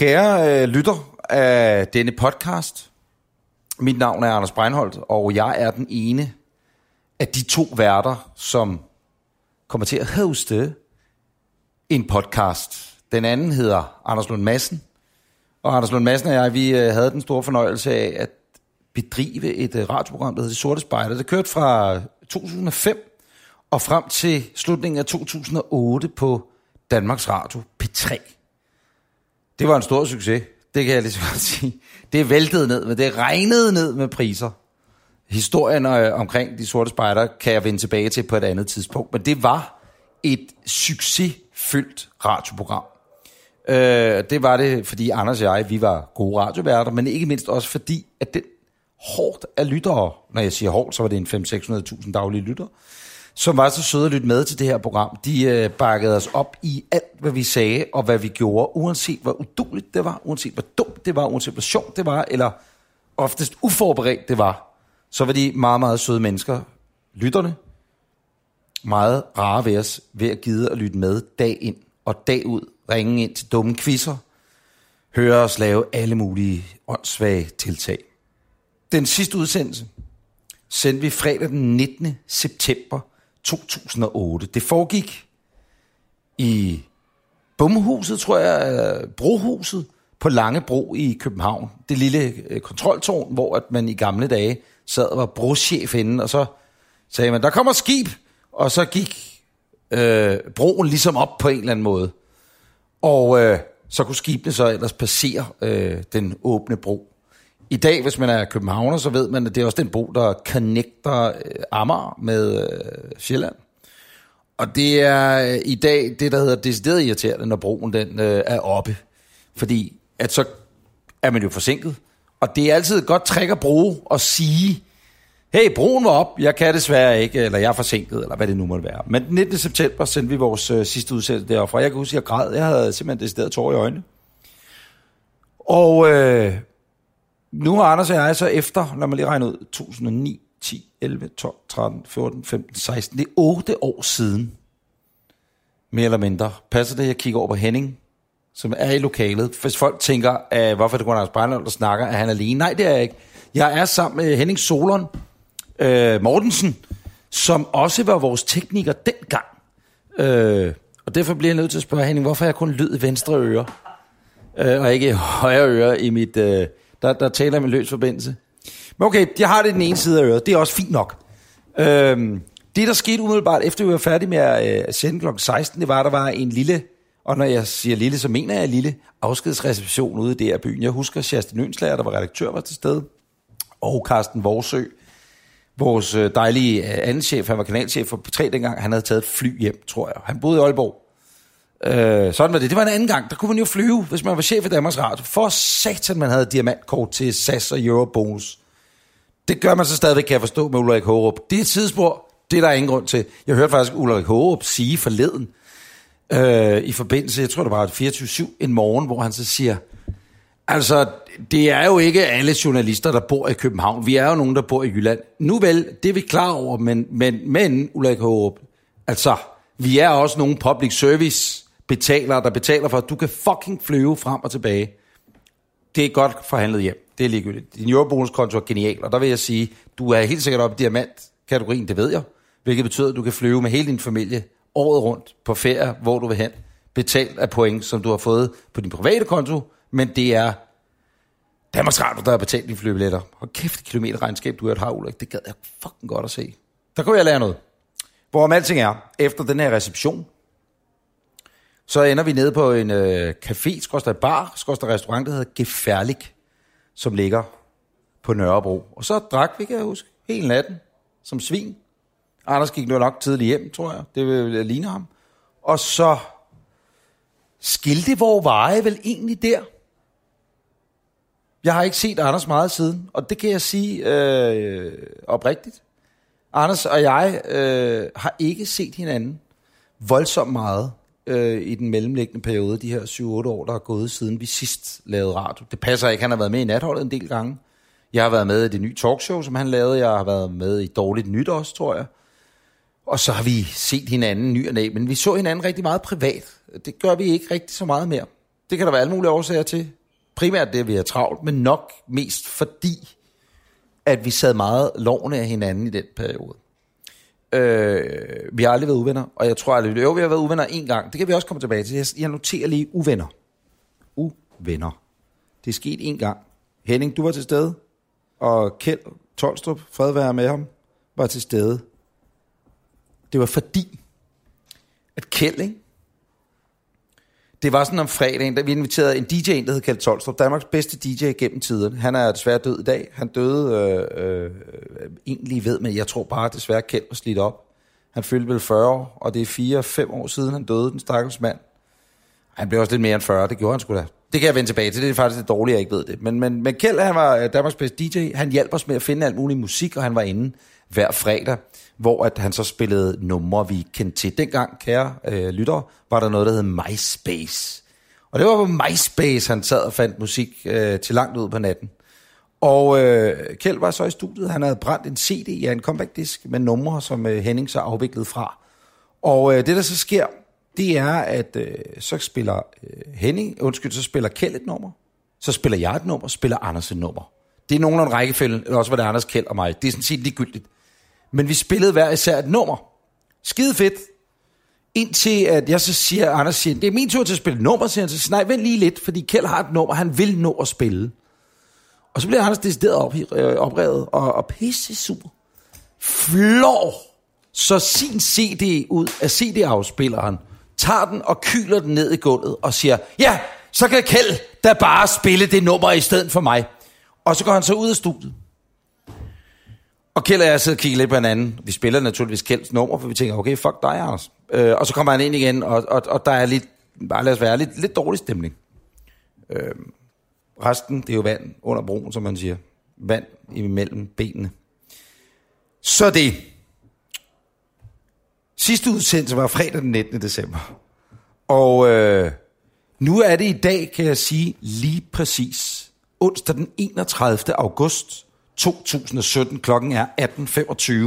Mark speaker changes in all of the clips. Speaker 1: Kære øh, lytter af denne podcast, mit navn er Anders Breinholt, og jeg er den ene af de to værter, som kommer til at hoste en podcast. Den anden hedder Anders Lund Madsen, og Anders Lund Madsen og jeg, vi øh, havde den store fornøjelse af at bedrive et øh, radioprogram, der hedder De Sorte Spejder. Det kørte fra 2005 og frem til slutningen af 2008 på Danmarks Radio P3. Det var en stor succes. Det kan jeg lige så godt sige. Det væltede ned, men det regnede ned med priser. Historien øh, omkring de sorte spejder kan jeg vende tilbage til på et andet tidspunkt, men det var et succesfyldt radioprogram. Øh, det var det, fordi Anders og jeg, vi var gode radioværter, men ikke mindst også fordi, at den hårdt af lyttere, når jeg siger hårdt, så var det en 500-600.000 daglige lyttere, som var så søde at lytte med til det her program. De øh, bakkede os op i alt, hvad vi sagde og hvad vi gjorde, uanset hvor uduligt det var, uanset hvor dumt det var, uanset hvor sjovt det var, eller oftest uforberedt det var. Så var de meget, meget søde mennesker, lytterne, meget rare ved os, ved at gide at lytte med dag ind og dag ud, ringe ind til dumme quizzer, høre os lave alle mulige åndssvage tiltag. Den sidste udsendelse, sendte vi fredag den 19. september 2008. Det foregik i Bumhuset, tror jeg, øh, Brohuset på Langebro i København. Det lille øh, kontroltårn, hvor at man i gamle dage sad og var brochef inden, og så sagde man, der kommer skib, og så gik øh, broen ligesom op på en eller anden måde. Og øh, så kunne skibene så ellers passere øh, den åbne bro. I dag, hvis man er københavner, så ved man, at det er også den bro, der connecter øh, Amager med øh, Sjælland. Og det er øh, i dag det, der hedder decideret irriterende, når broen den, øh, er oppe. Fordi at så er man jo forsinket. Og det er altid et godt trick at bruge og sige, hey, broen var op, jeg kan desværre ikke, eller jeg er forsinket, eller hvad det nu måtte være. Men den 19. september sendte vi vores øh, sidste udsendelse deroppe, jeg kan huske, at jeg græd. Jeg havde simpelthen decideret tårer i øjnene. Og øh, nu har Anders og jeg så efter, lad mig lige regne ud, 2009, 10, 11, 12, 13, 14, 15, 16, det er 8 år siden, mere eller mindre. Passer det, jeg kigger over på Henning, som er i lokalet. Hvis folk tænker, øh, hvorfor er det kun Anders Breinholt, der snakker, er han alene? Nej, det er jeg ikke. Jeg er sammen med Henning Solon øh, Mortensen, som også var vores tekniker dengang. Øh, og derfor bliver jeg nødt til at spørge Henning, hvorfor har jeg kun lyd i venstre øre? øh, og ikke højre øre i mit... Øh, der, der taler jeg med løs forbindelse. Men okay, jeg har det i den ene side af øret. Det er også fint nok. Øhm, det, der skete umiddelbart efter vi var færdige med at øh, sende kl. 16, det var, at der var en lille, og når jeg siger lille, så mener jeg lille, afskedsreception ude i DR byen. Jeg husker, Justin Ønslager, der var redaktør, var til stede, og Carsten Vorsø, vores øh, dejlige øh, anden chef, han var kanalchef for P3 dengang, han havde taget et fly hjem, tror jeg. Han boede i Aalborg. Øh, sådan var det. Det var en anden gang. Der kunne man jo flyve, hvis man var chef i Danmarks Radio. For satan, man havde diamantkort til SAS og Eurobonus. Det gør man så stadigvæk, kan jeg forstå, med Ulrik Hårup. Det er et tidsspor. Det er der ingen grund til. Jeg hørte faktisk Ulrik Hårup sige forleden, øh, i forbindelse, jeg tror det var 24-7, en morgen, hvor han så siger, altså, det er jo ikke alle journalister, der bor i København. Vi er jo nogen, der bor i Jylland. Nu vel, det er vi klar over, men, men, men Ulrik Hårup, altså, vi er også nogle public service betalere, der betaler for, at du kan fucking flyve frem og tilbage. Det er godt forhandlet hjem. Det er ligegyldigt. Din eurobonuskonto er genial, og der vil jeg sige, du er helt sikkert oppe i diamantkategorien, det ved jeg. Hvilket betyder, at du kan flyve med hele din familie året rundt på ferie, hvor du vil hen. Betalt af point, som du har fået på din private konto, men det er Danmarks Radio, der har betalt dine flybilletter. Og kæft, det kilometerregnskab, du har har, Ulrik. Det gad jeg fucking godt at se. Der kunne jeg lære noget. Hvorom alting er, efter den her reception, så ender vi nede på en øh, café, skorstad bar, skorstad restaurant, der hedder Gefærlik, som ligger på Nørrebro. Og så drak vi, kan jeg huske, hele natten, som svin. Anders gik nu nok tidligt hjem, tror jeg. Det vil ligne ham. Og så skilte vores veje vel egentlig der. Jeg har ikke set Anders meget siden, og det kan jeg sige øh, oprigtigt. Anders og jeg øh, har ikke set hinanden voldsomt meget øh, i den mellemliggende periode, de her 7-8 år, der er gået siden vi sidst lavede radio. Det passer ikke, han har været med i natholdet en del gange. Jeg har været med i det nye talkshow, som han lavede. Jeg har været med i Dårligt Nyt også, tror jeg. Og så har vi set hinanden ny og næ, men vi så hinanden rigtig meget privat. Det gør vi ikke rigtig så meget mere. Det kan der være alle mulige årsager til. Primært det, at vi er travlt, men nok mest fordi, at vi sad meget lovende af hinanden i den periode. Øh, vi har aldrig været uvenner, og jeg tror aldrig, jo, vi har været uvenner en gang. Det kan vi også komme tilbage til. Jeg- Jeg noterer lige uvenner. Uvenner. Det er sket en gang. Henning, du var til stede, og Kjeld Tolstrup, fred være med ham, var til stede. Det var fordi, at Kjeld, ikke? Det var sådan om fredagen, da vi inviterede en DJ ind, der hed Kjeld Tolstrup, Danmarks bedste DJ gennem tiden. Han er desværre død i dag. Han døde, øh, øh, egentlig ved, men jeg tror bare desværre, Kjeld var slidt op. Han fyldte vel 40 år, og det er 4-5 år siden, han døde, den stakkels mand. Han blev også lidt mere end 40, det gjorde han sgu da. Det kan jeg vende tilbage til, det er faktisk det dårlige, jeg ikke ved det. Men, men, men Kjeld, han var øh, Danmarks bedste DJ, han hjalp os med at finde alt muligt musik, og han var inde hver fredag, hvor at han så spillede numre, vi kendte til. Dengang, kære øh, lyttere, var der noget, der hed MySpace. Og det var på MySpace, han sad og fandt musik øh, til langt ud på natten. Og øh, Kjeld var så i studiet, han havde brændt en CD af en comeback-disk med numre, som øh, Henning så afviklede fra. Og øh, det, der så sker, det er, at øh, så spiller øh, Henning, undskyld, så spiller Kjeld et nummer, så spiller jeg et nummer, spiller Anders et nummer. Det er nogenlunde rækkefølgen, eller også var det Anders, Kjeld og mig. Det er sådan set ligegyldigt. Men vi spillede hver især et nummer. Skide fedt. Indtil at jeg så siger, Anders siger, det er min tur til at spille et nummer, siger han. Så siger, jeg, nej, vent lige lidt, fordi Kjeld har et nummer, han vil nå at spille. Og så bliver Anders decideret op, øh, oprevet og, og pisse sur. Flår så sin CD ud af CD-afspilleren, tager den og kyler den ned i gulvet og siger, ja, så kan Kjeld da bare spille det nummer i stedet for mig. Og så går han så ud af studiet. Og Kjeld og jeg sidder og kigger lidt på hinanden. Vi spiller naturligvis Kjelds nummer, for vi tænker, okay, fuck dig, Anders. Øh, og så kommer han ind igen, og, og, og der er lidt, bare lad os være, lidt, lidt dårlig stemning. Øh, Resten, det er jo vand under broen, som man siger. Vand imellem benene. Så det. Sidste udsendelse var fredag den 19. december. Og øh, nu er det i dag, kan jeg sige, lige præcis onsdag den 31. august 2017. Klokken er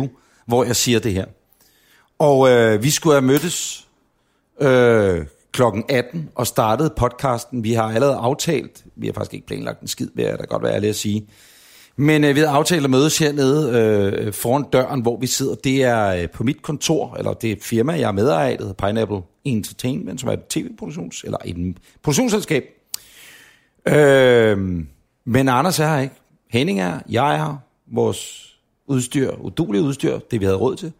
Speaker 1: 18.25, hvor jeg siger det her. Og øh, vi skulle have mødtes øh, klokken 18 og startede podcasten. Vi har allerede aftalt, vi har faktisk ikke planlagt en skid, vil jeg da godt være ærlig at sige. Men øh, vi havde aftalt at mødes hernede øh, foran døren, hvor vi sidder. Det er øh, på mit kontor, eller det er et firma, jeg er medejer af, det hedder Pineapple Entertainment, som er et tv-produktions, eller et produktionsselskab. Øh, men Anders er her ikke. Henning er her, jeg er her, vores udstyr, udulige udstyr, det vi havde råd til,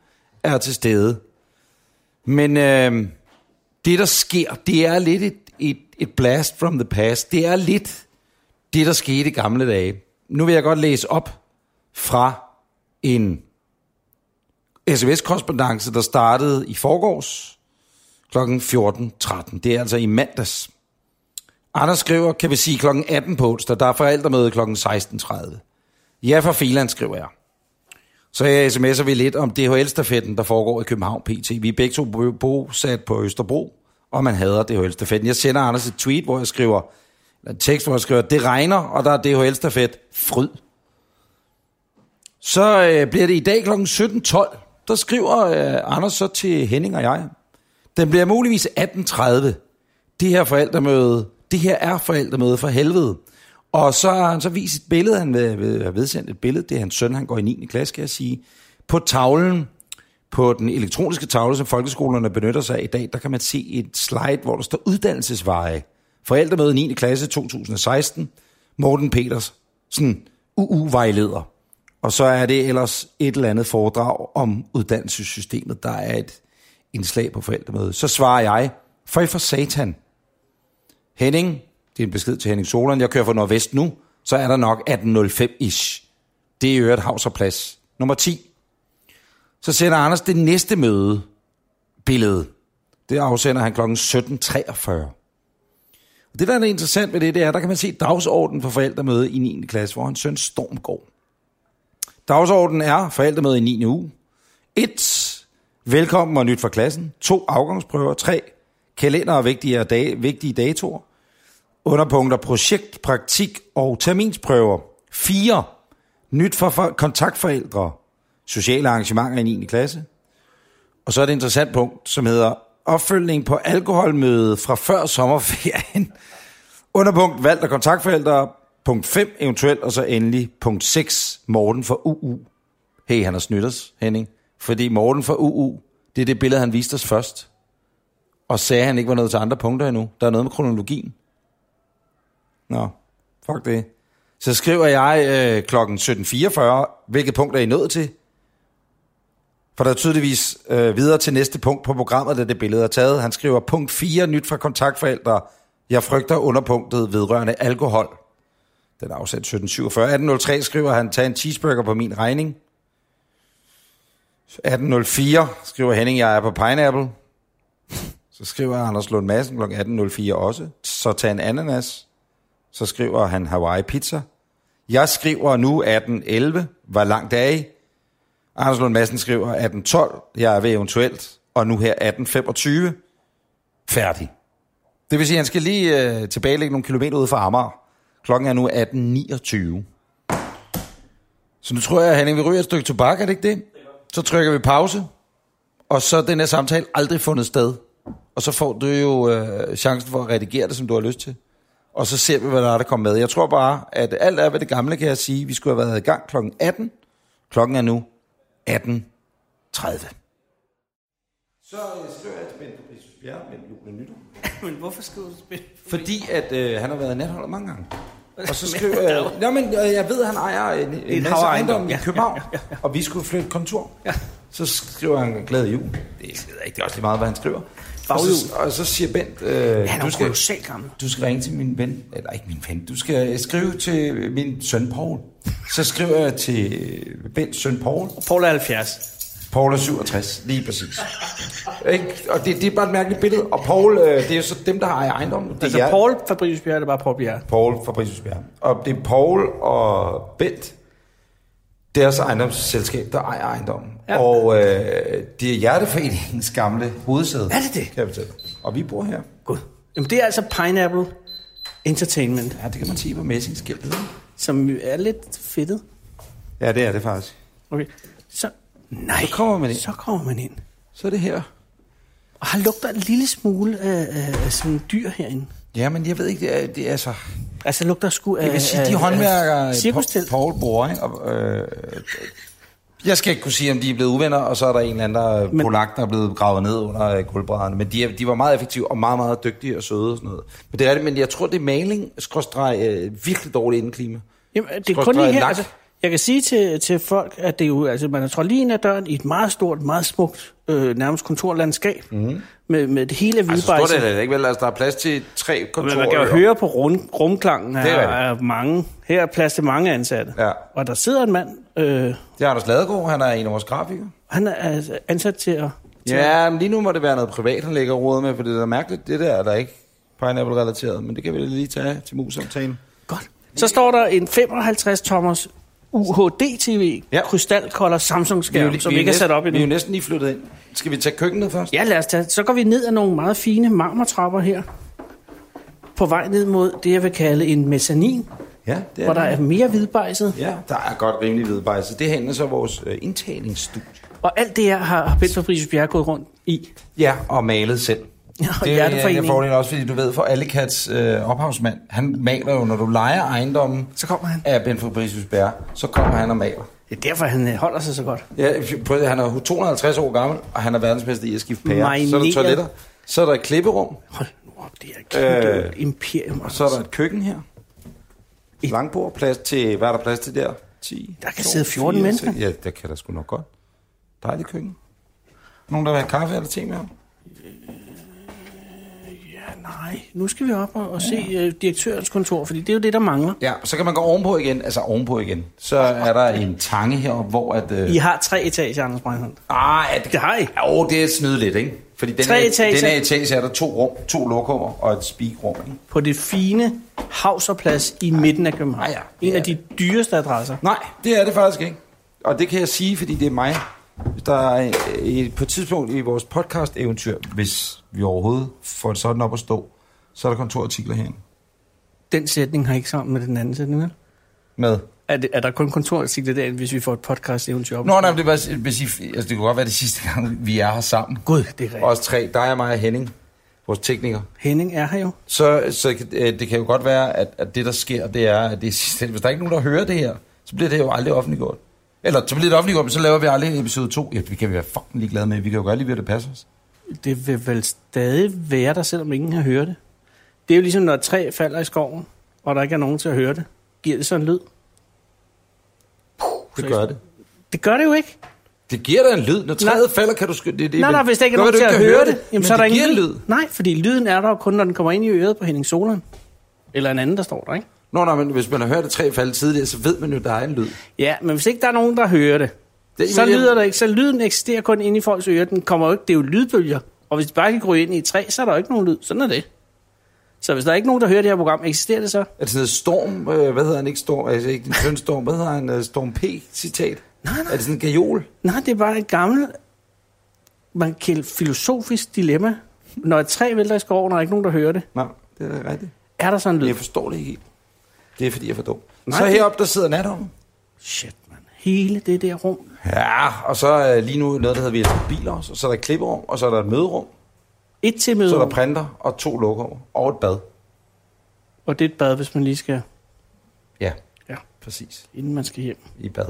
Speaker 1: er til stede. Men øh, det, der sker, det er lidt et, et, et blast from the past. Det er lidt det, der skete i gamle dage. Nu vil jeg godt læse op fra en sms-korrespondence, der startede i forgårs kl. 14.13. Det er altså i mandags. Anders skriver, kan vi sige kl. 18 på onsdag, der er forældremøde kl. 16.30. Ja, for filan skriver jeg. Så jeg sms'er vi lidt om DHL-stafetten, der foregår i København PT. Vi er begge to bo- bosat på Østerbro, og man hader DHL-stafetten. Jeg sender Anders et tweet, hvor jeg skriver, eller en tekst, hvor jeg skriver, det regner, og der er DHL-stafet. Fryd. Så øh, bliver det i dag kl. 17.12. Der skriver øh, Anders så til Henning og jeg. Den bliver muligvis 18.30. Det her forældremøde, det her er forældremøde for helvede. Og så har han så vist et billede, han vil, vil har vedsendt et billede, det er hans søn, han går i 9. klasse, kan jeg sige. På tavlen, på den elektroniske tavle, som folkeskolerne benytter sig af i dag, der kan man se et slide, hvor der står uddannelsesveje. Forældremøde 9. klasse 2016, Morten Peters, sådan UU-vejleder. Og så er det ellers et eller andet foredrag om uddannelsessystemet. Der er et indslag på forældremødet. Så svarer jeg, for I for satan. Henning, det er en besked til Henning Solon, jeg kører fra Nordvest nu, så er der nok 18.05-ish. Det er i øvrigt havs og plads. Nummer 10. Så sender Anders det næste møde billede. Det afsender han kl. 17.43. Og det, der er interessant ved det, det er, der kan man se dagsordenen for forældremøde i 9. klasse, hvor hans søn Storm går. Dagsordenen er forældremøde i 9. uge. 1. Velkommen og nyt for klassen. 2. Afgangsprøver. 3. Kalender og vigtige, dage, vigtige datoer. Underpunkter projekt, praktik og terminsprøver. 4. Nyt for, for kontaktforældre. Sociale arrangementer i 9. klasse. Og så er det et interessant punkt, som hedder opfølgning på alkoholmødet fra før sommerferien. Underpunkt valgt af kontaktforældre. Punkt 5 eventuelt, og så endelig punkt 6, Morten fra UU. Hey, han har snydt os, Henning. Fordi Morten fra UU, det er det billede, han viste os først. Og sagde, han ikke var nået til andre punkter endnu. Der er noget med kronologien. Nå, fuck det. Så skriver jeg øh, klokken 17.44, hvilket punkt er I nået til? For der er tydeligvis øh, videre til næste punkt på programmet, da det billede er taget. Han skriver punkt 4, nyt fra kontaktforældre. Jeg frygter underpunktet vedrørende alkohol. Den er afsat 1747. 1803 skriver han, tag en cheeseburger på min regning. 1804 skriver Henning, jeg er på Pineapple. Så skriver Anders Lund Madsen kl. 18.04 også. Så tag en ananas. Så skriver han Hawaii Pizza. Jeg skriver nu 18.11. Hvor langt er I? Anders Lund Madsen skriver 18.12. Jeg er ved eventuelt. Og nu her 18.25. Færdig. Det vil sige, at han skal lige øh, tilbagelægge nogle kilometer ude fra Amager. Klokken er nu 18.29. Så nu tror jeg, Henning, vi ryger et stykke tobak, er det ikke det? Så trykker vi pause, og så er den her samtale aldrig fundet sted. Og så får du jo øh, chancen for at redigere det, som du har lyst til. Og så ser vi, hvad der er, der kommer med. Jeg tror bare, at alt er ved det gamle, kan jeg sige. Vi skulle have været i gang klokken 18. Klokken er nu 18.30. øh, Så skriver jeg til Bent Fabricius Bjerre mellem jul og nytår.
Speaker 2: Men hvorfor skriver du spil?
Speaker 1: Fordi at øh, han har været natholder mange gange. Og så skriver jeg... Nå, men øh, jeg ved, at han ejer en, en, en
Speaker 2: en
Speaker 1: masse
Speaker 2: havreejendom.
Speaker 1: ejendom i København, ja, ja, ja, og vi skulle flytte kontor. Ja. Så skriver han glad jul. Det er ikke det er også lige meget, hvad han skriver. Og så, og så siger Bent, øh,
Speaker 2: Han er
Speaker 1: du,
Speaker 2: jo
Speaker 1: skal,
Speaker 2: kolossalt gammel.
Speaker 1: du skal ringe til min ven, eller ikke min ven, du skal øh, skrive til min søn Paul. Så skriver jeg til øh, Bents søn Paul,
Speaker 2: Paul er 70.
Speaker 1: Paul er 67, lige præcis. Ikke? Og det, det er bare et mærkeligt billede. Og Paul, øh, det er jo så dem, der ejer ejendommen. Det er
Speaker 2: Altså
Speaker 1: jer.
Speaker 2: Paul Fabricius Bjerre, det er bare Paul Bjerre.
Speaker 1: Paul Fabricius Bjerre. Og det er Paul og Bent, deres ejendomsselskab, der ejer ejendommen. Ja.
Speaker 2: Ja.
Speaker 1: Og øh, det er Hjerteforeningens gamle hovedsæde.
Speaker 2: Er det det?
Speaker 1: Kan jeg fortælle. Og vi bor her.
Speaker 2: God. Jamen det er altså Pineapple Entertainment,
Speaker 1: Ja, det kan man sige på messingskiltet. ikke?
Speaker 2: som er lidt fedtet.
Speaker 1: Ja, det er det faktisk.
Speaker 2: Okay. Så, nej,
Speaker 1: Så kommer man ind.
Speaker 2: Så kommer man ind.
Speaker 1: Så er det her.
Speaker 2: Og her lugter en lille smule af, af, af sådan en dyr herinde.
Speaker 1: Ja, men jeg ved ikke, det er, det er så...
Speaker 2: Altså lugter sgu af...
Speaker 1: Jeg kan sige,
Speaker 2: af-
Speaker 1: de
Speaker 2: af
Speaker 1: håndværkere,
Speaker 2: Cirkustel.
Speaker 1: Pa- Paul bruger, ikke? Og, øh, jeg skal ikke kunne sige, om de er blevet uvenner, og så er der en eller anden der men,
Speaker 2: Men-
Speaker 1: polak, der er blevet gravet ned under øh, gulvbrædderne. Men de, er, de var meget effektive og meget, meget dygtige og søde og sådan noget. Men det er det, men jeg tror, det er maling, skråstreg, øh, virkelig dårligt indeklima.
Speaker 2: Jamen, det er kun
Speaker 1: Skråstreg
Speaker 2: lige her,
Speaker 1: lak.
Speaker 2: altså, jeg kan sige til, til folk, at det er jo, altså, man har trådt lige ind ad døren i et meget stort, meget smukt, øh, nærmest kontorlandskab, mm. med, med det hele af
Speaker 1: Mhm. Altså, så stort
Speaker 2: vildbejse.
Speaker 1: er det da ikke vel? Altså, der er plads til tre kontorer.
Speaker 2: Men man kan jo høre på rum, rumklangen
Speaker 1: Det
Speaker 2: af,
Speaker 1: er rigtigt.
Speaker 2: af mange. Her er plads til mange ansatte.
Speaker 1: Ja.
Speaker 2: Og der sidder en mand, øh,
Speaker 1: Det er Anders Ladegaard, han er en af vores grafikere.
Speaker 2: han er altså ansat til at... til at-
Speaker 1: Ja, men lige nu må det være noget privat, han lægger råd med, for det er da mærkeligt, det der er der ikke pineapple-relateret, men det kan vi lige tage til musamtalen.
Speaker 2: Godt. Så står der en 55-tommers UHD-TV,
Speaker 1: Ja.
Speaker 2: ja. krystalkolder
Speaker 1: Vi er jo
Speaker 2: Samsung-skærm,
Speaker 1: lige-
Speaker 2: som
Speaker 1: vi er
Speaker 2: ikke er
Speaker 1: næsten-
Speaker 2: sat op
Speaker 1: Vi er jo
Speaker 2: endnu.
Speaker 1: næsten lige flyttet ind. Skal vi tage køkkenet først?
Speaker 2: Ja, lad os tage. Så går vi ned ad nogle meget fine marmortrapper her. På vej ned mod det, jeg vil kalde en mezzanin,
Speaker 1: ja det
Speaker 2: hvor der er mere hvidbejset.
Speaker 1: Ja, der er godt rimelig hvidbejse. Det hænder så vores øh, indtagningsstudie.
Speaker 2: Og alt det her har har Bent Fabricius Bjerre gået rundt i.
Speaker 1: Ja, og malet selv.
Speaker 2: Ja, og
Speaker 1: det er en
Speaker 2: Hjerteforeningen.
Speaker 1: fordel også, fordi du ved, for Alicats øh, ophavsmand, han maler jo, når du leger ejendommen
Speaker 2: Så kommer han.
Speaker 1: af Ben Fabricius Bjerre, så kommer han og maler.
Speaker 2: Det er derfor, han øh, holder sig så godt.
Speaker 1: Ja, prøv, at- han er 250 år gammel, og han er verdensmester i at skifte pære. Så er der
Speaker 2: Marineret.
Speaker 1: toiletter, så er der et klipperum,
Speaker 2: Hold nu op, det er et kæmpe
Speaker 1: Øh,
Speaker 2: øh, imperium.
Speaker 1: og så er der et køkken her.
Speaker 2: Et-
Speaker 1: Langbord, plads til, hvad er der plads til der? 10?
Speaker 2: Der kan sidde 14 mennesker.
Speaker 1: Ja, der kan der sgu nok godt. Dejligt køkken. Nogen, der vil have kaffe eller te med?
Speaker 2: Ja, nej, nu skal vi op og, og se øh, direktørens kontor, fordi det er jo det, der mangler.
Speaker 1: Ja, så kan man gå ovenpå igen, altså ovenpå igen. Så er der en tange heroppe, hvor at... Øh...
Speaker 2: I har tre etager, Anders Breinholt.
Speaker 1: Ah, at...
Speaker 2: Det har I.
Speaker 1: Jo, det er snyde lidt, ikke? Fordi den
Speaker 2: Tre
Speaker 1: her,
Speaker 2: etager.
Speaker 1: den her etage er der to rum, to lokummer og et spikrum, ikke?
Speaker 2: På det fine Havserplads i midten af København.
Speaker 1: Ej, ja.
Speaker 2: En
Speaker 1: Ja.
Speaker 2: af de dyreste adresser.
Speaker 1: Nej, det er det faktisk ikke. Og det kan jeg sige, fordi det er mig. Der er øh, på et tidspunkt i vores podcast-eventyr, hvis vi overhovedet får det sådan op at stå, så er der kontorartikler herinde.
Speaker 2: Den sætning har ikke sammen med den anden sætning, vel?
Speaker 1: Med?
Speaker 2: Er, det, er der kun kontorartikler derinde, hvis vi får et podcast eventyr op?
Speaker 1: Nå, nej, men det, var, altså, det kunne godt være det sidste gang, vi er her sammen.
Speaker 2: Gud, det er rigtigt.
Speaker 1: Os tre, dig og mig og Henning. vores tekniker.
Speaker 2: Henning er her jo.
Speaker 1: Så, så øh, det kan jo godt være, at, at det, der sker, det er, at det er sidste Hvis der er ikke nogen, der hører det her, så bliver det jo aldrig offentliggjort. Eller så bliver det offentliggjort, men så laver vi aldrig episode 2. Ja, vi kan være fucking ligeglade med. Vi kan jo gøre lige ved, at det passer os.
Speaker 2: Det vil vel stadig være der, selvom ingen har hørt det. Det er jo ligesom, når et træ falder i skoven, og der ikke er nogen til at høre det. Giver det så en lyd?
Speaker 1: Det gør det.
Speaker 2: Det gør det jo ikke.
Speaker 1: Det giver dig en lyd. Når træet
Speaker 2: Nej.
Speaker 1: falder, kan du... skyde- Det, det,
Speaker 2: nej,
Speaker 1: men-
Speaker 2: nej, hvis der ikke er
Speaker 1: Godt,
Speaker 2: nogen
Speaker 1: at du
Speaker 2: til at
Speaker 1: kan
Speaker 2: høre det, jamen,
Speaker 1: men
Speaker 2: så er der
Speaker 1: det
Speaker 2: ingen
Speaker 1: giver
Speaker 2: lyd.
Speaker 1: lyd.
Speaker 2: Nej, fordi lyden er der jo kun, når den kommer ind i øret på Henning Solheim. Eller en anden, der står der, ikke?
Speaker 1: Nå, nej, men hvis man har hørt et træ falde tidligere, så ved man jo, der er en lyd.
Speaker 2: Ja, men hvis ikke der er nogen, der hører det,
Speaker 1: Det-
Speaker 2: det så
Speaker 1: men jeg-
Speaker 2: lyder der ikke. Så lyden eksisterer kun inde i folks ører. Den kommer jo ikke, det er jo lydbølger. Og hvis de bare kan gryde ind i et træ, så er der jo ikke nogen lyd. Sådan er det. Så hvis der er ikke nogen, der hører det her program, eksisterer det så?
Speaker 1: Er det sådan noget storm, øh, hvad hedder han ikke storm, altså ikke din søn storm, hvad hedder han, øh, storm P, citat?
Speaker 2: Nej, nej.
Speaker 1: Er det sådan en gajol?
Speaker 2: Nej, det er bare et gammelt, man kan filosofisk dilemma. Når et træ vælter i skoven, og der er ikke nogen, der hører det,
Speaker 1: Nej, det er da rigtigt.
Speaker 2: er der sådan en lyd?
Speaker 1: Jeg forstår det ikke helt. Det er fordi, jeg er for dum.
Speaker 2: Nej,
Speaker 1: så
Speaker 2: det-
Speaker 1: heroppe, der sidder natholden.
Speaker 2: Shit, man. Hele det der rum.
Speaker 1: Ja, og så øh, lige nu noget, der hedder vi elsker biler også. Og så er der et klipperum, og så er der et møderum,
Speaker 2: Et til møde,
Speaker 1: så er der printer og to lukkerum og et bad.
Speaker 2: og det er et bad, hvis man lige skal,
Speaker 1: Ja,
Speaker 2: ja,
Speaker 1: præcis.
Speaker 2: inden man skal hjem.
Speaker 1: I bad.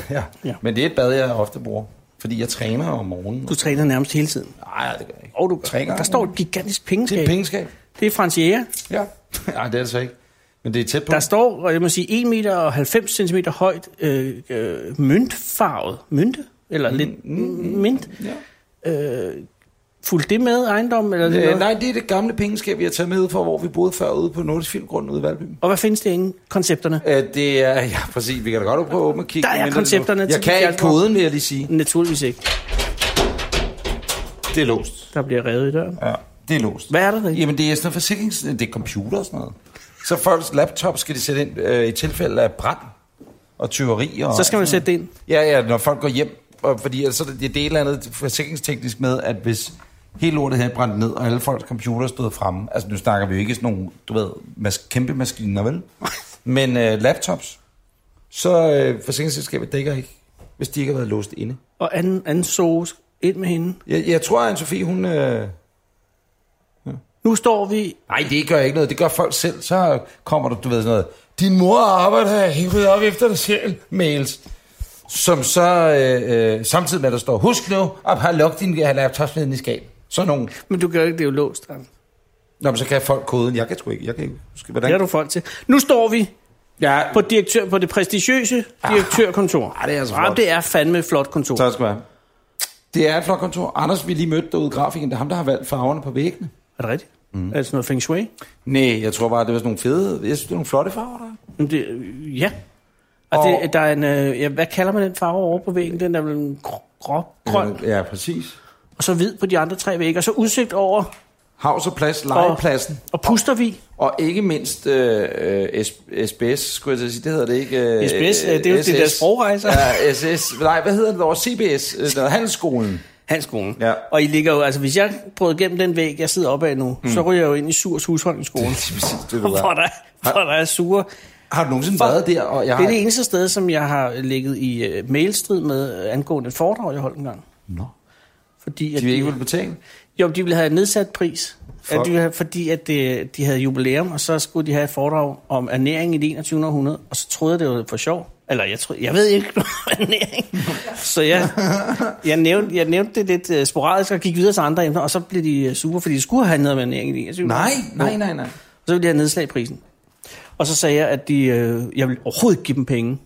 Speaker 1: ja.
Speaker 2: Ja.
Speaker 1: Men det er et bad, jeg ofte bruger. Fordi jeg træner om morgenen.
Speaker 2: Du træner nærmest hele tiden.
Speaker 1: Nej, det gør jeg ikke.
Speaker 2: Og du
Speaker 1: Tre gange.
Speaker 2: Der står et gigantisk
Speaker 1: Det er
Speaker 2: pengeskab.
Speaker 1: et pengeskab.
Speaker 2: Det er Frans Jæger.
Speaker 1: Ja. Nej, det er det så ikke. Men det er tæt på.
Speaker 2: Der står, og jeg må sige, 1 meter og 90 cm højt øh, øh, myntfarvet. Mynte? Eller mm, lidt mm, mynt?
Speaker 1: Ja.
Speaker 2: Øh, fulgte det med ejendommen? Eller
Speaker 1: Øh,
Speaker 2: øh,
Speaker 1: nej, det er det gamle pengeskab, jeg tager med fra, hvor vi boede før ude på Nordisk Filmgrunden ude i Valby.
Speaker 2: Og hvad findes det inde? Koncepterne?
Speaker 1: Øh, det er, ja præcis, vi kan da godt prøve at åbne og kigge.
Speaker 2: Der er
Speaker 1: men det-
Speaker 2: koncepterne til
Speaker 1: Jeg kan
Speaker 2: de
Speaker 1: ikke
Speaker 2: ældre.
Speaker 1: koden, vil jeg lige sige.
Speaker 2: Naturligvis ikke.
Speaker 1: Det er låst.
Speaker 2: Der bliver revet i døren.
Speaker 1: Ja, det er låst.
Speaker 2: Hvad er der derinde?
Speaker 1: Jamen, det er sådan noget forsikrings... Det er computer og sådan noget. Så folks laptop skal de sætte ind øh, i tilfælde af brand og tyveri. Og
Speaker 2: Så skal man sætte det ind.
Speaker 1: Ja, ja, når folk går hjem. Og fordi altså, det er det et eller andet forsikringsteknisk med, at hvis hele lortet havde brændt ned, og alle folks computer stod fremme. Altså, nu snakker vi jo ikke sådan nogle, du ved, mas- kæmpe maskiner, vel? Men øh, laptops, så øh, forsikringsselskabet dækker ikke, hvis de ikke har været låst inde.
Speaker 2: Og anden, anden so ind med hende.
Speaker 1: Jeg, jeg tror, at Sofie, hun... Øh,
Speaker 2: Nu står vi...
Speaker 1: Nej, det gør ikke noget. Det gør folk selv. Så kommer der, du ved sådan noget, din mor arbejder hævet op efter dig selv, mails. Som så, øh, øh, samtidig med, at der står, husk nu, at have lukket din laptop ned i skab. Sådan nogle.
Speaker 2: Men du gør ikke, det er jo låst. Anders.
Speaker 1: Nå, men så kan folk koden. Jeg kan sgu ikke. Jeg kan ikke huske, hvordan.
Speaker 2: Det har du folk til. Nu står vi
Speaker 1: Ja,
Speaker 2: på, direktør, på det prestigiøse direktørkontor.
Speaker 1: Ah, det er altså
Speaker 2: Ah,
Speaker 1: flot.
Speaker 2: det er fandme et flot kontor.
Speaker 1: tak skal du have. Det er et flot kontor. Anders, vi lige mødte derude grafikeren. Det er ham, der har valgt farverne på væggene.
Speaker 2: Er det rigtigt? Mm. Er det sådan noget feng shui?
Speaker 1: Nej, jeg tror bare, det var sådan nogle fede... Jeg synes, det er nogle flotte farver, der er.
Speaker 2: Jamen, Det, øh, ja. Og, og det, der er en, øh, ja, hvad kalder man den farve over på væggen? Den er vel en gr- grå, grøn,
Speaker 1: Ja, præcis.
Speaker 2: og så hvid på de andre tre vægge, og så udsigt over,
Speaker 1: Havs og plads, legepladsen.
Speaker 2: og puster vi.
Speaker 1: Og ikke mindst øh, øh, S- SBS, skulle jeg til at sige, det hedder det ikke. Øh,
Speaker 2: SBS, øh, det er jo de der sprogrejser.
Speaker 1: Ja, SS, nej, hvad hedder det over CBS, øh, noget, handelsskolen.
Speaker 2: Handskolen.
Speaker 1: Ja.
Speaker 2: Og I ligger jo, altså hvis jeg brød igennem den væg, jeg sidder oppe af nu, mm. så ryger jeg jo ind i Surs husholdningsskolen.
Speaker 1: det,
Speaker 2: hvor, der, hvor der er sure.
Speaker 1: Har du nogensinde
Speaker 2: For-
Speaker 1: været der? Og jeg
Speaker 2: Det
Speaker 1: har...
Speaker 2: er det eneste sted, som jeg har ligget i øh, mailstrid med øh, angående et foredrag, jeg holdt en gang.
Speaker 1: Nå,
Speaker 2: Fordi, at
Speaker 1: de vil ikke vil betale.
Speaker 2: Jo, de ville have nedsat pris,
Speaker 1: Fuck.
Speaker 2: at de ville have, fordi at det, de havde jubilæum, og så skulle de have et foredrag om ernæring i det 21. århundrede, og så troede jeg, det var for sjov. Eller jeg, troede, jeg ved ikke noget om ernæring. Så jeg, jeg, nævnte, jeg nævnte det lidt uh, sporadisk og gik videre til andre emner, og så blev de øh, sure, fordi de skulle have noget om ernæring i det 21.
Speaker 1: Nej,
Speaker 2: århundrede.
Speaker 1: nej, nej,
Speaker 2: Jo.
Speaker 1: nej.
Speaker 2: Og så ville de have nedslag i prisen. Og så sagde jeg, at de, øh, jeg ville overhovedet ikke give dem penge.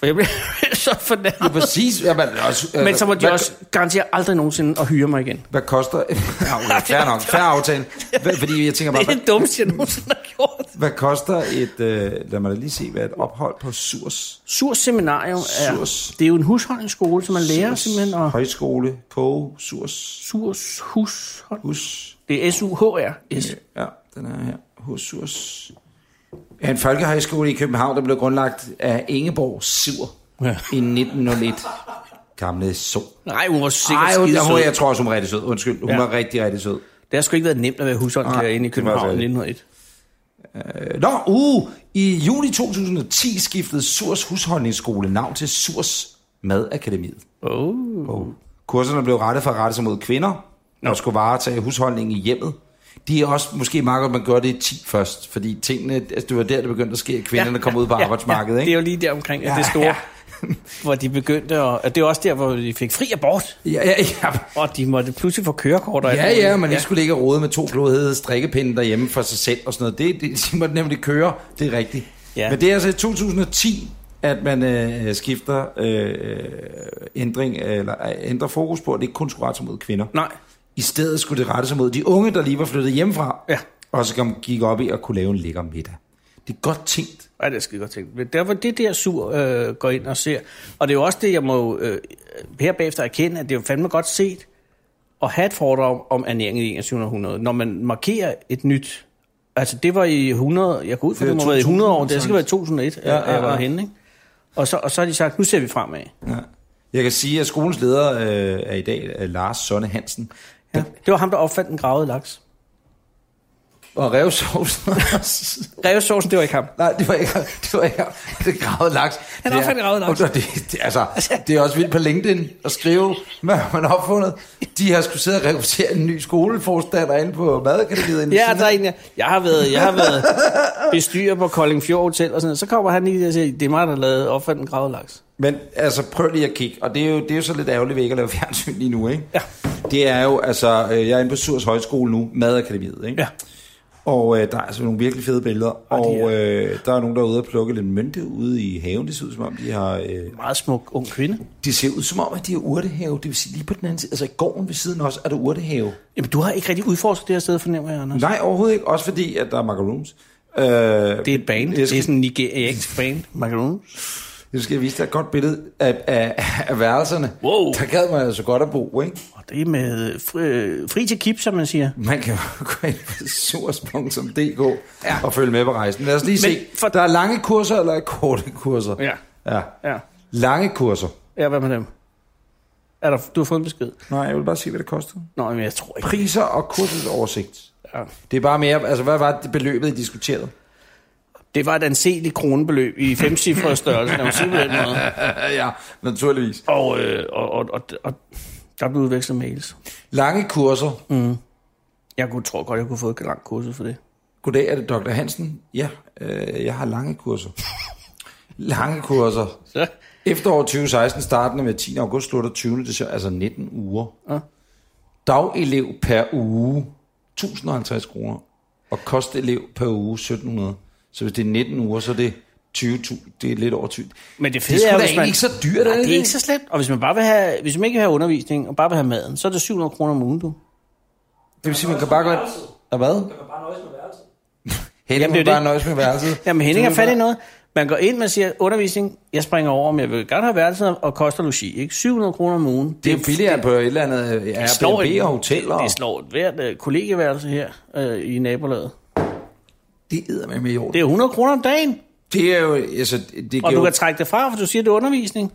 Speaker 2: For jeg blev så
Speaker 1: Ja,
Speaker 2: fornærmet.
Speaker 1: præcis. Ja, men, også, øh,
Speaker 2: Men så må de
Speaker 1: hvad,
Speaker 2: også garantere aldrig nogensinde at hyre mig igen.
Speaker 1: Hvad koster... ja, okay, fair nok, fair aftale. Hvad, fordi jeg tænker bare,
Speaker 2: Det er
Speaker 1: hvad,
Speaker 2: det dummeste, jeg nogensinde har gjort.
Speaker 1: hvad koster et... Øh, lad mig da lige se, hvad et ophold på Surs
Speaker 2: Surs Seminarium er,
Speaker 1: Surs.
Speaker 2: det er jo en husholdningsskole, som man lærer simpelthen, og
Speaker 1: Højskole, Koge, Surs,
Speaker 2: Surs Hushold,
Speaker 1: Hus,
Speaker 2: det er S-U-H-R-S.
Speaker 1: Øh, Ja, den er her. Hos Surs. Er en folkehøjskole i København, der blev grundlagt af Ingeborg Sur
Speaker 2: Ja.
Speaker 1: ja. i 1901. Gamle så.
Speaker 2: Nej, hun var sikkert
Speaker 1: Ej, hun,
Speaker 2: skide
Speaker 1: hun,
Speaker 2: sød.
Speaker 1: jeg tror også, hun var rigtig sød. Undskyld, hun
Speaker 2: Ja.
Speaker 1: ja. var rigtig, rigtig sød.
Speaker 2: Det har sgu ikke været nemt at være husholdningslærer
Speaker 1: Nej,
Speaker 2: inde i
Speaker 1: det var det
Speaker 2: København i
Speaker 1: ikke.
Speaker 2: 1901.
Speaker 1: Øh, Nå, uh, i juni 2010 skiftede Surs husholdningsskole navn til Surs Madakademiet.
Speaker 2: Oh.
Speaker 1: Kurserne blev rettet for at rette sig mod kvinder, og skulle varetage husholdningen i hjemmet. de er også måske meget godt, at man gør det i 10 først, fordi tingene, altså det var der, det begyndte at ske, at kvinderne ja, kom ud på ja, arbejdsmarkedet,
Speaker 2: Det er
Speaker 1: ikke?
Speaker 2: jo lige der omkring, at det
Speaker 1: Ja,
Speaker 2: store,
Speaker 1: ja.
Speaker 2: ja. hvor de begyndte, at, og det er også der, hvor de fik fri abort,
Speaker 1: Ja, ja, ja.
Speaker 2: og de måtte pludselig få kørekort. og alt
Speaker 1: Ja,
Speaker 2: muligt.
Speaker 1: ja, man ikke skulle ligge og rode med to blodhede strikkepinde derhjemme for sig selv og sådan noget. Det, det de måtte nemlig køre, det er rigtigt. Ja.
Speaker 2: Ja.
Speaker 1: Men det er altså i 2010, at man øh, skifter øh, ændring, eller øh, ændrer fokus på, at det ikke kun skulle rette sig mod kvinder.
Speaker 2: Nej,
Speaker 1: I stedet skulle det rette sig mod de unge, der lige var flyttet hjemmefra,
Speaker 2: Ja.
Speaker 1: og så kom, gik op i at kunne lave en lækker middag. Det er godt tænkt.
Speaker 2: Ja, det er skide godt tænkt. Men Derfor det der sur øh, går ind og ser. Og det er jo også det, jeg må øh, her bagefter erkende, at det er jo fandme godt set at have et foredrag om ernæring i 21. århundrede, når man markerer et nyt. Altså det var i 100, jeg går ud fra,
Speaker 1: Det er
Speaker 2: det, må have været i 100 år, det skal
Speaker 1: 2000,
Speaker 2: være i 2001, ja,
Speaker 1: ja,
Speaker 2: ja, jeg var
Speaker 1: ja.
Speaker 2: henne, ikke? Og så, og så har de sagt, nu ser vi fremad.
Speaker 1: Ja. Jeg kan sige, at skolens leder øh, er i dag øh, Lars Sonne Hansen.
Speaker 2: Ja. Det var ham, der opfandt den gravede laks.
Speaker 1: Og revsovsen.
Speaker 2: Revsovsen, det var ikke ham.
Speaker 1: Nej, det var ikke, det var ikke det gravede laks.
Speaker 2: Han
Speaker 1: Det er-
Speaker 2: opfandt gravet laks.
Speaker 1: Og Det, det, altså, det er også vildt på LinkedIn at skrive, hvad man har opfundet. De har skulle sidde og rekruttere en ny skoleforstander inde på madakademiet. inde i
Speaker 2: Ja,
Speaker 1: Sina.
Speaker 2: der er en, jeg, jeg har været, jeg har været bestyrer på Kolding Fjord Hotel og sådan noget. Så kommer han lige og siger, det er mig, der lavede opfandt den gravede laks.
Speaker 1: Men altså, prøv lige at kigge. Og det er jo, det er jo så lidt ærgerligt, at vi ikke at lave fjernsyn lige nu, ikke?
Speaker 2: Ja.
Speaker 1: Det er jo, altså, øh, jeg er inde på Surs Højskole nu, Madakademiet, ikke?
Speaker 2: Ja.
Speaker 1: Og øh, der er altså nogle virkelig fede billeder.
Speaker 2: Og de
Speaker 1: Og øh, der er nogen, der er ude og plukke lidt mynte ude i haven. Det ser ud som om, de har... Øh,
Speaker 2: Meget smuk ung kvinde.
Speaker 1: de ser ud som om, at de har urtehave. Det vil sige, lige på den anden side, altså i gården ved siden også, er der urtehave.
Speaker 2: Jamen, du har ikke rigtig udforsket det her sted, fornemmer jeg, Anders.
Speaker 1: Nej, overhovedet ikke. Også fordi, at der er macaroons. Øh, det,
Speaker 2: Det er et band.
Speaker 1: Jeg
Speaker 2: Det er
Speaker 1: skal-
Speaker 2: sådan en nigeriansk band. Macaroons.
Speaker 1: det skal jeg vise dig et godt billede af, af, af værelserne.
Speaker 2: Wow.
Speaker 1: Der gad man altså godt at bo, ikke?
Speaker 2: Og det er med fri, øh, fri til kip, som man siger.
Speaker 1: Man kan jo gå ind på surs.dk ja. og følge med på rejsen. Lad os lige
Speaker 2: Men
Speaker 1: se. For...
Speaker 2: for-
Speaker 1: Der er lange kurser eller korte kurser?
Speaker 2: Ja.
Speaker 1: ja.
Speaker 2: Ja,
Speaker 1: Lange kurser.
Speaker 2: ja hvad med dem? Er der, du har fået en besked?
Speaker 1: Nej, jeg vil bare se, hvad det koster.
Speaker 2: Nå, men jeg tror ikke.
Speaker 1: Priser og kursets oversigt.
Speaker 2: Ja.
Speaker 1: Det er bare mere, altså hvad var det beløbet, I diskuterede?
Speaker 2: Det var et anseligt kronebeløb i femcifrede størrelse, når man siger på den måde.
Speaker 1: ja, naturligvis.
Speaker 2: Og, øh, og, og, og, og der blev udvekslet mails.
Speaker 1: Lange kurser. Mm.
Speaker 2: Jeg kunne, tror godt, jeg kunne få et langt kursus for det.
Speaker 1: Goddag, er det Dr. Hansen? Ja, øh, jeg har lange kurser. lange kurser.
Speaker 2: Så.
Speaker 1: Efterår 2016 startende med 10. august, slutter 20. december, altså 19 uger. Ja. Dagelev per uge, 1050 kroner. Og kostelev per uge, 1700. Så hvis det er 19 uger, så er det 20.000. Det er lidt over 20.
Speaker 2: Men det
Speaker 1: Det
Speaker 2: fede
Speaker 1: er sgu
Speaker 2: er, jo,
Speaker 1: da
Speaker 2: hvis man...
Speaker 1: egentlig ikke så dyrt, er
Speaker 2: Nej,
Speaker 1: det
Speaker 2: det
Speaker 1: det?
Speaker 2: er ikke så slemt. Og hvis man bare vil have, hvis man ikke vil have undervisning, og bare vil have maden, så er det 700 kroner om ugen, du.
Speaker 1: Det vil sige, man kan bare godt... Og hvad? Kan man bare nøjes med værelset? Henning
Speaker 2: Jamen, det er
Speaker 1: kan bare
Speaker 2: det.
Speaker 1: nøjes med værelset.
Speaker 2: Jamen Henning
Speaker 1: Så
Speaker 2: er
Speaker 1: vil du
Speaker 2: fat i noget. Man går ind, man siger, undervisning, jeg springer over, men jeg vil gerne have værelset og koster logi. Ikke? 700 kroner om ugen.
Speaker 1: Det er jo billigere på et eller andet øh,
Speaker 2: slår
Speaker 1: Airbnb
Speaker 2: en-
Speaker 1: og hoteller.
Speaker 2: Det slår et hvert øh, kollegeværelse her øh, i nabolaget.
Speaker 1: Det æder med med jord.
Speaker 2: Det er 100 kroner om dagen,
Speaker 1: Det er jo, altså, det giver
Speaker 2: og du
Speaker 1: jo,
Speaker 2: kan trække det fra, for du siger, det er undervisning.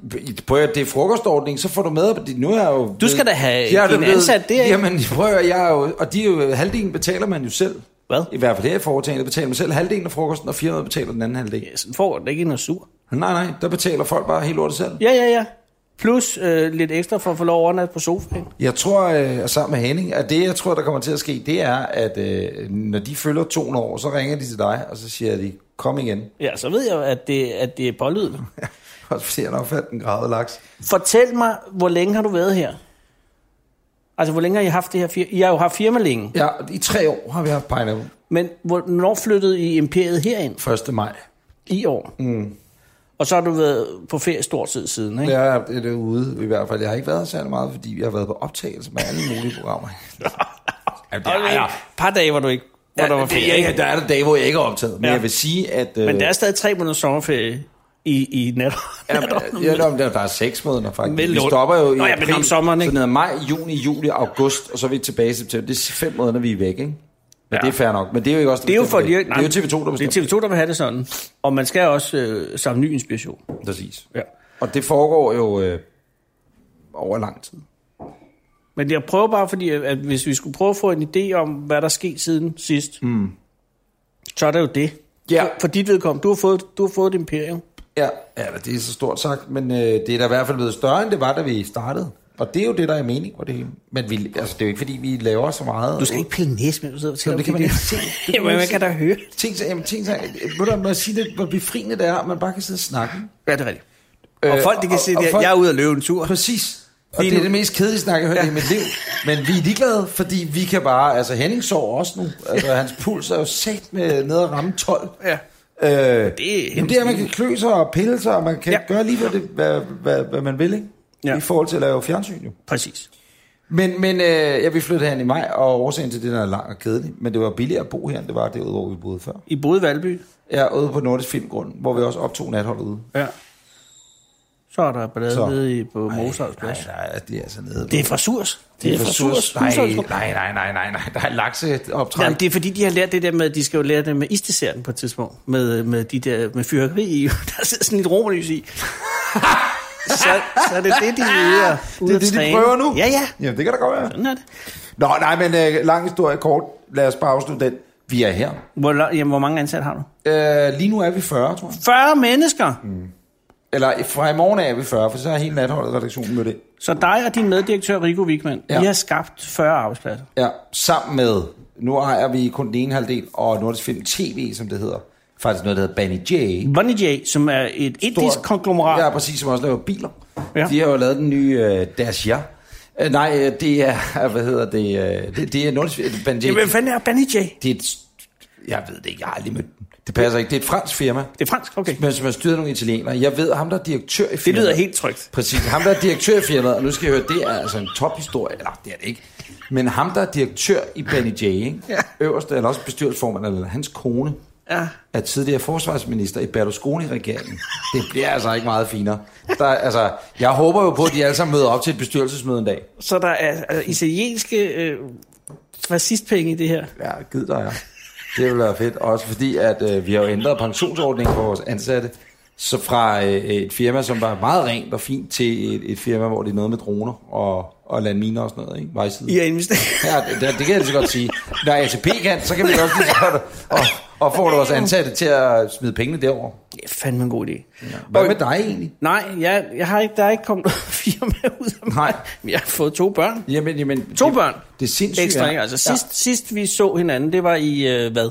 Speaker 1: prøv at det er frokostordning, så får du med, fordi nu er jeg jo... blevet-
Speaker 2: skal da have
Speaker 1: Jeg er da
Speaker 2: din ansat der, ikke?
Speaker 1: Jamen, prøv at høre, jeg er jo, og de er jo, halvdelen betaler man jo selv.
Speaker 2: Hvad?
Speaker 1: I hvert fald her i foretagendet betaler man selv halvdelen af frokosten, og firmaet betaler den anden halvdel.
Speaker 2: Ja, sådan Får det ikke noget sur?
Speaker 1: Nej, nej, der betaler folk bare helt lortet selv.
Speaker 2: Ja, ja, ja. Plus øh, lidt ekstra for at få lov at overnatte på sofaen.
Speaker 1: Jeg tror, øh, sammen med Henning, at det, jeg tror, der kommer til at ske, det er, at øh, når de følger 200 år, så ringer de til dig, og så siger de, kom igen.
Speaker 2: Ja, så ved jeg, jo, at det, at det er pålydende.
Speaker 1: Og så siger han opfattet en gravet laks.
Speaker 2: Fortæl mig, hvor længe har du været her? Altså, hvor længe har I haft det her firma? I har jo haft firma længe,
Speaker 1: Ja, i tre år har vi haft Pineapple.
Speaker 2: men hvornår flyttede I imperiet herind?
Speaker 1: 1. maj.
Speaker 2: I år? Mm. Og så har du været på ferie stort set siden, ikke? Ja.
Speaker 1: Jeg er det er ude i hvert fald. Jeg har ikke været her særlig meget, fordi jeg har været på optagelse med alle mulige programmer. Jamen, det er,
Speaker 2: Der er
Speaker 1: ja,
Speaker 2: et par dage, hvor du ikke hvor der var ferie,
Speaker 1: ja, ja,
Speaker 2: ikke?
Speaker 1: der er der dage, hvor jeg ikke er optaget. Men ja.
Speaker 2: Ja.
Speaker 1: jeg vil sige, at... Øh,
Speaker 2: Men der er stadig tre måneder sommerferie i, i nat.
Speaker 1: Ja, men, ja, der, der, der er seks måneder faktisk.
Speaker 2: Vel
Speaker 1: Vi
Speaker 2: lort.
Speaker 1: stopper jo i
Speaker 2: Nå ja, men om sommeren, ikke?
Speaker 1: Så ned ad maj, juni, juli, august, og så er vi tilbage i september. Det er fem måneder, vi er væk, ikke? Men ja.
Speaker 2: Ja.
Speaker 1: det er fair nok. Men det er jo ikke også...
Speaker 2: det er jo for,
Speaker 1: det. det er jo TV2, der
Speaker 2: Det er
Speaker 1: bestemmer.
Speaker 2: TV2, der vil have det sådan. Og man skal også øh, samle ny inspiration.
Speaker 1: Præcis.
Speaker 2: Ja.
Speaker 1: Og det foregår jo øh, over lang tid.
Speaker 2: Men jeg prøver bare, fordi at at hvis vi skulle prøve at få en idé om, hvad der er sket siden sidst, mm. så er det jo det.
Speaker 1: Ja.
Speaker 2: For, for dit vedkommende, du har fået, du har fået et imperium.
Speaker 1: Ja, ja, men det er så stort sagt, men øh, det er da i hvert fald blevet større, end det var, da vi startede. Og det er jo det, der er mening på det hele. Men vi, altså, det er jo ikke, fordi vi laver så meget.
Speaker 2: Du skal ikke pille næse med, du sidder og
Speaker 1: Jamen,
Speaker 2: fortæller
Speaker 1: det kan
Speaker 2: om
Speaker 1: man ikke se.
Speaker 2: det. Jamen, man kan da høre.
Speaker 1: Tænk sig, jamen, tænk sig, ved du, når jeg siger det, hvor befriende det er, at man bare kan sidde og snakke.
Speaker 2: Ja, det er rigtigt.
Speaker 1: Øh,
Speaker 2: Og folk, de kan
Speaker 1: og-
Speaker 2: se,
Speaker 1: og
Speaker 2: at
Speaker 1: folk-
Speaker 2: jeg er ude og løbe en tur.
Speaker 1: Præcis. Og
Speaker 2: Lige
Speaker 1: det er
Speaker 2: nu.
Speaker 1: det mest kedelige snak, jeg har hørt ja. i mit liv. Men vi er ligeglade, fordi vi kan bare... Altså, Henning sover også nu. Altså, hans puls er jo sat med ned at ramme 12.
Speaker 2: Ja.
Speaker 1: Øh,
Speaker 2: Det er
Speaker 1: jamen, det er, at man kan klø sig og pille sig, og man kan
Speaker 2: Ja.
Speaker 1: ja. gøre lige, hvad, det, hvad, hvad, hvad man vil, ikke?
Speaker 2: Ja.
Speaker 1: Ja. I forhold til at lave fjernsyn, jo.
Speaker 2: Præcis.
Speaker 1: Men, men øh, jeg vil flytte herhen i maj, og årsagen til det, der er lang og kedelig, men det var billigere at bo her, end det var derude, hvor vi boede før.
Speaker 2: I boede i Valby.
Speaker 1: Jeg er ude på Nordisk Filmgrund, hvor vi også optog natholdet ude.
Speaker 2: Ja. Så er der ballade
Speaker 1: Så.
Speaker 2: nede i- på Mozarts
Speaker 1: nej,
Speaker 2: plads.
Speaker 1: nej, det er altså nede.
Speaker 2: Det er fra Surs. Det er fra Surs.
Speaker 1: Nej,
Speaker 2: Husholdstrup.
Speaker 1: nej, nej, nej, nej, nej. Der er lakseoptræk.
Speaker 2: Jamen, det er fordi, de har lært det der med, at de skal jo lære det med isdesserten på et tidspunkt. Med, med, de der, med fyrværkeri i. Der sidder sådan et romerlys i. så, så er det det, de er ude, at- ude
Speaker 1: det er
Speaker 2: at
Speaker 1: det, de
Speaker 2: træne.
Speaker 1: prøver nu.
Speaker 2: Ja, ja.
Speaker 1: Jamen, det kan da godt være.
Speaker 2: Sådan er det.
Speaker 1: Nå, nej, men øh, lang historie kort. Lad os bare afslutte den. Vi er her.
Speaker 2: Hvor, lang- jamen, hvor mange ansatte har du?
Speaker 1: Øh, lige nu er vi 40, tror jeg.
Speaker 2: 40 mennesker!
Speaker 1: Eller fra i morgen af er vi 40, for så er hele natholdet redaktionen med det.
Speaker 2: Så dig og din meddirektør, Rico Wigman, ja.
Speaker 1: Ja.
Speaker 2: I har skabt 40 arbejdspladser.
Speaker 1: Ja, sammen med, nu ejer vi kun den ene halvdel, og Nordisk Film TV, som det hedder. Faktisk noget, der hedder Banny J.
Speaker 2: Bunny J, som er et indisk
Speaker 1: Stor-
Speaker 2: konglomerat.
Speaker 1: Ja, præcis, som også laver biler.
Speaker 2: Ja.
Speaker 1: Ja. De har jo lavet den nye øh, Dacia. Øh, nej, øh, det er, hvad hedder det, øh, det, det er Nordisk øh, Bandy.
Speaker 2: Jamen, hvad fanden er Bunny J?
Speaker 1: Det er et, jeg ved det ikke, jeg har aldrig mødt den. Det passer ikke, det er et fransk firma,
Speaker 2: Det er fransk, okay.
Speaker 1: men som er styret af nogle italienere. Jeg ved, ham der er direktør i firmaet.
Speaker 2: Det lyder helt trygt.
Speaker 1: Præcis, ham der er direktør i firmaet, og nu skal jeg høre, det er altså en tophistorie, eller det er det ikke. Men ham der er direktør i Benny J, ikke?
Speaker 2: Ja.
Speaker 1: øverste, eller også bestyrelsesformand, eller hans kone,
Speaker 2: Ja.
Speaker 1: er tidligere forsvarsminister i Berlusconi-regeringen. Det bliver altså ikke meget finere. Der, er- altså, jeg håber jo på, at de alle sammen møder op til et bestyrelsesmøde en dag.
Speaker 2: Så der er altså, italienske øh, fascistpenge i det her.
Speaker 1: Ja, gid dig, ja. Det ville være fedt. Også fordi, at øh, vi har jo ændret pensionsordningen for vores ansatte. Så fra øh, et firma, som var meget rent og fint, til et, et firma, hvor det er noget med droner og, og landminer og sådan noget. Ikke? Vejside.
Speaker 2: I har investeret.
Speaker 1: Ja, det, det kan jeg lige så godt sige. Når ATP kan, så kan vi også lige så godt og, og får vores ansatte til at smide pengene derover.
Speaker 2: Det er fandme en god idé. Ja.
Speaker 1: Hvad med dig egentlig?
Speaker 2: Nej, jeg, jeg har ikke, der er ikke kommet firma ud af mig.
Speaker 1: Nej.
Speaker 2: Men Jeg har fået to børn.
Speaker 1: Jamen, jamen,
Speaker 2: To
Speaker 1: det,
Speaker 2: børn.
Speaker 1: Det er sindssygt.
Speaker 2: Ekstra, ikke? Altså, sidst, ja. sidst vi så hinanden, det var i, øh, hvad?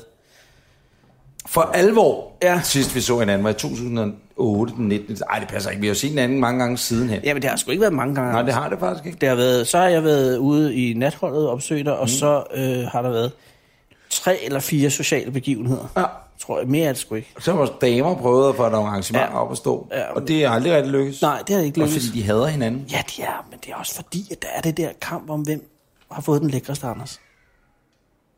Speaker 1: For alvor,
Speaker 2: Ja.
Speaker 1: ja. sidst vi så hinanden, var i 2008, den 19. Ej, det passer ikke. Vi har jo set hinanden mange gange sidenhen. Ja.
Speaker 2: Jamen, det har sgu ikke været mange gange.
Speaker 1: Nej, det har det faktisk ikke.
Speaker 2: Det har været, så har jeg været ude i natholdet og opsøgt dig, og
Speaker 1: Mm.
Speaker 2: så øh, har der været tre eller fire sociale begivenheder.
Speaker 1: Ja.
Speaker 2: Tror jeg, mere er det sgu ikke.
Speaker 1: Så har vores damer prøvet at få nogle arrangementer
Speaker 2: Ja.
Speaker 1: ja. op at stå.
Speaker 2: Ja.
Speaker 1: Ja. Og det er aldrig rigtig lykkes.
Speaker 2: Nej, det har ikke
Speaker 1: Og
Speaker 2: lykkes.
Speaker 1: fordi de hader hinanden.
Speaker 2: Ja, det er, men det er også fordi, at der er det der kamp om, hvem har fået den lækreste, Anders.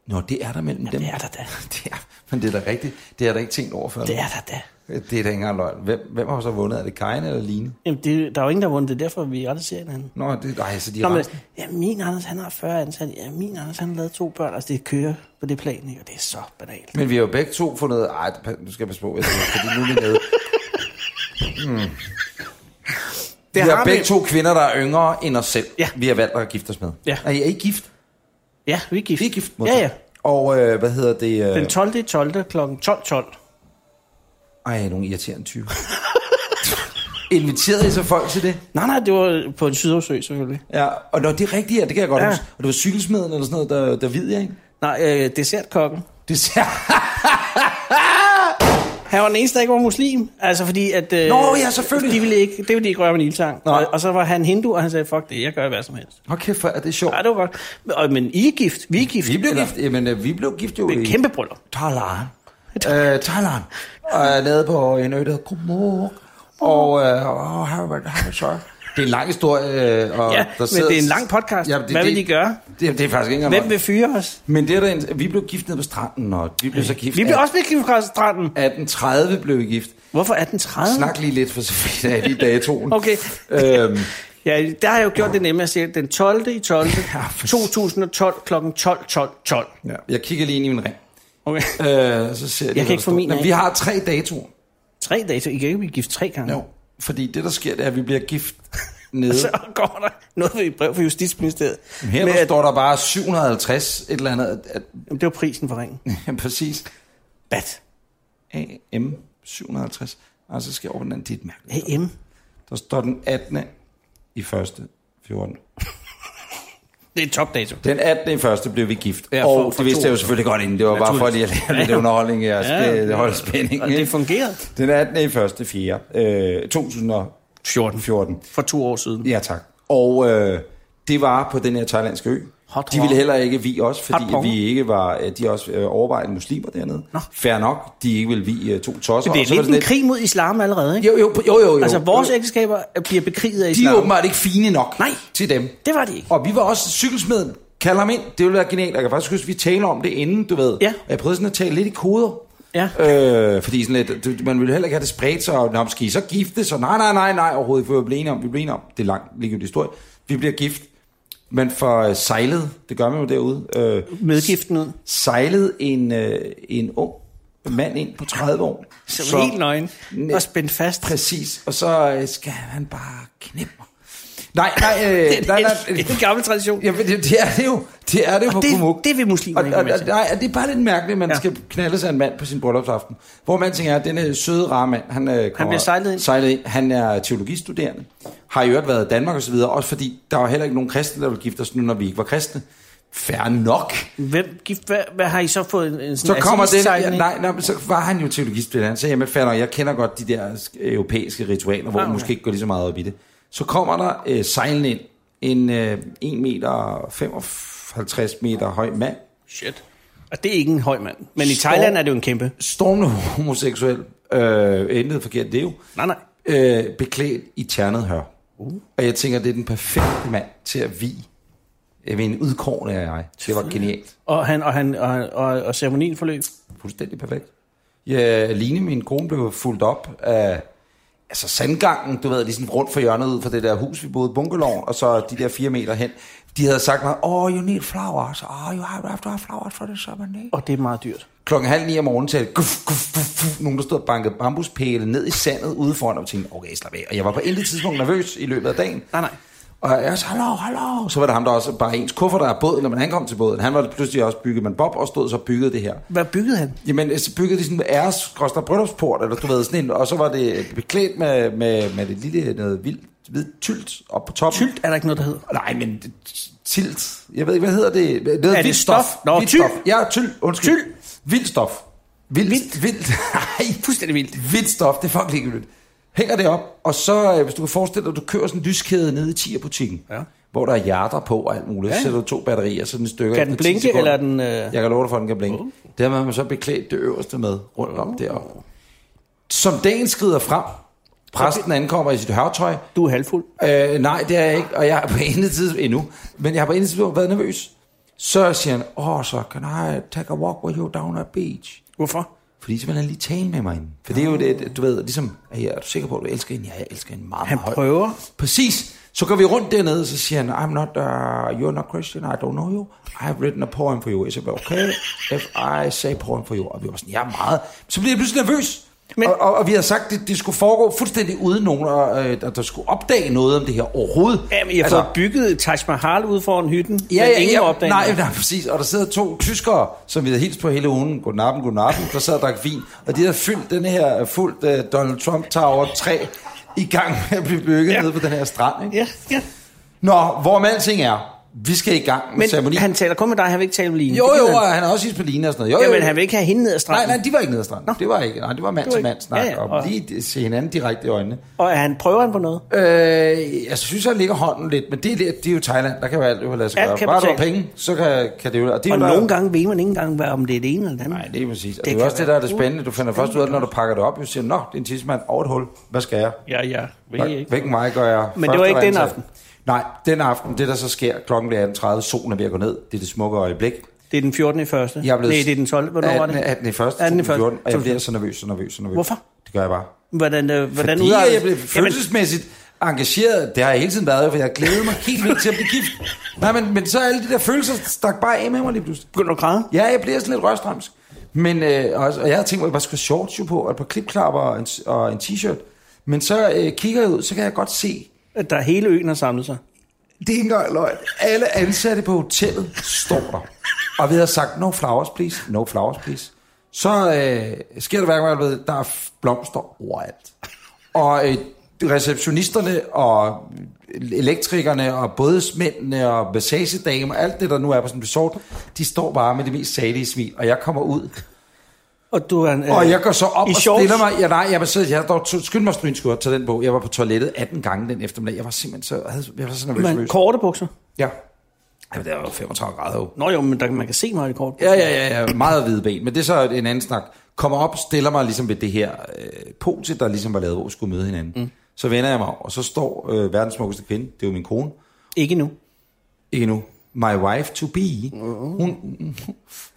Speaker 1: Nå, det er der mellem dem.
Speaker 2: Det er der da.
Speaker 1: Det er, men det er da rigtigt. Det har der ikke tænkt over før.
Speaker 2: Det
Speaker 1: Det
Speaker 2: er der da.
Speaker 1: er, det er da ikke engang løgn. Hvem, hvem har så vundet? Er det Kajne eller Line?
Speaker 2: Jamen, det, der er jo ingen, der har vundet. Det er derfor, vi aldrig ser hinanden.
Speaker 1: Nå, det, ej, så de
Speaker 2: Nå,
Speaker 1: har...
Speaker 2: men, ja, min Anders, han har 40 ansatte. Ja, min Anders, han har lavet to børn. Altså, det kører på det plan, ikke? Og det er så banalt.
Speaker 1: Men vi har jo begge to fundet... Ej, det pa- nu skal jeg passe på, jeg siger, fordi nu er vi nede. Mm. Det vi
Speaker 2: har
Speaker 1: har
Speaker 2: vi.
Speaker 1: begge to kvinder, der er yngre end os selv.
Speaker 2: Ja.
Speaker 1: Vi har valgt at gifte os med.
Speaker 2: Ja.
Speaker 1: Er I er I gift?
Speaker 2: Ja, vi er gift.
Speaker 1: Vi er gift,
Speaker 2: Ja, ja.
Speaker 1: Og øh, hvad hedder det? Øh,
Speaker 2: Den 12. i 12. kl. 12.12.
Speaker 1: ej, nogle irriterende typer. Inviterede I så folk til det?
Speaker 2: Nej, nej, det var øh, på en sydhavsø, selvfølgelig.
Speaker 1: Ja, og når det er rigtigt, ja, det kan jeg godt
Speaker 2: Ja.
Speaker 1: ja. huske. Og det var cykelsmeden eller sådan noget, der, der vid jeg, ikke?
Speaker 2: Nej, øh, dessertkokken.
Speaker 1: Det ser...
Speaker 2: Han var den eneste, der ikke var muslim. Altså fordi, at... Øh,
Speaker 1: Nå, ja, selvfølgelig.
Speaker 2: De ville ikke, det ville de ikke røre med en ildtang.
Speaker 1: Nå.
Speaker 2: Og, og, så var han hindu, og han sagde, fuck det, jeg gør hvad som helst.
Speaker 1: Hold kæft, hvor er det sjovt.
Speaker 2: Nej, det var godt. Men- Og, men I er gift. Vi er gift.
Speaker 1: Vi blev
Speaker 2: Eller-
Speaker 1: gift, jamen, øh, vi blev gift jo
Speaker 2: Det er
Speaker 1: i...
Speaker 2: et kæmpe bryllup.
Speaker 1: Thailand. Øh, Thailand. Øh, nede på en ø, der hedder Koh Mok. Og øh, åh, Harvard, Harvard, sorry. Det er en lang historie. Øh, og
Speaker 2: Ja, men det er en lang podcast. Hvad vil de gøre?
Speaker 1: Det, det er faktisk ikke engang
Speaker 2: Hvem
Speaker 1: vil...
Speaker 2: vil fyre os?
Speaker 1: Men det er der en, vi blev gift nede på stranden, og vi blev så gift.
Speaker 2: Vi bliver også blevet gift fra stranden.
Speaker 1: 1830 blev vi gift.
Speaker 2: Hvorfor er den 30?
Speaker 1: Snak lige lidt, for så finder jeg lige datoen.
Speaker 2: Ah. Okay.
Speaker 1: Øhm,
Speaker 2: Ja, der har jeg jo gjort det nemmere at sige, den 12. i 12.
Speaker 1: Ja, præcis.
Speaker 2: 2012 kl. 12, 12, 12.
Speaker 1: ja, jeg kigger lige ind i min ring.
Speaker 2: Okay.
Speaker 1: Øh, så ser jeg, lige,
Speaker 2: kan
Speaker 1: hvad
Speaker 2: ikke få
Speaker 1: der står.
Speaker 2: min af.
Speaker 1: Men vi har tre datoer.
Speaker 2: Tre dage, så I kan ikke blive gift tre gange.
Speaker 1: Jo, fordi det, der sker, det er, at vi bliver gift nede.
Speaker 2: Så går der noget ved et brev fra Justitsministeriet.
Speaker 1: Her
Speaker 2: Altså, med,
Speaker 1: der
Speaker 2: at,
Speaker 1: står der bare 750, et eller andet, at, at,
Speaker 2: Jamen, det var prisen for ringen.
Speaker 1: ja, præcis,
Speaker 2: Bat.
Speaker 1: AM 750, Altså, og så skal jeg over den anden, det er et mærkeligt.
Speaker 2: AM.
Speaker 1: Der står den 18. i første Det var ondt.
Speaker 2: Det er topdato.
Speaker 1: Den 18. i første blev vi gift.
Speaker 2: Ja,
Speaker 1: Ja,
Speaker 2: for-
Speaker 1: for,
Speaker 2: for
Speaker 1: og det vidste
Speaker 2: to
Speaker 1: jeg jo
Speaker 2: år
Speaker 1: selvfølgelig godt inden. Det var bare fordi, jeg lavede lidt underholdning i jeres.
Speaker 2: Ja, ja.
Speaker 1: Det, det holder
Speaker 2: Og
Speaker 1: spændingen.
Speaker 2: det
Speaker 1: ikke?
Speaker 2: fungerede.
Speaker 1: Den 18. i første 4. Øh, 2014.
Speaker 2: 14. For to år siden.
Speaker 1: Ja, tak. Og øh, det var på den her thailandske ø.
Speaker 2: Hot
Speaker 1: de
Speaker 2: hot.
Speaker 1: ville heller ikke vi os, fordi
Speaker 2: Hot pong.
Speaker 1: at vi ikke var, øh, de er også øh, overvejende muslimer dernede.
Speaker 2: Nå.
Speaker 1: Fair nok, de ikke ville vi øh, to tosser.
Speaker 2: Det
Speaker 1: og så
Speaker 2: er
Speaker 1: var
Speaker 2: lidt
Speaker 1: sådan
Speaker 2: en krig mod islam allerede, ikke?
Speaker 1: Jo, jo, jo, jo. jo
Speaker 2: altså, vores
Speaker 1: jo.
Speaker 2: ægteskaber bliver bekriget af
Speaker 1: De er
Speaker 2: islam.
Speaker 1: åbenbart ikke fine nok
Speaker 2: Nej.
Speaker 1: til dem.
Speaker 2: Det var de ikke.
Speaker 1: Og vi var også cykelsmeden. Kalder ham ind. Det ville være genialt. Jeg kan faktisk huske, at vi taler om det inden, du ved.
Speaker 2: Ja.
Speaker 1: Og jeg prøvede sådan at tale lidt i koder.
Speaker 2: Ja.
Speaker 1: Øh, fordi sådan lidt, du- man ville heller ikke have det spredt sig, og "Nå, men skal I så gifte sig? Nej, nej, nej, nej, overhovedet, for vi blev enige om, vi blev enige om, det er langt, ligegyldig historie. Vi bliver gift, men for øh, sejlet, det gør man jo derude, øh,
Speaker 2: Medgiften ud.
Speaker 1: sejlede en, øh, en ung mand ind på 30 år.
Speaker 2: Så, så helt nøgen.
Speaker 1: Næ-
Speaker 2: Og spændt fast.
Speaker 1: Præcis, og så øh, skal han bare knippe mig. Nej, nej, øh,
Speaker 2: Det
Speaker 1: nej,
Speaker 2: er
Speaker 1: nej,
Speaker 2: en, en gammel tradition.
Speaker 1: Jamen, det, det er det jo. Det er det jo på
Speaker 2: Det,
Speaker 1: Kumuk.
Speaker 2: det vil muslimer
Speaker 1: og,
Speaker 2: ikke
Speaker 1: og,
Speaker 2: være med
Speaker 1: og,
Speaker 2: til.
Speaker 1: nej, og det er bare lidt mærkeligt, at man
Speaker 2: Ja.
Speaker 1: ja. skal knalde sig en mand på sin bryllupsaften. Hvor man tænker, at denne søde rare mand, han, øh, kommer,
Speaker 2: bliver sejlet ind.
Speaker 1: sejlet ind. Han er teologistuderende, har i øvrigt været i Danmark osv., også fordi der var heller ikke nogen kristne, der ville gifte os nu, når vi ikke var kristne. Færre nok.
Speaker 2: Hvem, gift, hvad, hvad har I så fået? En, en
Speaker 1: Så
Speaker 2: sådan
Speaker 1: kommer den, ja,
Speaker 2: ateistsejlning?
Speaker 1: nej, nej, men så var han jo teologistuderende. Han sagde, jamen fair nok, jeg kender godt de der europæiske ritualer, hvor
Speaker 2: Ah,
Speaker 1: man
Speaker 2: okay.
Speaker 1: måske ikke går lige så meget op i det. Så kommer der øh, sejlende ind en øh, 1 meter 55 meter høj mand,
Speaker 2: Shit. Og det er ikke en høj mand. Men i Thailand er det jo en kæmpe.
Speaker 1: stormende homoseksuel, øh, intet forkert, det er jo,
Speaker 2: Nej, nej.
Speaker 1: øh, beklædt i ternet hør. Uh. Og jeg tænker, det er den perfekte mand til at vi. Jeg ved, en udkårende af jeg. Det var genialt.
Speaker 2: Og, han, og, han, og, og, og ceremonien forløb.
Speaker 1: Fuldstændig perfekt. Ja, Line, min kone, blev fuldt op af altså sandgangen, du ved, lige sådan rundt for hjørnet ud fra det der hus, vi boede i bunkeloven, og så de der fire meter hen. De havde sagt mig, oh, you need flowers, oh, you have to have flowers for the summer day.
Speaker 2: Og det er meget dyrt.
Speaker 1: Klokken halv ni om morgenen talte guf, guf, guf, guf, nogen, der stod og bankede bambuspæle ned i sandet ude foran, og tænkte, okay, slap af. Og jeg var på intet tidspunkt nervøs i løbet af dagen.
Speaker 2: Nej, nej.
Speaker 1: Og jeg sagde, hallo, hallo. Så var der ham, der også bare ens kuffert, der er båden, når man ankom til båden. Han var pludselig også bygget, men Bob og stod så og byggede det her.
Speaker 2: Hvad byggede han?
Speaker 1: Jamen, så byggede de sådan en æres bryllupsport, eller du ved, sådan en, og så var det beklædt med, med, med det lille noget vildt, vildt tylt op på toppen.
Speaker 2: Tylt er der ikke noget, der hedder.
Speaker 1: Nej, men det- tilt. Jeg ved ikke, hvad hedder det? Noget
Speaker 2: det
Speaker 1: vildt
Speaker 2: stof? Nå,
Speaker 1: vildt
Speaker 2: tyl.
Speaker 1: stof. Ja, tyl. Undskyld.
Speaker 2: Tyl.
Speaker 1: Vildt stof. Vildt. Vildt. vildt. Nej,
Speaker 2: Fuldstændig vildt.
Speaker 1: vildt stof. Det er fucking ligegyldigt. Hænger det op, og så, øh, hvis du kan forestille dig, at du kører sådan en lyskæde ned i Tia-butikken,
Speaker 2: Ja.
Speaker 1: hvor der er hjerter på og alt muligt. Ja.
Speaker 2: Ja.
Speaker 1: Så sætter du to batterier, så den stykker
Speaker 2: Kan den
Speaker 1: efter 10
Speaker 2: blinke,
Speaker 1: sekunder.
Speaker 2: eller er den... Øh...
Speaker 1: Jeg kan love dig for, at den kan blinke. Uh. Det har man så beklædt det øverste med rundt om deroppe. Som dagen skrider frem, præsten ankommer i sit hørtøj.
Speaker 2: Du er halvfuld.
Speaker 1: Øh, nej, det er jeg ikke, og jeg har på intet tidspunkt endnu. Men jeg har på intet tidspunkt været nervøs. Så siger han, åh, oh, så can I take a walk with you down at beach?
Speaker 2: Hvorfor?
Speaker 1: Fordi så vil han lige tale med mig inden. For det er jo det, du ved, ligesom, "Hey, er du sikker på, at du elsker hende? Ja, jeg elsker hende meget,
Speaker 2: Han
Speaker 1: meget højt."
Speaker 2: prøver.
Speaker 1: Præcis. Så går vi rundt dernede, og så siger han, I'm not, uh, you're not Christian, I don't know you. I have written a poem for you. Jeg siger, bare, okay, if I say poem for you. Og vi var sådan, ja, meget. Så bliver jeg pludselig nervøs.
Speaker 2: Men-
Speaker 1: Men, og, og, og, vi har sagt, at det, det skulle foregå fuldstændig uden nogen, og, øh, der, der skulle opdage noget om det her overhovedet.
Speaker 2: Jamen, jeg har altså... fået bygget Taj Mahal ude foran hytten.
Speaker 1: Ja,
Speaker 2: men
Speaker 1: ja,
Speaker 2: ingen
Speaker 1: ja,
Speaker 2: opdagede
Speaker 1: nej,
Speaker 2: det.
Speaker 1: nej, præcis. Og der sidder to tyskere, som vi havde hilst på hele ugen. Godnappen, godnappen. Der sad og drak vin. Og de havde fyldt den her, fuldt uh, Donald Trump Tower 3 i gang med at blive bygget
Speaker 2: Ja.
Speaker 1: ja. nede på den her strand. Ikke?
Speaker 2: Ja, ja.
Speaker 1: Nå, hvor med alting er, vi skal i gang med
Speaker 2: Men
Speaker 1: ceremonien.
Speaker 2: han taler kun med dig, han vil ikke tale med Line.
Speaker 1: jo,
Speaker 2: Det
Speaker 1: jo,
Speaker 2: gider
Speaker 1: og
Speaker 2: han.
Speaker 1: han har også his på Lina og sådan noget. Jo,
Speaker 2: Jamen,
Speaker 1: jo.
Speaker 2: han vil ikke have hende ned ad
Speaker 1: Nej,
Speaker 2: stranden.
Speaker 1: nej, de var ikke nede ad stranden.
Speaker 2: Nå.
Speaker 1: Det var ikke. Nej, det var mand
Speaker 2: var
Speaker 1: til
Speaker 2: ikke-
Speaker 1: mand snak.
Speaker 2: Ja, ja,
Speaker 1: Og
Speaker 2: og-
Speaker 1: lige se hinanden direkte i øjnene.
Speaker 2: Og han prøver han på noget?
Speaker 1: Øh, jeg synes, han ligger hånden lidt, men det, er det, det er jo Thailand. Der kan jo alt jo lade sig
Speaker 2: Alt
Speaker 1: gøre.
Speaker 2: kan
Speaker 1: Bare du har
Speaker 2: betale.
Speaker 1: penge, så kan, kan det jo... det er
Speaker 2: Og
Speaker 1: jo der-
Speaker 2: nogle gange ved man ikke engang, hvad- om det er det ene eller det andet.
Speaker 1: Nej, det er præcis. Og det,
Speaker 2: Det
Speaker 1: det
Speaker 2: kan
Speaker 1: er også det, der
Speaker 2: være
Speaker 1: er det spændende. Du finder først ud af, det, når du pakker det op, og siger, nå, det er en tidsmand og et hul. Hvad skal jeg?
Speaker 2: Ja, ja. Ved jeg ikke.
Speaker 1: Hvilken vej gør jeg?
Speaker 2: Men det
Speaker 1: Første
Speaker 2: var ikke den
Speaker 1: ansat?
Speaker 2: aften.
Speaker 1: Nej, den aften, det der så sker, klokken bliver 18.30, solen er ved at gå ned. Det er det smukke øjeblik.
Speaker 2: Det er den 14. i første.
Speaker 1: Jeg er blevet
Speaker 2: Nej, det er den 12. Hvornår
Speaker 1: 18,
Speaker 2: var det?
Speaker 1: 18. i første,
Speaker 2: 18. i
Speaker 1: 18.
Speaker 2: første.
Speaker 1: 14, og jeg bliver så nervøs, så nervøs, så nervøs.
Speaker 2: Hvorfor?
Speaker 1: Det gør jeg bare.
Speaker 2: Hvordan, øh, hvordan
Speaker 1: Fordi
Speaker 2: udarter
Speaker 1: jeg blev
Speaker 2: det? Jamen,
Speaker 1: følelsesmæssigt engageret. Det har jeg hele tiden været, for jeg glædede mig helt vildt til at blive gift. Nej, men, men så er alle de der følelser stak bare af med mig lige pludselig.
Speaker 2: begynder du at græde?
Speaker 1: Ja, jeg bliver sådan lidt røstramsk. Men, øh, og, og jeg havde tænkt mig, at jeg bare skulle have shorts jo på, og et par klipklapper og en, og en t-shirt. Men så øh, kigger jeg ud, så kan jeg godt se,
Speaker 2: At der hele øen har samlet sig.
Speaker 1: det er ikke engang løgn. Alle ansatte på hotellet står der. Og vi havde sagt, no flowers please, no flowers please. Så øh, sker der hverken, hvad der er blomster overalt. Og øh, receptionisterne og elektrikerne og bådsmændene og massagedamer, alt det, der nu er på sådan en resort, de står bare med det mest salige svin, og jeg kommer ud,
Speaker 2: Og du er en,
Speaker 1: og
Speaker 2: øh,
Speaker 1: jeg går så op
Speaker 2: i
Speaker 1: og
Speaker 2: shorts?
Speaker 1: stiller mig. Ja, nej, jeg var så, jeg dog, skynd mig at stryge en skjort til den bog. Jeg var på toilettet 18 gange den eftermiddag. Jeg var simpelthen så, jeg havde- jeg var så nervøs.
Speaker 2: Men
Speaker 1: nervøs.
Speaker 2: øh, korte bukser?
Speaker 1: Ja. Jamen, det var jo 35 grader jo.
Speaker 2: Nå jo, men der, man kan se mig i de korte bukser.
Speaker 1: Ja, ja, ja, ja. Meget hvide ben, men det er så en anden snak. Kommer op, stiller mig ligesom ved det her øh, pose, der ligesom var lavet, hvor vi skulle møde hinanden. Mm. Så vender jeg mig om, og så står øh, verdens smukkeste kvinde, det er jo min kone,
Speaker 2: Ikke nu.
Speaker 1: ikke nu, my wife to be, hun,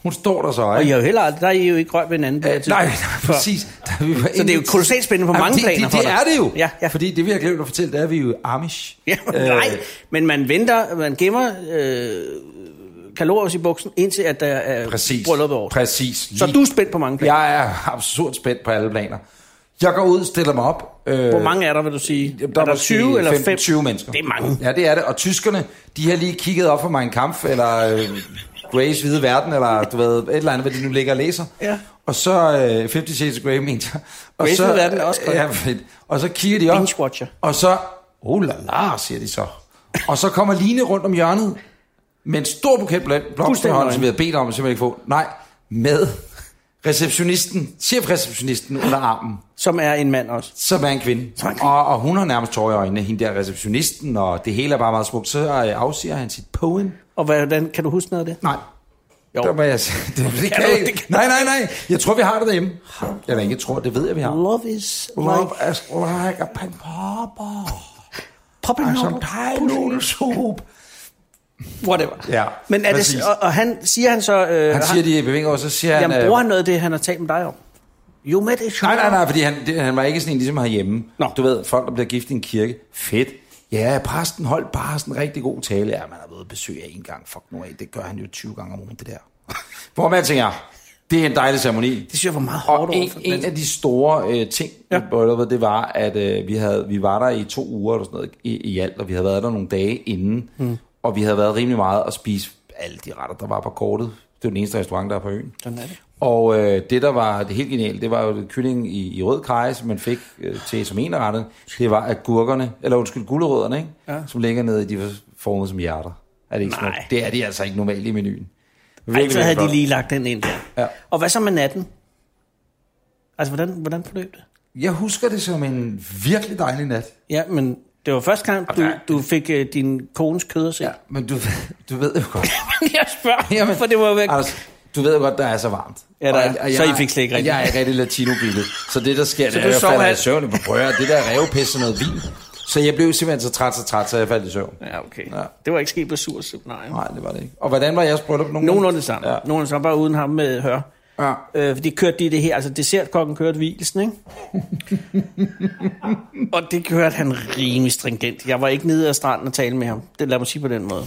Speaker 1: hun står der så,
Speaker 2: Mm-hmm. Og
Speaker 1: ikke?
Speaker 2: jeg er jo heller aldrig, der er I jo ikke rørt ved hinanden. på
Speaker 1: Øh,
Speaker 2: det
Speaker 1: nej,
Speaker 2: tidspunkt.
Speaker 1: nej,
Speaker 2: Før.
Speaker 1: præcis. Der, vi var
Speaker 2: Så det er jo kolossalt spændende på mange
Speaker 1: det,
Speaker 2: planer
Speaker 1: det,
Speaker 2: for
Speaker 1: det,
Speaker 2: dig.
Speaker 1: er det jo.
Speaker 2: Ja, ja.
Speaker 1: Fordi det, vi har glemt at fortælle, det er, at vi er jo Amish. Øh,
Speaker 2: Ja, nej, men man venter, man gemmer øh, kalorier i buksen, indtil at der er
Speaker 1: Præcis.
Speaker 2: brylluppet over.
Speaker 1: Præcis.
Speaker 2: Så du er spændt på mange planer.
Speaker 1: Jeg er absurd spændt på alle planer. Jeg går ud, stiller mig op. Øh,
Speaker 2: Hvor mange er der, vil du sige?
Speaker 1: Jamen, der
Speaker 2: er der 20 eller 5?
Speaker 1: 20 mennesker.
Speaker 2: Det er mange.
Speaker 1: Ja, det er det. Og tyskerne, de har lige kigget op for mig en kamp, eller øh, Grays Hvide Verden, eller du ved, et eller andet, hvad de nu ligger og læser.
Speaker 2: Ja.
Speaker 1: Og så øh, 50 Shades of Grey, mente jeg. Og
Speaker 2: Grays'
Speaker 1: så,
Speaker 2: Hvide Verden er også godt.
Speaker 1: Ja, fedt. Og så kigger de op.
Speaker 2: Binge-watcher.
Speaker 1: Og så, oh la la, siger de så. Og så kommer Line rundt om hjørnet, med en stor buket bl- blomster i
Speaker 2: Fuldstændig
Speaker 1: hånden, som
Speaker 2: nøgen.
Speaker 1: vi havde bedt om, som jeg ikke få. Nej, med receptionisten, chefreceptionisten under armen
Speaker 2: Som er en mand også.
Speaker 1: som er en kvinde.
Speaker 2: Som er en kvinde.
Speaker 1: Og, og hun har nærmest tårer i øjnene, hende der receptionisten, og det hele er bare meget smukt. Så øh, afsiger han sit poem.
Speaker 2: Og hvordan, kan du huske noget af det?
Speaker 1: Nej.
Speaker 2: Jo.
Speaker 1: Der var jeg, s- det, det kan
Speaker 2: du-
Speaker 1: jeg ikke.
Speaker 2: det kan
Speaker 1: Nej, nej, nej. Jeg tror, vi har det derhjemme. Eller ikke, jeg tror, det ved jeg, vi har.
Speaker 2: Love is
Speaker 1: Love
Speaker 2: like
Speaker 1: is like a pan popper.
Speaker 2: popping
Speaker 1: Og
Speaker 2: out
Speaker 1: som
Speaker 2: of
Speaker 1: dig,
Speaker 2: pussy.
Speaker 1: soup.
Speaker 2: Whatever.
Speaker 1: Ja,
Speaker 2: Men er
Speaker 1: præcis.
Speaker 2: det, og, og, han, siger han så, øh,
Speaker 1: Han siger, de bevinger, og så siger han...
Speaker 2: jamen,
Speaker 1: øh,
Speaker 2: bruger han noget af det, han har talt med dig om? You met a
Speaker 1: Nej, nej, nej, fordi han, det, han var ikke sådan en, ligesom herhjemme.
Speaker 2: Nå.
Speaker 1: Du ved, folk, der bliver gift i en kirke. Fedt. Ja, præsten holdt bare sådan en rigtig god tale. Ja, man har været besøg af en gang. Fuck nu af, det gør han jo 20 gange om ugen, det der. Hvor man tænker, det er en dejlig ceremoni.
Speaker 2: Det synes jeg var meget hårdt
Speaker 1: Og en,
Speaker 2: overfor.
Speaker 1: en af de store øh, ting ja.
Speaker 2: Ja.
Speaker 1: ved brylluppet, det var, at øh, vi, havde, vi var der i to uger eller sådan noget, i, i alt, og vi havde været der nogle dage inden, mm. og vi havde været rimelig meget at spise alle de retter, der var på kortet. Det var den eneste restaurant, der er på øen.
Speaker 2: Sådan er det.
Speaker 1: Og øh, det, der var det helt genialt, det var jo kylling i, i rød kaj, som man fik øh, til som en af retterne. Det var agurkerne, eller undskyld, gulerødderne, ikke? Ja. som ligger nede i de formede som hjerter. Er det ikke
Speaker 2: Nej.
Speaker 1: smukt? Det er de altså ikke normalt i menuen.
Speaker 2: Ej, så havde
Speaker 1: virkelig
Speaker 2: de lige lagt den ind der.
Speaker 1: Ja.
Speaker 2: Og hvad så med natten? Altså, hvordan, hvordan forløb det?
Speaker 1: Jeg husker det som en virkelig dejlig nat.
Speaker 2: Ja, men det var første gang, du,
Speaker 1: der-
Speaker 2: du fik uh, din kones kød at se. Ja.
Speaker 1: Men du, ved- du ved jo godt.
Speaker 2: jeg spørger, Jamen, for det var væk.
Speaker 1: Anders, du ved jo godt, der er så varmt.
Speaker 2: Ja, der
Speaker 1: Og-
Speaker 2: er.
Speaker 1: og
Speaker 2: Så I fik slet ikke rigtigt.
Speaker 1: Jeg er rigtig latino Så det, der sker, det er,
Speaker 2: du
Speaker 1: at jeg
Speaker 2: sov
Speaker 1: falder i
Speaker 2: halvt-
Speaker 1: søvn på brøger. Det der revpisse noget vin. Så jeg blev simpelthen så træt, så træt, så jeg faldt i søvn.
Speaker 2: Ja, okay.
Speaker 1: Ja.
Speaker 2: Ja. Det var ikke sket på sur Nej.
Speaker 1: Nej, det var det ikke. Og hvordan var jeres bryllup? Nogen
Speaker 2: Nogenlunde det samme.
Speaker 1: Ja.
Speaker 2: Ja. Nogenlunde sammen, bare uden ham med hør.
Speaker 1: ja.
Speaker 2: Øh, fordi kørte de det her, altså dessertkokken kørte hvilesen, ikke? og det kørte han rimelig stringent. Jeg var ikke nede ad stranden og tale med ham. Det lad mig sige på den måde.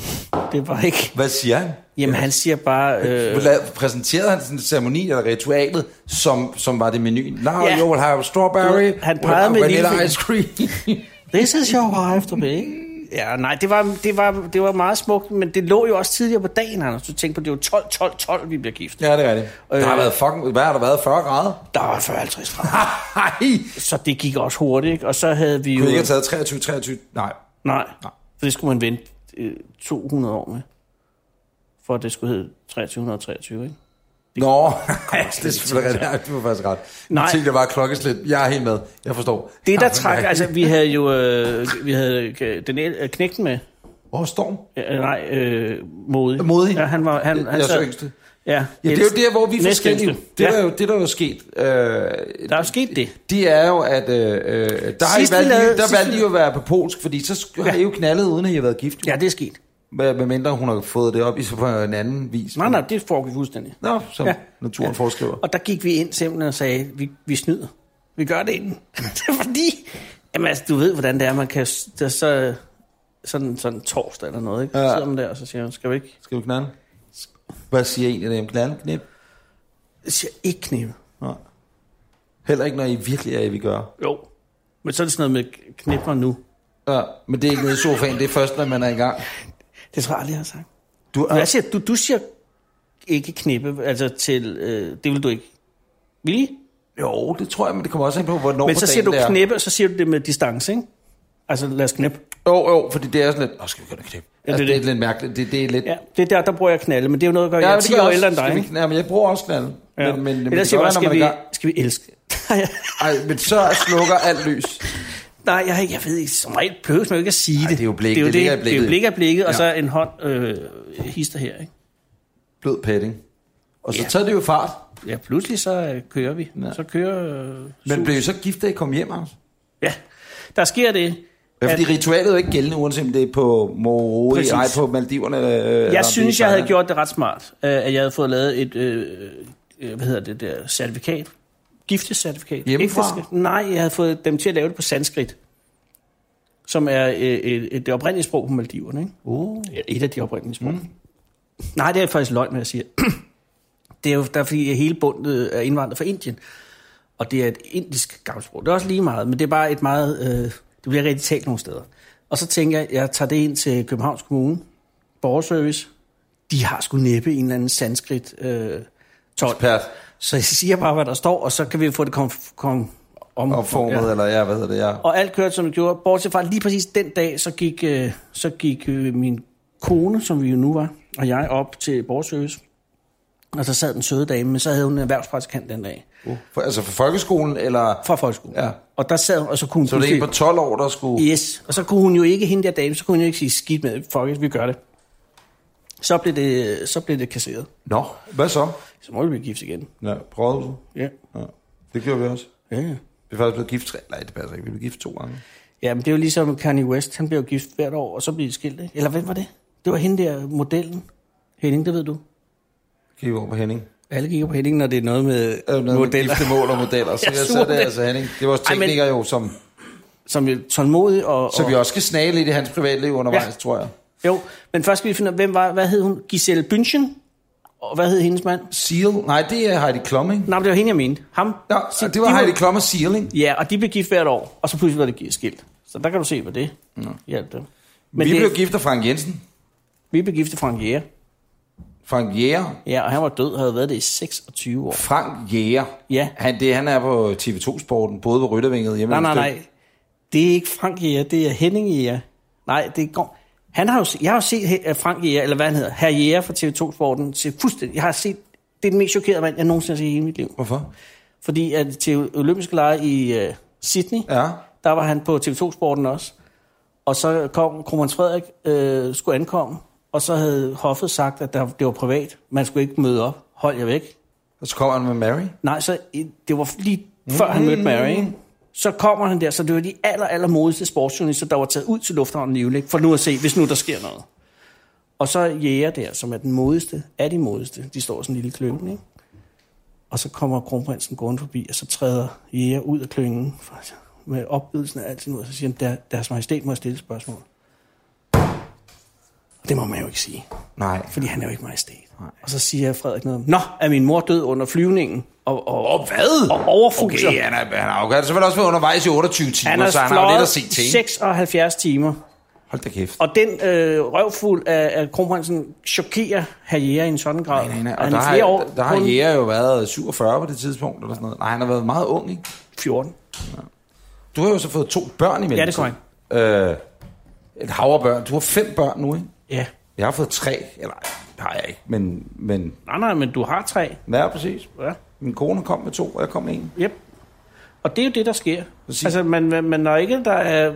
Speaker 2: Det var ikke...
Speaker 1: Hvad siger han?
Speaker 2: Jamen, han siger bare... Øh,
Speaker 1: Øh. Præsenterede han sådan en ceremoni eller ritualet, som, som var det menuen? Now
Speaker 2: Ja.
Speaker 1: yeah. you will have strawberry,
Speaker 2: Han pegede med
Speaker 1: vanilla
Speaker 2: lillefinger.
Speaker 1: ice cream.
Speaker 2: This is your wife to be. Ja, nej, det var, det, var, det var meget smukt, men det lå jo også tidligere på dagen, Anders. Du tænkte på, det var 12-12-12, vi bliver gift.
Speaker 1: ja, det er rigtigt. Øh. Der har
Speaker 2: Øh.
Speaker 1: været fucking, hvad har der været, 40 grader?
Speaker 2: Der var 40-50 fra.
Speaker 1: Nej,
Speaker 2: Så det gik også hurtigt, ikke? Og så havde vi jo...
Speaker 1: kunne I ikke have taget 23, 23? Nej.
Speaker 2: Nej,
Speaker 1: Nej.
Speaker 2: for det skulle man vente øh, 200 år med, for at det skulle hedde 2323, ikke?
Speaker 1: Nå, det er selvfølgelig rigtigt. Ja, Du var faktisk ret. Nej.
Speaker 2: Nej.
Speaker 1: Tænkte jeg bare klokkeslæt. Jeg er helt med. Jeg forstår.
Speaker 2: Det, der trak... Altså, vi havde jo... Øh, vi havde øh, den øh, knægten med.
Speaker 1: Åh, storm.
Speaker 2: Øh, nej, øh, modig.
Speaker 1: Modig.
Speaker 2: Ja, han var... Han,
Speaker 1: Jeg-
Speaker 2: han
Speaker 1: jeg
Speaker 2: sad-
Speaker 1: så yngste.
Speaker 2: Ja,
Speaker 1: Ja, det er jo der, hvor vi er forskellige. Det
Speaker 2: ja,
Speaker 1: var jo det, der er sket. Øh,
Speaker 2: der er jo sket det.
Speaker 1: det er jo, at øh, øh, der, har I
Speaker 2: Sidst vi
Speaker 1: valgt,
Speaker 2: lavede-
Speaker 1: der
Speaker 2: sidst
Speaker 1: valgte
Speaker 2: vi-
Speaker 1: I jo at være på polsk, fordi så sk- har I jo knaldet, uden at I har været gift. Ja.
Speaker 2: Ja, det er sket.
Speaker 1: Medmindre hun har fået det op i så på en anden vis.
Speaker 2: Nej, nej, det foregik fuldstændig.
Speaker 1: Nå, som ja.
Speaker 2: Ja.
Speaker 1: naturen ja. foreskriver.
Speaker 2: Og der gik vi ind simpelthen og sagde, vi, vi snyder. Vi gør det inden. Fordi, jamen altså, du ved, hvordan det er, man kan, s- det er så, sådan, sådan torsdag eller noget, ikke?
Speaker 1: Ja.
Speaker 2: Ja. Så sidder man der, og så siger man, skal vi ikke?
Speaker 1: Skal vi knalde? Hvad siger egentlig det om knalde? Knip?
Speaker 2: Jeg siger, ikke knive.
Speaker 1: Nej. Heller ikke, når I virkelig er, I vil gøre.
Speaker 2: Jo. Men så er det sådan noget med knipper nu.
Speaker 1: Ja, men det er ikke nede i sofaen, det er først, når man er i gang.
Speaker 2: Det tror jeg aldrig, jeg har sagt.
Speaker 1: Du er...
Speaker 2: Hvad siger du? Du siger ikke knippe, altså til, øh, det vil du ikke. Vil I?
Speaker 1: Jo, det tror jeg, men det kommer også ind på, hvornår
Speaker 2: Men
Speaker 1: på
Speaker 2: så siger
Speaker 1: dagen
Speaker 2: du
Speaker 1: det er.
Speaker 2: knæppe, og så siger du det med distance, ikke? Altså, lad os knæppe.
Speaker 1: Jo, jo, fordi det er sådan lidt, åh, skal vi gøre noget knip?
Speaker 2: det er
Speaker 1: altså, det, er
Speaker 2: det.
Speaker 1: lidt mærkeligt, det, det er lidt...
Speaker 2: Ja, det er der, der bruger jeg knalde, men det er jo noget, der gør,
Speaker 1: men
Speaker 2: ja, jeg er
Speaker 1: det
Speaker 2: 10
Speaker 1: gør
Speaker 2: år
Speaker 1: også-
Speaker 2: ældre end dig,
Speaker 1: skal vi-
Speaker 2: ikke?
Speaker 1: Ja, men jeg bruger også knald.
Speaker 2: Ja.
Speaker 1: Men, men, men
Speaker 2: Ellers
Speaker 1: det
Speaker 2: siger
Speaker 1: kan
Speaker 2: jeg bare,
Speaker 1: godt være, når
Speaker 2: skal
Speaker 1: man
Speaker 2: vi,
Speaker 1: er i gang-
Speaker 2: skal vi elske?
Speaker 1: Ej, men så slukker alt lys.
Speaker 2: Nej, jeg, jeg ved ikke, som regel behøves man jo ikke at sige det.
Speaker 1: det er jo blik, det ligger i
Speaker 2: Det er jo
Speaker 1: blikket.
Speaker 2: blik af blikket, og
Speaker 1: Ja.
Speaker 2: så en hånd øh, hister her, ikke?
Speaker 1: Blød petting. Og så
Speaker 2: Ja.
Speaker 1: tager det jo fart.
Speaker 2: Ja, pludselig så øh, kører vi.
Speaker 1: Ja.
Speaker 2: Så kører... Øh,
Speaker 1: Men
Speaker 2: su-
Speaker 1: blev I så gift, da I kom hjem, altså?
Speaker 2: Ja, der sker det.
Speaker 1: Ja,
Speaker 2: At-
Speaker 1: fordi ritualet er jo ikke gældende, uanset om det er på Moroe,
Speaker 2: Præcis.
Speaker 1: nej, på Maldiverne. øh, eller om det er
Speaker 2: Jeg
Speaker 1: i
Speaker 2: synes, jeg havde
Speaker 1: Thailand.
Speaker 2: gjort det ret smart, øh, at jeg havde fået lavet et, øh, øh, hvad hedder det der, certifikat. Giftecertifikat.
Speaker 1: Hjemmefra?
Speaker 2: Ægteska- Nej, jeg havde fået dem til at lave det på sanskrit, som er øh, et, et, det oprindelige sprog på Maldiverne. Ikke?
Speaker 1: Uh.
Speaker 2: Ja, Et af de oprindelige sprog. Mm. Nej, det er faktisk løgn, hvad jeg siger. Det er jo der, er fordi hele bundet er indvandret fra Indien. Og det er et indisk gavlsprog. Det er også lige meget, men det er bare et meget... Øh, det bliver ikke rigtig talt nogle steder. Og så tænker jeg, jeg tager det ind til Københavns Kommune, borgerservice. De har sgu næppe en eller anden sanskrit øh, tolk.
Speaker 1: Ekspert.
Speaker 2: Så jeg siger bare, hvad der står, og så kan vi få det kom, kom, om,
Speaker 1: Opformet, ja. eller ja, hvad hedder det, ja.
Speaker 2: og alt kørte, som det gjorde. Bortset fra lige præcis den dag, så gik, øh, så gik øh, min kone, som vi jo nu var, og jeg op til borgerservice. Og så sad den søde dame, men så havde hun en erhvervspraktikant den dag
Speaker 1: Uh. For, altså for folkeskolen, eller...
Speaker 2: fra folkeskolen.
Speaker 1: Ja.
Speaker 2: Og der sad hun, og så kunne hun
Speaker 1: Så var det
Speaker 2: pludselig-
Speaker 1: ikke på 12 år, der skulle...
Speaker 2: Yes, og så kunne hun jo ikke, hende der dame, så kunne hun jo ikke sige skidt med, fuck it, vi gør det. Så blev det, så blev det kasseret.
Speaker 1: Nå, hvad så?
Speaker 2: Så må vi blive gift igen.
Speaker 1: Ja, prøvede du?
Speaker 2: Ja.
Speaker 1: Ja. Det gjorde vi også.
Speaker 2: Ja, ja.
Speaker 1: Vi er faktisk blevet gift tre... Nej, det passer ikke. Vi blev gift to gange.
Speaker 2: Ja, men det er jo ligesom Kanye West, han blev jo gift hvert år, og så blev de skilt, ikke? Eller hvem var det? Det var hende der, modellen. Henning, det ved du.
Speaker 1: Gik over på Henning.
Speaker 2: Alle kigger på Henning, når det er noget med
Speaker 1: Øh,
Speaker 2: øh,
Speaker 1: noget
Speaker 2: modeller,
Speaker 1: Med gifte mål og modeller. Så,
Speaker 2: Jeg
Speaker 1: jeg så
Speaker 2: suger
Speaker 1: det
Speaker 2: det.
Speaker 1: altså Henning. Det er vores
Speaker 2: Ej, men-
Speaker 1: tekniker jo, som...
Speaker 2: som er tålmodig og...
Speaker 1: Så
Speaker 2: og
Speaker 1: vi også skal snage lidt i hans privatliv undervejs, ja.
Speaker 2: Ja.
Speaker 1: tror jeg.
Speaker 2: Jo, men først skal vi finde ud af, hvem var, hvad hed hun? Giselle Bündchen? Og hvad hed hendes mand?
Speaker 1: Seal? Nej, det er Heidi Klum, ikke?
Speaker 2: Nej, men det var hende, jeg mente. Ham?
Speaker 1: Nå,
Speaker 2: Se,
Speaker 1: det var
Speaker 2: de
Speaker 1: Heidi Klum og Seal, ikke?
Speaker 2: Ja, og de blev gift hvert år, og så pludselig var det skilt. Så der kan du se, hvad det hjalp dem.
Speaker 1: vi
Speaker 2: Men vi, det,
Speaker 1: blev
Speaker 2: blev...
Speaker 1: gift af Frank Jensen.
Speaker 2: vi blev gift af Frank Jæger.
Speaker 1: Frank Jæger.
Speaker 2: Ja, og han var død og havde været det i 26 år.
Speaker 1: Frank Jæger.
Speaker 2: Ja.
Speaker 1: Han, det, han er på TV2-sporten, både ved Ryttervinget hjemme.
Speaker 2: Nej, nej,
Speaker 1: hos dem.
Speaker 2: nej. Det er ikke Frank Jæger, det er Henning Jæger. Nej, det går... Han har jo, se- jeg har jo set He- øh, Frank Jæger, eller hvad han hedder, Herr Jæger fra TV2 Sporten, til fuldstændig... Jeg har set... Det er den mest chokerede mand, jeg nogensinde har set i hele mit liv.
Speaker 1: Hvorfor?
Speaker 2: Fordi at til olympiske lege i uh, Sydney,
Speaker 1: Ja.
Speaker 2: der var han på TV2 Sporten også. Og så kom Kronprins Frederik, øh, skulle ankomme, og så havde hoffet sagt, at der, det var privat. Man skulle ikke møde op. Hold jer væk.
Speaker 1: Og så kommer han med Mary.
Speaker 2: Nej, så i- det var lige før han mødte Mary, ikke? Så kommer han der, så det var de aller, aller modigste sportsjournalister, der var taget ud til lufthavnen i Ulrik, for nu at se, hvis nu der sker noget. Og så Jæger der, som er den modigste af de modigste, de står i sådan en lille kløven, ikke? Og så kommer kronprinsen gående forbi, og så træder Jæger ud af klyngen med opbydelsen af alt ud, og så siger han, "Der- deres majestæt må jeg stille et spørgsmål. Og det må man jo ikke sige
Speaker 1: Nej.
Speaker 2: fordi han er jo ikke majestæt. Og så siger Frederik noget om, Nå, er min mor død under flyvningen? Og, og, og hvad? Og overfuser.
Speaker 1: Okay, han er, han er, okay. han er selvfølgelig også været undervejs i 28 timer,
Speaker 2: Han har
Speaker 1: så han har jo lidt
Speaker 2: fløjet
Speaker 1: at se til. ikke?
Speaker 2: 76 timer.
Speaker 1: Hold da kæft.
Speaker 2: Og den øh, røvfuld af, af kronprinsen chokerer herr Jæger i en sådan grad.
Speaker 1: Nej, nej,
Speaker 2: at
Speaker 1: og
Speaker 2: han
Speaker 1: der
Speaker 2: i
Speaker 1: har,
Speaker 2: flere år,
Speaker 1: der, der har
Speaker 2: kun
Speaker 1: Jæger jo været 47 på det tidspunkt, eller sådan noget. Nej, han har været meget ung, ikke?
Speaker 2: 14.
Speaker 1: Du har jo så fået to børn imellem.
Speaker 2: Ja, det er korrekt.
Speaker 1: Øh, et hav af børn. Du har fem børn nu, ikke?
Speaker 2: Ja.
Speaker 1: Jeg har fået tre. Eller ej, det har jeg ikke, men... men
Speaker 2: Nej, nej, men du har tre.
Speaker 1: ja, præcis.
Speaker 2: Ja.
Speaker 1: Min kone kom med to, og jeg kom med en.
Speaker 2: Yep. Og det er jo det, der sker.
Speaker 1: Præcis.
Speaker 2: Altså, man, man, man når ikke, der er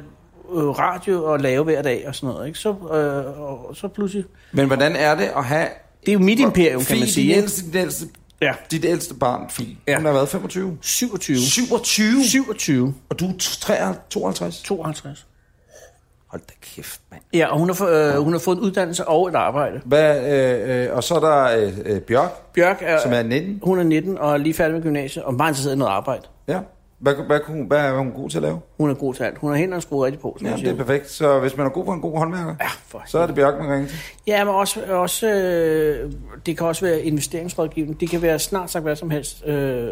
Speaker 2: øh, radio og lave hver dag og sådan noget, ikke? Så, øh, og, så pludselig...
Speaker 1: Men hvordan er det at have...
Speaker 2: Det er jo mit imperium, kan
Speaker 1: Fie,
Speaker 2: man sige.
Speaker 1: Din
Speaker 2: ikke?
Speaker 1: ældste, dit, ældste,
Speaker 2: Ja.
Speaker 1: dit ældste barn, Fie. Ja.
Speaker 2: Ja.
Speaker 1: Hun har været 25.
Speaker 2: 27.
Speaker 1: 27?
Speaker 2: 27.
Speaker 1: Og du er 53, 52?
Speaker 2: 52.
Speaker 1: Hold da kæft, mand.
Speaker 2: Ja, og hun har, få- øh, hun har fået en uddannelse og et arbejde.
Speaker 1: Hvad, øh, øh, og så er der øh, øh, Bjørk,
Speaker 2: Bjørk er,
Speaker 1: som er 19.
Speaker 2: hun er 19 og er lige færdig med gymnasiet, og meget interesseret i noget arbejde.
Speaker 1: Ja. Hvad, hvad, kunne hun- hvad er hun god til at lave?
Speaker 2: Hun er god til alt. Hun har hænderne skruet rigtig på. som
Speaker 1: Ja,
Speaker 2: man
Speaker 1: det
Speaker 2: siger.
Speaker 1: er perfekt. Så hvis man er god for en god håndværker,
Speaker 2: Ja, for
Speaker 1: så er det Bjørk, man ringer til.
Speaker 2: Ja, men også, også øh, det kan også være investeringsrådgivning. Det kan være snart sagt hvad som helst. Øh,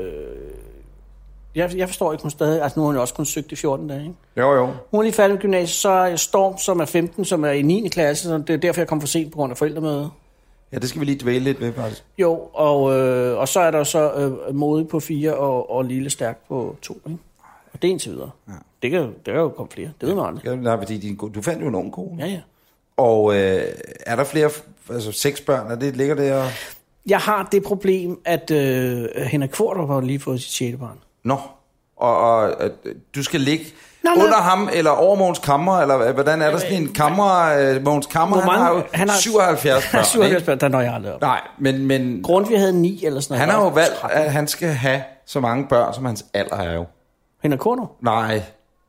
Speaker 2: jeg, jeg forstår ikke, hun stadig... Altså, nu har hun jo også kun søgt i 14 dage, ikke?
Speaker 1: Jo, jo.
Speaker 2: Hun er lige færdig med gymnasiet, så er Storm, som er 15, som er i 9. klasse, så det er derfor, jeg kom for sent på grund af forældremøde.
Speaker 1: Ja, det skal vi lige dvæle lidt ved, faktisk.
Speaker 2: Jo, og, øh, og så er der så øh, modig på fire og, og lille stærk på to. Ikke? Og det er indtil videre. Ja. Det kan, der kan jo komme flere. Det ved man aldrig.
Speaker 1: Ja, nej, fordi din, ko- du fandt jo en ung kone.
Speaker 2: Ja, ja.
Speaker 1: Og øh, er der flere, f- altså seks børn, er det ligger der?
Speaker 2: Jeg har det problem, at øh, Henrik Kvartrup har lige fået sit sjette barn.
Speaker 1: Nå, og, og øh, du skal ligge
Speaker 2: Nå,
Speaker 1: Nå,
Speaker 2: nå.
Speaker 1: under ham, eller over Mogens Kammer, eller øh, hvordan er der sådan en kammer? Øh, Mogens Kammer,
Speaker 2: Hvor mange-
Speaker 1: han har jo
Speaker 2: han har-
Speaker 1: 77 børn. ikke?
Speaker 2: 77 børn, der når jeg aldrig op.
Speaker 1: Nej, men, men
Speaker 2: Grund, vi havde ni eller sådan
Speaker 1: han
Speaker 2: noget.
Speaker 1: har jo valgt, at han skal have så mange børn, som hans alder er jo.
Speaker 2: Henrik Kvartrup?
Speaker 1: Nej,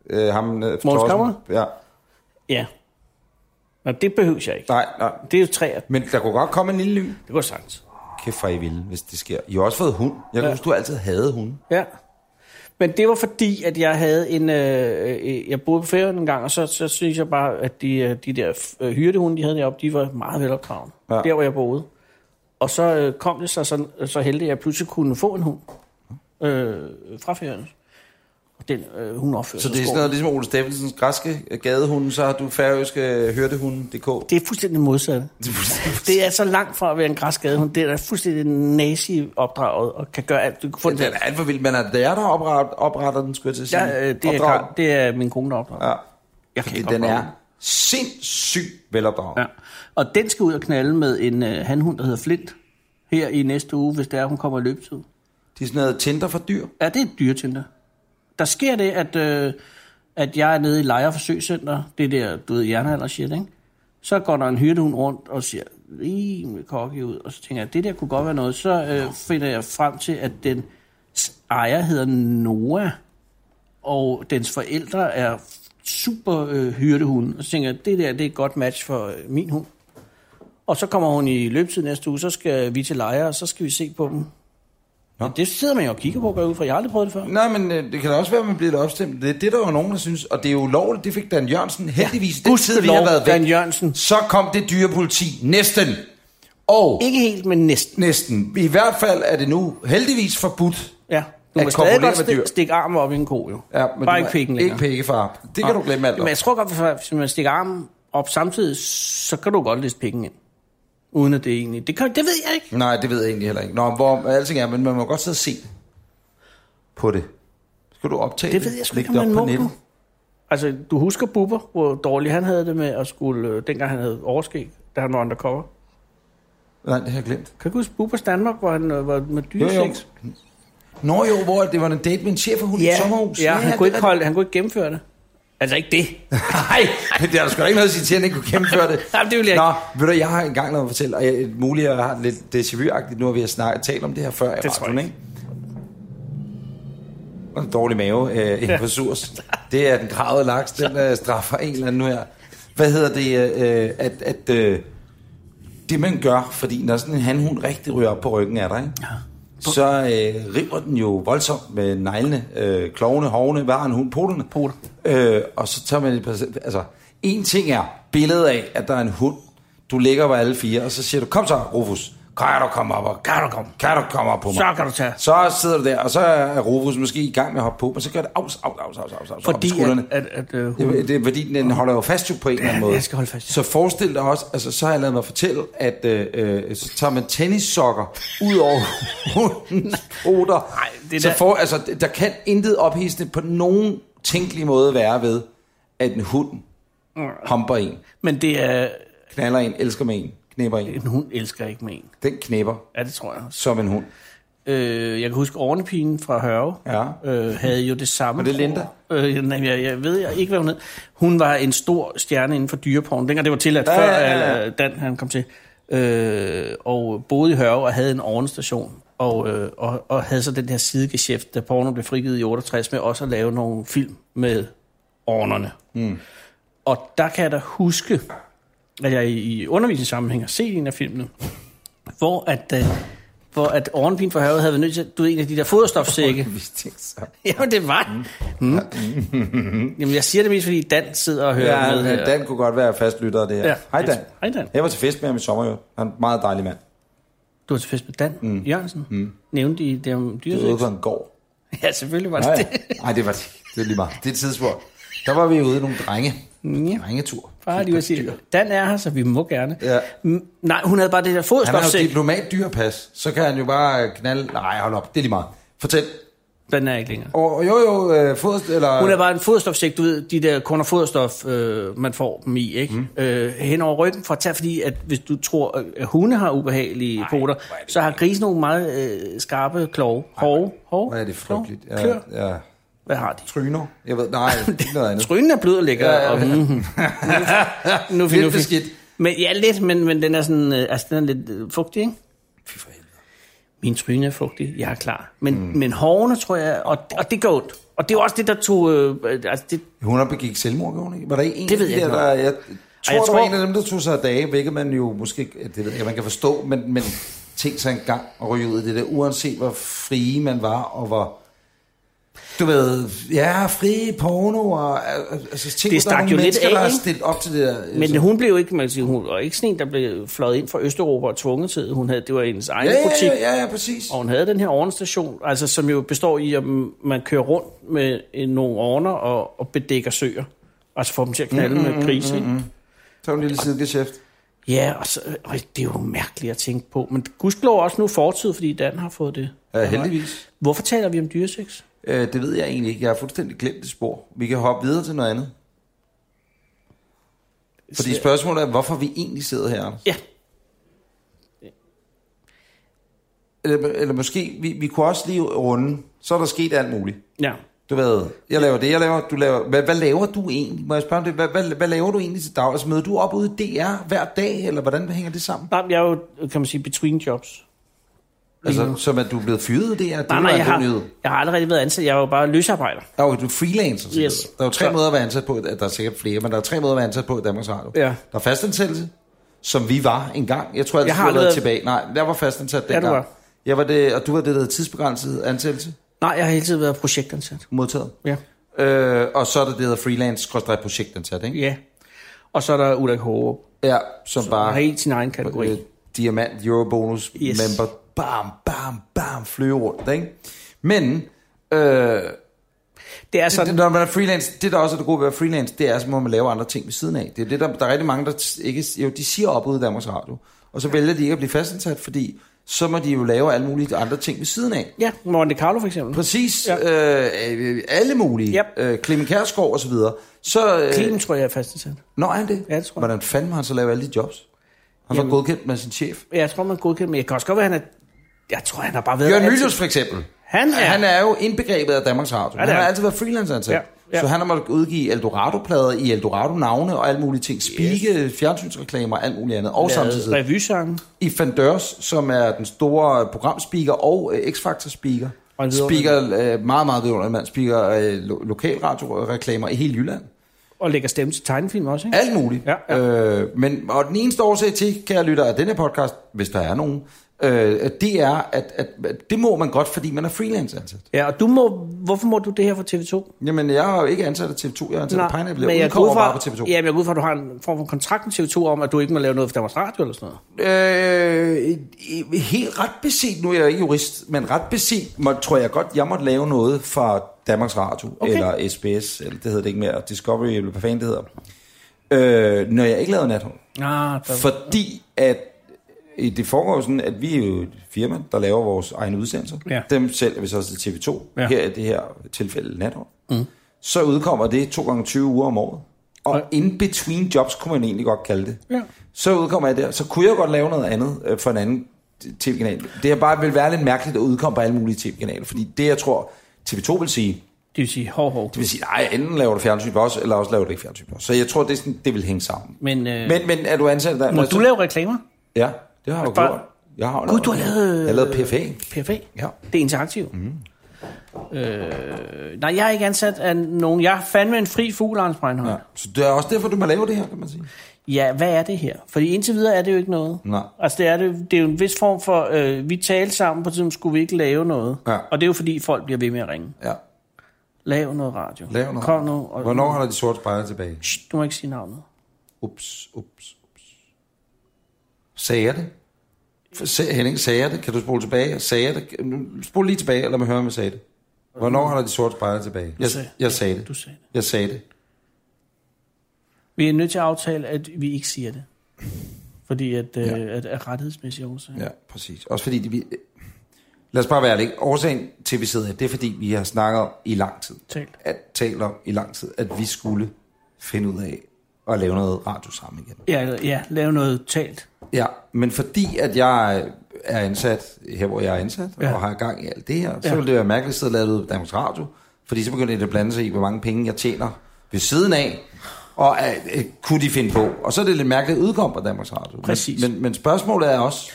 Speaker 1: øh, ham... Øh, Torsten.
Speaker 2: Kammer?
Speaker 1: Ja,
Speaker 2: Ja. Nå, det behøver jeg ikke.
Speaker 1: nej, nej.
Speaker 2: Det er jo tre. af-
Speaker 1: Men der kunne godt komme en lille lyn.
Speaker 2: Det går sagtens.
Speaker 1: Kæft for I vil, hvis det sker. I har også fået hund. Jeg kan ja.
Speaker 2: Ja.
Speaker 1: huske, du altid havde hunde.
Speaker 2: Ja. Men det var fordi, at jeg havde en... Øh, øh, jeg boede på ferien en gang, og så, så synes jeg bare, at de, øh, de der øh, hyrdehunde, de havde deroppe, de var meget velopdragende.
Speaker 1: Ja.
Speaker 2: Ja. Der, hvor jeg boede. Og så øh, kom det så, så, så heldigt, at jeg pludselig kunne få en hund øh, fra ferien. Og den, øh, hun opførte
Speaker 1: Så
Speaker 2: sig
Speaker 1: det er sådan
Speaker 2: skåret.
Speaker 1: noget, ligesom Ole Steffensens græske øh, gadehunde, så har du færøske øh, hørtehunde.dk.
Speaker 2: Det er fuldstændig modsatte. Det er så langt fra at være en græsskadehund. Det er da fuldstændig nazi opdraget og kan gøre alt. Du kan få
Speaker 1: Den
Speaker 2: den,
Speaker 1: er alt for vild, men er det jer, der opret, opretter den, skulle jeg til at sige?
Speaker 2: Ja, øh, det, er,
Speaker 1: Opdrag?
Speaker 2: Karen- det er min kone, der opdrager.
Speaker 1: Ja.
Speaker 2: Jeg
Speaker 1: Fordi
Speaker 2: ikke
Speaker 1: den
Speaker 2: opdrage
Speaker 1: er sindssygt velopdraget.
Speaker 2: Ja. Og den skal ud og knalde med en øh, hanhund, der hedder Flint, her i næste uge, hvis det er, hun kommer i løbetid.
Speaker 1: Det er sådan noget Tinder for dyr.
Speaker 2: Ja, det er et dyretenter. Der sker det, at, øh, at jeg er nede i Lejre Forsøgscenter, det der, du ved, jernalder shit, ikke? Så går der en hyrdehund rundt og siger, rimelig kokke ud, og så tænker jeg, det der kunne godt være noget. Så øh, finder jeg frem til, at den ejer hedder Noah, og dens forældre er super øh, hyrdehunde. Og så tænker jeg, det der, det er et godt match for øh, min hund. Og så kommer hun i løbetid næste uge, så skal vi til Lejre, og så skal vi se på dem. Ja. Det sidder man jo og kigger på, går jeg ud fra. Jeg har aldrig prøvet det før.
Speaker 1: Nej, men øh, det kan da også være, at man bliver lidt opstemt. Det er det, der var nogen, der synes. Og det er jo lovligt. Det fik Dan Jørgensen heldigvis. Ja, den tid, vi har
Speaker 2: Gudskelov,
Speaker 1: været væk.
Speaker 2: Dan Jørgensen.
Speaker 1: Så kom det dyrepoliti. Næsten. Og
Speaker 2: Ikke helt, men næsten.
Speaker 1: næsten. I hvert fald er det nu heldigvis forbudt.
Speaker 2: Ja. Du
Speaker 1: At
Speaker 2: må stadig
Speaker 1: korpulere
Speaker 2: godt
Speaker 1: med dyr.
Speaker 2: stik, stikke armen op i en ko, jo.
Speaker 1: Ja,
Speaker 2: Bare
Speaker 1: du
Speaker 2: ikke
Speaker 1: er
Speaker 2: pikken længere.
Speaker 1: Ikke pikkefar. Det kan du glemme alt om.
Speaker 2: Men jeg tror godt, at hvis man stikker armen op samtidig, så kan du godt læse pikken ind. Uden at det egentlig... Det, kan, det ved jeg ikke.
Speaker 1: Nej, det ved jeg egentlig heller ikke. Nå, hvor alting er, men man må godt sidde og se på det. Skal du optage det?
Speaker 2: Det ved jeg sgu
Speaker 1: Læg
Speaker 2: ikke, om
Speaker 1: op
Speaker 2: man
Speaker 1: på
Speaker 2: må,
Speaker 1: nettet.
Speaker 2: du. Altså, du husker Bubber, hvor dårlig han havde det med at skulle... øh, Dengang han havde overskæg, da han var undercover.
Speaker 1: Nej, det har jeg glemt.
Speaker 2: Kan du huske Bubbers Danmark, hvor han øh, var med
Speaker 1: Jo, jo.
Speaker 2: dyresex?
Speaker 1: Nå jo, hvor det var en date med en chef, og hun i et sommerhus.
Speaker 2: ja, han,
Speaker 1: det
Speaker 2: kunne ikke
Speaker 1: er
Speaker 2: holde, han kunne ikke gennemføre det. Altså ikke det.
Speaker 1: Nej, det er der sgu da ikke noget at sige til, at han ikke kunne gennemføre det.
Speaker 2: Nej, det vil jeg
Speaker 1: Nå, ved du, jeg har engang noget at fortælle, og jeg, muligt, jeg har lidt déjà vu-agtigt, nu har vi snakket, talt om det her før i
Speaker 2: Det tror
Speaker 1: radioen,
Speaker 2: jeg
Speaker 1: ikke? Og en dårlig mave øh, inde på surs. Det er den gravede laks, den øh, straffer en eller anden nu her. Hvad hedder det, øh, at, at øh, det man gør, fordi når sådan en hanhund rigtig ryger op på ryggen af dig, ikke? så øh, river den jo voldsomt med neglene, øh, klovene, hovene, hvad har en hund, poterne?
Speaker 2: Poter.
Speaker 1: Øh, og så tager man et par... Altså, en ting er billedet af, at der er en hund. Du ligger på alle fire, og så siger du, kom så, Rufus. Kan du komme op? Og, kan du komme? Kan du komme op på mig?
Speaker 2: Så kan du tage.
Speaker 1: Så sidder du der, og så er Rufus måske i gang med at hoppe på, men så gør det aus, aus, aus, aus, aus, aus op
Speaker 2: Fordi
Speaker 1: på
Speaker 2: at,
Speaker 1: skuldrene.
Speaker 2: at, at øh, hun...
Speaker 1: Det, det, er fordi den holder jo fast jo på en eller anden måde.
Speaker 2: jeg skal holde fast, ja.
Speaker 1: Så forestil dig også, altså så har jeg lavet mig fortælle, at øh, øh, så tager man tennissokker ud over hundens poter.
Speaker 2: Nej, det er
Speaker 1: så
Speaker 2: da-
Speaker 1: for, altså, der kan intet ophidsende på nogen tænkelig måde være ved, at en hund humper en,
Speaker 2: Men det er...
Speaker 1: knaller en, elsker med en, knæpper en.
Speaker 2: En hund elsker ikke med en.
Speaker 1: Den knæpper
Speaker 2: Ja, det tror jeg også.
Speaker 1: som en hund.
Speaker 2: Øh, jeg kan huske, Ornepigen fra Hørve
Speaker 1: Ja.
Speaker 2: øh, havde jo det samme.
Speaker 1: Var det Linda?
Speaker 2: Øh, nej, jeg, jeg ved jeg ikke, hvad hun hed. Hun var en stor stjerne inden for dyreporn. Dengang det var tilladt,
Speaker 1: Ja,
Speaker 2: ja, før
Speaker 1: ja, ja.
Speaker 2: ja, ja. Dan han kom til. Øh, og boede i Hørve og havde en Ornestation. Og, øh, og, og havde så den her sidegeschæft, da porno blev frigivet i 68, med også at lave nogle film med Ornerne. Mm. Og der kan jeg da huske, at jeg i, i undervisningssammenhæng har set en af filmene, hvor at, øh, hvor at Ornpin for Havet havde været nødt til, du ved, en af de der foderstofsække.
Speaker 1: Hvis det er så.
Speaker 2: Jamen, det var. Mm. Jamen, jeg siger det mest, fordi Dan sidder og hører
Speaker 1: Ja,
Speaker 2: med. her.
Speaker 1: han, Dan kunne godt være fastlytter af det her.
Speaker 2: Ja.
Speaker 1: Hej Dan.
Speaker 2: Hej, Dan.
Speaker 1: Jeg var til fest med ham i sommer, jo. Han er en meget dejlig mand.
Speaker 2: Du var til fest med Dan mm. Jørgensen. Mm. Nævnte I det om
Speaker 1: Det er ude
Speaker 2: dyresæk?
Speaker 1: på en gård.
Speaker 2: Ja, selvfølgelig var det
Speaker 1: Nej,
Speaker 2: det.
Speaker 1: nej, det var det. Det er lige meget. Det er et tidsspur. Der var vi ude i nogle drenge.
Speaker 2: Ja.
Speaker 1: Drengetur.
Speaker 2: Bare lige at sige, Dan er her, så vi må gerne.
Speaker 1: Ja.
Speaker 2: Mm, Nej, hun havde bare
Speaker 1: Han
Speaker 2: det der
Speaker 1: har jo
Speaker 2: fodstofsæk.
Speaker 1: diplomat dyrpas, så kan han jo bare øh, knalde... Nej, hold op, det er lige meget. Fortæl.
Speaker 2: Den er ikke længere.
Speaker 1: Og, jo, jo, øh, fodst, eller...
Speaker 2: Hun er bare en fodstofsæk, du ved, de der korn- og foderstof, øh, man får dem i, ikke? Mm. Øh, hen over ryggen for at tage, fordi at hvis du tror, at hunde har ubehagelige
Speaker 1: Ej,
Speaker 2: poter,
Speaker 1: hvor er det
Speaker 2: så har grisen nogle meget øh, skarpe klove. Hove, hove,
Speaker 1: Hvor er det
Speaker 2: klove,
Speaker 1: frygteligt.
Speaker 2: klør.
Speaker 1: Ja, ja.
Speaker 2: Hvad har de?
Speaker 1: Tryner. Jeg ved, nej, det er noget andet.
Speaker 2: Trynen er blød og lækker.
Speaker 1: Ja, ja,
Speaker 2: Ja, ja, ja. Og, mm, mm. nu,
Speaker 1: Lidt beskidt.
Speaker 2: Men, ja, lidt, men, men den er sådan, øh, altså, den er lidt øh, fugtig, ikke?
Speaker 1: Fy for helvede.
Speaker 2: Min tryne er fugtig, jeg er klar. Men, mm. men hårene, tror jeg, og, og det gør ondt. Og det er jo også det, der tog... Øh, øh, altså det,
Speaker 1: Hun har begik selvmord, gjorde hun ikke? Var der en
Speaker 2: Det ved
Speaker 1: af
Speaker 2: jeg
Speaker 1: de
Speaker 2: ikke
Speaker 1: der, der, jeg tror, jeg
Speaker 2: jeg
Speaker 1: der var
Speaker 2: tror-
Speaker 1: en af dem, der tog sig af dage, hvilket man jo måske, ikke- det ved jeg, man kan forstå, men, men tænk sig en gang og ryge ud af det der, uanset hvor frie man var, og hvor, du ved, ja, frie porno, og altså, tænk,
Speaker 2: Det
Speaker 1: hvor der er
Speaker 2: stak
Speaker 1: nogle
Speaker 2: jo lidt
Speaker 1: mennesker,
Speaker 2: af,
Speaker 1: der har
Speaker 2: ikke?
Speaker 1: stillet op til det der.
Speaker 2: men
Speaker 1: altså.
Speaker 2: hun blev ikke, man kan sige, hun var ikke sådan en, der blev fløjet ind fra Østeuropa og tvunget til. Hun havde, det var hendes egen
Speaker 1: ja,
Speaker 2: butik.
Speaker 1: ja, ja, ja, ja, præcis.
Speaker 2: Og hun havde den her overnation, altså, som jo består i, at man kører rundt med øh, nogle ovner og, og bedækker søer. Altså får dem til at knalde mm, med grise. Mm, mm, mm.
Speaker 1: Så en lille sidegeschæft.
Speaker 2: Ja, og, så, og det er jo mærkeligt at tænke på. Men gudskelov også nu fortid, fordi Dan har fået det.
Speaker 1: Ja, heldigvis.
Speaker 2: Hvorfor taler vi om dyresex?
Speaker 1: Øh, det ved jeg egentlig ikke. Jeg har fuldstændig glemt det spor. Vi kan hoppe videre til noget andet. Fordi spørgsmålet er, hvorfor vi egentlig sidder her, Anders.
Speaker 2: Ja,
Speaker 1: eller, eller måske, vi, vi kunne også lige runde, så er der sket alt muligt.
Speaker 2: ja.
Speaker 1: Du ved, jeg laver det, jeg laver, du laver, hvad, hvad laver du egentlig? Må jeg spørge om det, hvad, hvad, hvad laver du egentlig til dag? Altså møder du op ude i DR hver dag, eller hvordan hænger det sammen?
Speaker 2: Nej, men jeg er jo, kan man sige, between jobs.
Speaker 1: Altså, som at du er blevet fyret i DR? Det
Speaker 2: Nej,
Speaker 1: var
Speaker 2: nej,
Speaker 1: en
Speaker 2: jeg
Speaker 1: god
Speaker 2: har,
Speaker 1: nyhed.
Speaker 2: jeg har aldrig været ansat. Jeg er jo bare løsarbejder.
Speaker 1: Ah, Okay, du er freelancer. siger
Speaker 2: Yes.
Speaker 1: du. Der er jo tre
Speaker 2: Så-
Speaker 1: måder at være ansat på, der er sikkert flere, men der er tre måder at være ansat på i Danmarks Radio.
Speaker 2: Ja.
Speaker 1: Der er fastansættelse, som vi var engang. Jeg tror, jeg,
Speaker 2: Jeg
Speaker 1: jeg
Speaker 2: har
Speaker 1: har været
Speaker 2: aldrig-
Speaker 1: tilbage. Nej, jeg var fastansat
Speaker 2: Ja, du
Speaker 1: dengang.
Speaker 2: var.
Speaker 1: Jeg var det, og du var det, der hed tidsbegrænset ansættelse,
Speaker 2: Nej, jeg har hele tiden været projektansat.
Speaker 1: modtaget.
Speaker 2: Ja.
Speaker 1: Øh, og så er der det, der hedder freelance-projektansat, ikke?
Speaker 2: ja. Og så er der Ulrik Hårup.
Speaker 1: Ja, som
Speaker 2: Bare. Har
Speaker 1: bare
Speaker 2: i sin egen kategori.
Speaker 1: øh, diamant eurobonus
Speaker 2: Yes.
Speaker 1: yes. member. Bam, bam, bam, flyve rundt, ikke? Men, øh,
Speaker 2: Det er sådan,
Speaker 1: det, når man er freelance, det der også er det gode ved at være freelance, det er, så må man lave andre ting ved siden af. Det er det, der, der er rigtig mange, der t- ikke, jo, de siger op ude i Danmarks Radio, og så vælger de ikke at blive fastansat, fordi så må de jo lave alle mulige andre ting ved siden af.
Speaker 2: ja, Monte Carlo for eksempel.
Speaker 1: Præcis, ja. øh, alle mulige,
Speaker 2: Yep.
Speaker 1: øh, Clemen Kærsgaard og så videre. Så, øh,
Speaker 2: Clemen tror jeg er fastansat.
Speaker 1: Nå, er han det?
Speaker 2: Ja, det tror jeg.
Speaker 1: Hvordan fanden må han så lave alle de jobs? Han var
Speaker 2: Jamen.
Speaker 1: godkendt med sin chef.
Speaker 2: Jeg tror, man godkender, men jeg kan også godt være, han er... Jeg tror, han har bare været...
Speaker 1: Jørgen
Speaker 2: ansat.
Speaker 1: Mylius for eksempel.
Speaker 2: Han er-
Speaker 1: han er jo indbegrebet af Danmarks Radio.
Speaker 2: det
Speaker 1: han
Speaker 2: er
Speaker 1: har
Speaker 2: han.
Speaker 1: altid været freelancer ja,
Speaker 2: Ja,
Speaker 1: ja.
Speaker 2: ja.
Speaker 1: Så han har måttet udgive Eldorado-plader i Eldorado-navne og alle mulige ting. Spike, yes. fjernsynsreklamer og alt muligt andet. Og samtidig
Speaker 2: Revysangen.
Speaker 1: i Fandørs, som er den store programspeaker og øh, X-Factor-speaker.
Speaker 2: Og en vidunderlig
Speaker 1: Speaker, øh, meget, meget vidunderlig mand. Speaker øh, lo- lokalradioreklamer i hele Jylland.
Speaker 2: Og lægger stemme til tegnefilm også, ikke?
Speaker 1: Alt muligt.
Speaker 2: Ja, ja.
Speaker 1: Øh, men, og den eneste årsag til, kære lytter, af denne podcast, hvis der er nogen, øh, det er, at, at, at det må man godt, fordi man er altså. freelance ansat.
Speaker 2: Ja, og du må... Hvorfor må du det her for TV2?
Speaker 1: Jamen, jeg er jo ikke ansat af TV2, jeg er ansat af Pineapple. Jeg
Speaker 2: går ud
Speaker 1: udkommer bare
Speaker 2: fra,
Speaker 1: på TV2.
Speaker 2: Ja, men jeg går ud fra, at du har en form for kontrakt med TV2 om, at du ikke må lave noget for Danmarks Radio eller sådan noget.
Speaker 1: Øh, i- helt ret beset, nu er jeg ikke jurist, men ret beset må, tror jeg godt, jeg måtte lave noget for Danmarks Radio, okay.
Speaker 2: Okay.
Speaker 1: eller SBS, eller det hedder det ikke mere, Discovery, eller hvad fanden det hedder, øh, når jeg ikke lavede nathånd.
Speaker 2: Ah, der...
Speaker 1: Fordi at øh, det foregår jo sådan, at vi er jo et firma, der laver vores egne udsendelser.
Speaker 2: Ja.
Speaker 1: Dem sælger vi så til TV2. Ja.
Speaker 2: Ja.
Speaker 1: Her i det her tilfælde natår. Mm. Så udkommer det 2 gange 20 uger om året. Og ja. in between jobs, kunne man egentlig godt kalde det.
Speaker 2: Ja.
Speaker 1: Så udkommer jeg der. Så kunne jeg godt lave noget andet øh, for en anden t- tv-kanal. Det er bare vil være lidt mærkeligt at udkomme på alle mulige tv-kanaler. Fordi det, jeg tror, TV2 vil sige,
Speaker 2: Det vil sige, hov, hov.
Speaker 1: det vil sige, nej, enten laver du fjernsyn for os, eller også laver du ikke fjernsyn for os. Så jeg tror, det, er sådan, det vil hænge sammen.
Speaker 2: Men, øh,
Speaker 1: Men, men er du ansat der?
Speaker 2: må
Speaker 1: Altså-
Speaker 2: du lave reklamer?
Speaker 1: Ja, det har jeg
Speaker 2: Bare-
Speaker 1: gjort. Jeg har
Speaker 2: Gud, du har lavet-
Speaker 1: Jeg har lavet PFA.
Speaker 2: PFA?
Speaker 1: Ja.
Speaker 2: Det er interaktivt.
Speaker 1: Mhm.
Speaker 2: Mm. Øh, nej, jeg er ikke ansat af nogen. Jeg er fandme en fri fugl, Anders Breinholt.
Speaker 1: Ja. Så det er også derfor, du må lave det her, kan man sige.
Speaker 2: Ja, hvad er det her? Fordi indtil videre er det jo ikke noget.
Speaker 1: Nej.
Speaker 2: Altså, det er, det, det er jo en vis form for, øh, vi talte sammen på tiden, skulle vi ikke lave noget.
Speaker 1: Ja.
Speaker 2: Og det er jo fordi, folk bliver ved med at ringe.
Speaker 1: Ja,
Speaker 2: Lav noget radio.
Speaker 1: lav noget.
Speaker 2: Kom nu. Og,
Speaker 1: Hvornår holder de sorte spejder tilbage?
Speaker 2: Shh, du må ikke sige navnet.
Speaker 1: Ups, ups, ups. Sagde jeg det? For- Sag- Henning, sagde jeg det? Kan du spole tilbage? Sagde jeg det? Nu, Spol lige tilbage, eller mig høre, om jeg sagde det. Hvornår holder de sorte spejder tilbage? Jeg,
Speaker 2: sagde-
Speaker 1: jeg sagde det.
Speaker 2: Du sagde det.
Speaker 1: Jeg sagde det.
Speaker 2: Vi er nødt til at aftale, at vi ikke siger det. Fordi at, øh,
Speaker 1: Ja.
Speaker 2: at, at rettighedsmæssige årsager.
Speaker 1: Ja, præcis. Også fordi, det, vi, lad os bare være ærlige. Årsagen til, at vi sidder her, det er fordi, vi har snakket om i lang tid,
Speaker 2: Talt.
Speaker 1: at talt om i lang tid, at vi skulle finde ud af at lave noget radio sammen igen.
Speaker 2: Ja, eller- ja, lave noget talt.
Speaker 1: Ja, men fordi at jeg er ansat her, hvor jeg er ansat, ja.
Speaker 2: Ja.
Speaker 1: og har gang i alt det her, så
Speaker 2: Ja.
Speaker 1: ville det være mærkeligt at sidde og lave det ud på Danmarks Radio, fordi så begynder det at blande sig i, hvor mange penge jeg tjener ved siden af, og øh, øh, kunne de finde på. Og så er det lidt mærkeligt at udkomme på Danmarks Radio.
Speaker 2: Præcis.
Speaker 1: Men, men, men spørgsmålet er også,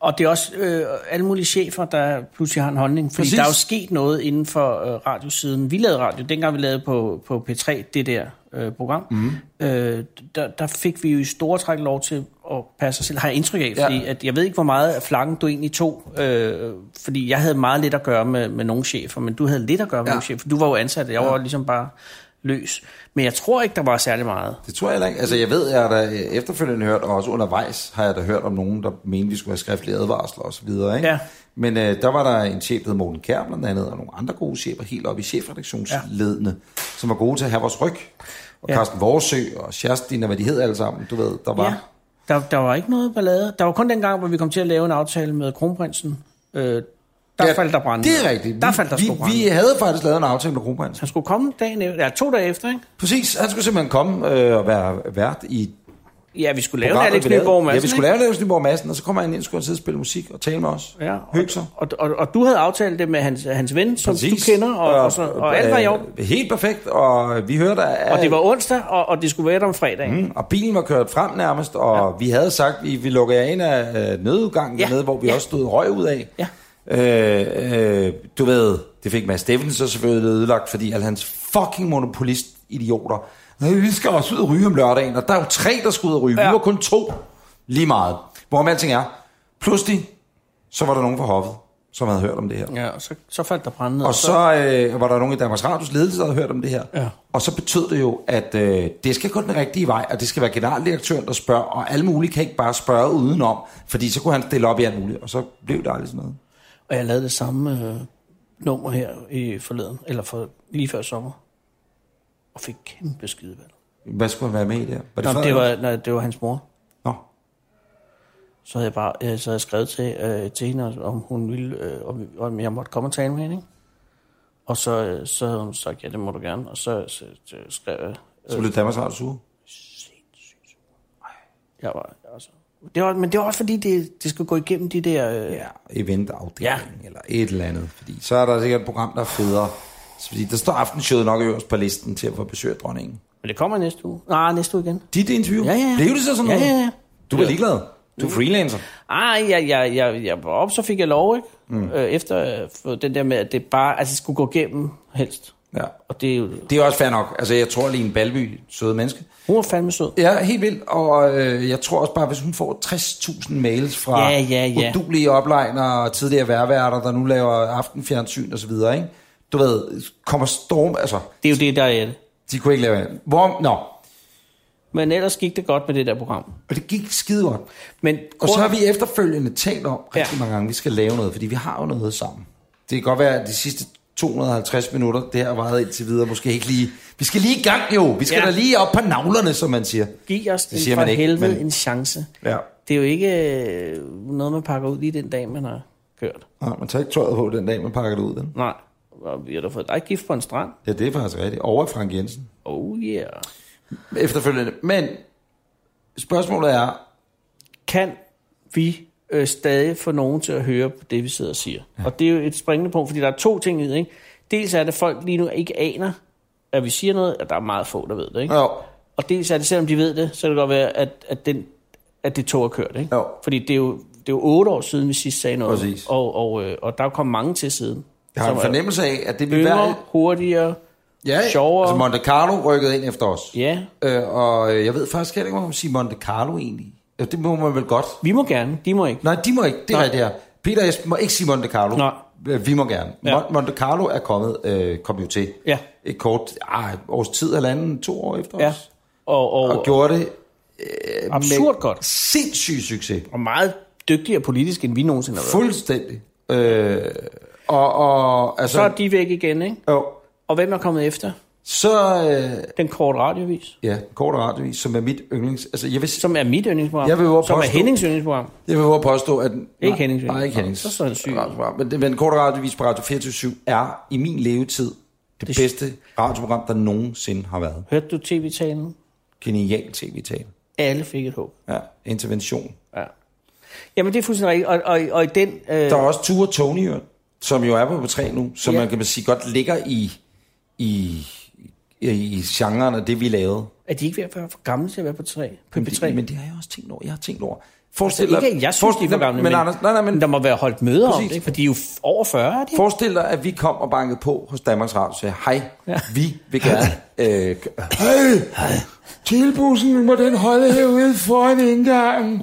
Speaker 2: Og det er også øh, alle mulige chefer, der pludselig har en holdning. Fordi
Speaker 1: Præcis.
Speaker 2: Præcis. der er jo sket noget inden for øh, radiosiden. Vi lavede radio, dengang vi lavede på, på P3 det der øh, program.
Speaker 1: Mhm.
Speaker 2: Mm. Øh, der, der fik vi jo i store træk lov til at passe os selv, har jeg indtryk af.
Speaker 1: Ja.
Speaker 2: Fordi at, jeg ved ikke, hvor meget af flakken du egentlig tog. Øh, fordi jeg havde meget lidt at gøre med, med nogle chefer, men du havde lidt at gøre med
Speaker 1: Ja.
Speaker 2: ja. nogle chefer. Du var jo ansat, og jeg ja. var ligesom bare løs. Men jeg tror ikke, der var særlig meget.
Speaker 1: Det tror jeg heller ikke. Altså, jeg ved, jeg har da øh, efterfølgende hørt, og også undervejs har jeg da hørt om nogen, der mente, vi skulle have skriftlige advarsler og så videre, ikke?
Speaker 2: Ja.
Speaker 1: Men øh, der var der en chef, der hed Morten Kær, blandt andet, og nogle andre gode chefer, helt oppe i chefredaktionsledende, ja. som var gode til at have vores ryg. Og ja.
Speaker 2: Ja.
Speaker 1: Carsten Vorsø og Kerstin, og hvad de hed alle sammen, du ved, der var...
Speaker 2: Ja. Der, der var ikke noget ballade. Der var kun den gang, hvor vi kom til at lave en aftale med kronprinsen. Øh, der ja, faldt der brænde.
Speaker 1: Det er rigtigt.
Speaker 2: Der
Speaker 1: Vi-
Speaker 2: faldt der
Speaker 1: vi,
Speaker 2: sgu brænde.
Speaker 1: vi havde faktisk lavet en aftale med Kronprins.
Speaker 2: Han skulle komme dagen efter, ja, to dage efter, ikke?
Speaker 1: Præcis, han skulle simpelthen komme øh, og være vært i
Speaker 2: Ja, vi skulle lave en
Speaker 1: programmet,
Speaker 2: Alex
Speaker 1: vi lavede. Ja,
Speaker 2: Nyborg Madsen,
Speaker 1: vi skulle lave en Alex Nyborg Madsen, og så kommer han ind og skulle han sidde og spille musik og tale med os.
Speaker 2: ikke? Ja,
Speaker 1: Hygge sig.
Speaker 2: og, og, og, og, du havde aftalt det med hans, hans ven, som
Speaker 1: Præcis.
Speaker 2: du kender, og, og, så, og alt var i orden.
Speaker 1: øh, Helt perfekt, og vi hørte, at,
Speaker 2: Og det var onsdag, og, og det skulle være der om fredagen. Mm.
Speaker 1: og bilen var kørt frem nærmest, og ja. vi havde sagt, vi, vi lukker jer ind af øh, nødudgangen ja.
Speaker 2: Ja.
Speaker 1: dernede, hvor vi ja.
Speaker 2: Ja.
Speaker 1: også stod røg ud af.
Speaker 2: Ja.
Speaker 1: Øh, øh, du ved, det fik Mads Steffensen så selvfølgelig ødelagt, fordi alle hans fucking monopolist-idioter, "Nej, vi skal også ud og ryge om lørdagen, og der er jo tre, der skal ud og ryge. Ja.
Speaker 2: Ja.
Speaker 1: Vi var kun to. Lige meget. Hvorom alting er, pludselig, så var der nogen fra hoffet, som havde hørt om det her.
Speaker 2: Ja, og så, så faldt der brænde. ned,
Speaker 1: Og så øh, var der nogen i Danmarks Radios ledelse, der havde hørt om det her.
Speaker 2: Ja.
Speaker 1: Og så betød det jo, at øh, det skal gå den rigtige vej, og det skal være generaldirektøren, der spørger, og alle mulige kan ikke bare spørge udenom, fordi så kunne han stille op i alt muligt, og så blev det aldrig sådan noget.
Speaker 2: Og jeg lavede det samme øh, nummer her i forleden, eller for, lige før sommer. Og fik kæmpe skideball.
Speaker 1: Hvad skulle han være med i der? Var det,
Speaker 2: Nå,
Speaker 1: Frederik?
Speaker 2: det var, nej, det var hans mor.
Speaker 1: Nå.
Speaker 2: Så havde jeg bare øh, så havde jeg skrevet til, øh, til hende, om hun ville, øh, om, om jeg måtte komme og tale med hende. Ikke? Og så, øh, så havde hun sagt, ja, det må du gerne. Og så, så, så skrev jeg,
Speaker 1: Så blev Danmarks Radio sur.
Speaker 2: jeg var, altså, det var, men det var også fordi, det, det skulle gå igennem de der... Øh, ja.
Speaker 1: Ja, eventafdelingen ja. eller et eller andet. Fordi så er der sikkert et program, der er federe. Så Fordi der står aftenshowet nok øverst på listen til at få besøg af dronningen.
Speaker 2: Men det kommer næste uge. Nej, næste uge igen.
Speaker 1: Dit interview?
Speaker 2: Ja, ja, ja.
Speaker 1: Blev det så sådan
Speaker 2: Ja,
Speaker 1: noget?
Speaker 2: ja, Mm.
Speaker 1: Du
Speaker 2: ja.
Speaker 1: var ligeglad. Du er freelancer.
Speaker 2: Ej, jeg, jeg, jeg, jeg var op, så fik jeg lov, ikke? Mm. Øh, efter øh, for den der med, at det bare altså, det skulle gå igennem helst.
Speaker 1: Ja.
Speaker 2: Og det er jo...
Speaker 1: Det er også fair nok. Altså, jeg tror lige en Balby, søde menneske.
Speaker 2: Hun var fandme sød.
Speaker 1: Ja, helt vildt. Og øh, jeg tror også bare, hvis hun får 60.000 mails fra
Speaker 2: Ja, ja, ja.
Speaker 1: udulige oplejnere og tidligere værværter, der nu laver aftenfjernsyn og så videre, ikke? Du ved, kommer storm... Altså,
Speaker 2: Det er jo det, der er det.
Speaker 1: de kunne ikke lave... Hvor, nå,
Speaker 2: Men ellers gik det godt med det der program.
Speaker 1: og det gik skide godt.
Speaker 2: Men
Speaker 1: Og så har vi efterfølgende talt om rigtig
Speaker 2: Ja.
Speaker 1: mange gange, at vi skal lave noget, fordi vi har jo noget sammen. Det kan godt være, at de sidste 250 minutter, det har været indtil videre, måske ikke lige... Vi skal lige i gang jo! Vi skal
Speaker 2: Ja.
Speaker 1: da lige op på navlerne, som man siger.
Speaker 2: Giv os
Speaker 1: Det siger
Speaker 2: den for
Speaker 1: man ikke,
Speaker 2: helvede
Speaker 1: men-
Speaker 2: en chance.
Speaker 1: Ja.
Speaker 2: Det er jo ikke øh, noget, man pakker ud lige den dag, man har kørt.
Speaker 1: Nej, man tager ikke tøjet på den dag, man pakker det ud. Den.
Speaker 2: Nej. Og vi har da fået dig gift på en strand.
Speaker 1: Ja, det er faktisk rigtigt. Over Frank Jensen.
Speaker 2: Oh yeah.
Speaker 1: Efterfølgende. Men spørgsmålet er...
Speaker 2: Kan vi øh, stadig få nogen til at høre på det, vi sidder og siger? Ja. Og det er jo et springende punkt, fordi der er to ting i det. Ikke? Dels er det, at folk lige nu ikke aner, at vi siger noget, og der er meget få, der ved det. Ikke?
Speaker 1: Jo,
Speaker 2: Og dels er det, selvom de ved det, så kan det godt være, at, at, den, at det tog er kørt. Ikke?
Speaker 1: Jo.
Speaker 2: Fordi det er, jo, det er jo otte år siden, vi sidst sagde noget.
Speaker 1: Præcis.
Speaker 2: Og, og, øh, og der er kommet mange til siden.
Speaker 1: jeg har
Speaker 2: som
Speaker 1: en
Speaker 2: er
Speaker 1: fornemmelse af, at det vil
Speaker 2: Yngre,
Speaker 1: være...
Speaker 2: hurtigere.
Speaker 1: Ja,
Speaker 2: sjovere.
Speaker 1: altså Monte Carlo rykkede ind efter os.
Speaker 2: Ja,
Speaker 1: Øh, og øh, jeg ved faktisk heller ikke, om man må sige Monte Carlo egentlig. Ja, det må man vel godt.
Speaker 2: vi må gerne, de må ikke.
Speaker 1: Nej, de må ikke. Det er
Speaker 2: Nej.
Speaker 1: rigtigt her. Peter og Esben må ikke sige Monte Carlo.
Speaker 2: Nej.
Speaker 1: Øh, Vi må gerne.
Speaker 2: Ja.
Speaker 1: Mon- Monte Carlo er kommet, øh, kom jo til.
Speaker 2: Ja.
Speaker 1: Et kort, ah, et års tid, halvanden, to år efter
Speaker 2: Ja.
Speaker 1: os.
Speaker 2: Og, og,
Speaker 1: Og
Speaker 2: og,
Speaker 1: gjorde det øh,
Speaker 2: Absurd godt.
Speaker 1: Sindssyg succes.
Speaker 2: og meget dygtigere politisk, end vi nogensinde har været.
Speaker 1: Fuldstændig. Øh, og, og altså,
Speaker 2: Så er de væk igen, ikke?
Speaker 1: jo,
Speaker 2: Og hvem er kommet efter?
Speaker 1: Så, øh,
Speaker 2: Den korte radiovis,
Speaker 1: ja, kort og radiovis, som er mit yndlings... Altså, jeg vil,
Speaker 2: som er mit yndlingsprogram.
Speaker 1: Jeg vil jo
Speaker 2: som er
Speaker 1: påstå-
Speaker 2: Hennings yndlingsprogram.
Speaker 1: jeg vil våge at påstå, at... Ikke
Speaker 2: Ikke Hennings.
Speaker 1: Nej, ikke Hennings.
Speaker 2: Så er han syg.
Speaker 1: Radioprogram. Men, det- men kort og radiovis på Radio 24 er i min levetid det, det
Speaker 2: Det-
Speaker 1: bedste radioprogram, der nogensinde har været.
Speaker 2: Hørte du tv-talen?
Speaker 1: Genial tv-tale.
Speaker 2: Alle fik et håb.
Speaker 1: Ja, intervention.
Speaker 2: Ja. Jamen, det er fuldstændig rigtigt. Og, og, og i den... Øh,
Speaker 1: Der er også Ture Tony, jo, som jo er på P3 nu, som
Speaker 2: Ja.
Speaker 1: man kan sige godt ligger i, i, i, i genren af det, vi lavede.
Speaker 2: er de ikke ved at være for gamle til at være på 3? På
Speaker 1: Men
Speaker 2: P3?
Speaker 1: det,
Speaker 2: Men,
Speaker 1: men det har jeg også tænkt over. Jeg har tænkt over.
Speaker 2: så
Speaker 1: Forestil
Speaker 2: ikke, at jeg synes, de er for
Speaker 1: men,
Speaker 2: gamle,
Speaker 1: men, Anders, nej, nej, men
Speaker 2: der må være holdt møder
Speaker 1: Præcis.
Speaker 2: om det, for de er jo f- over 40, er de?
Speaker 1: Forestil dig, at vi kom og bankede på hos Danmarks Radio og sagde, hej, ja.
Speaker 2: Ja.
Speaker 1: vi vil gerne... Øh, k- hej, tilbussen, må den holde herude foran indgangen?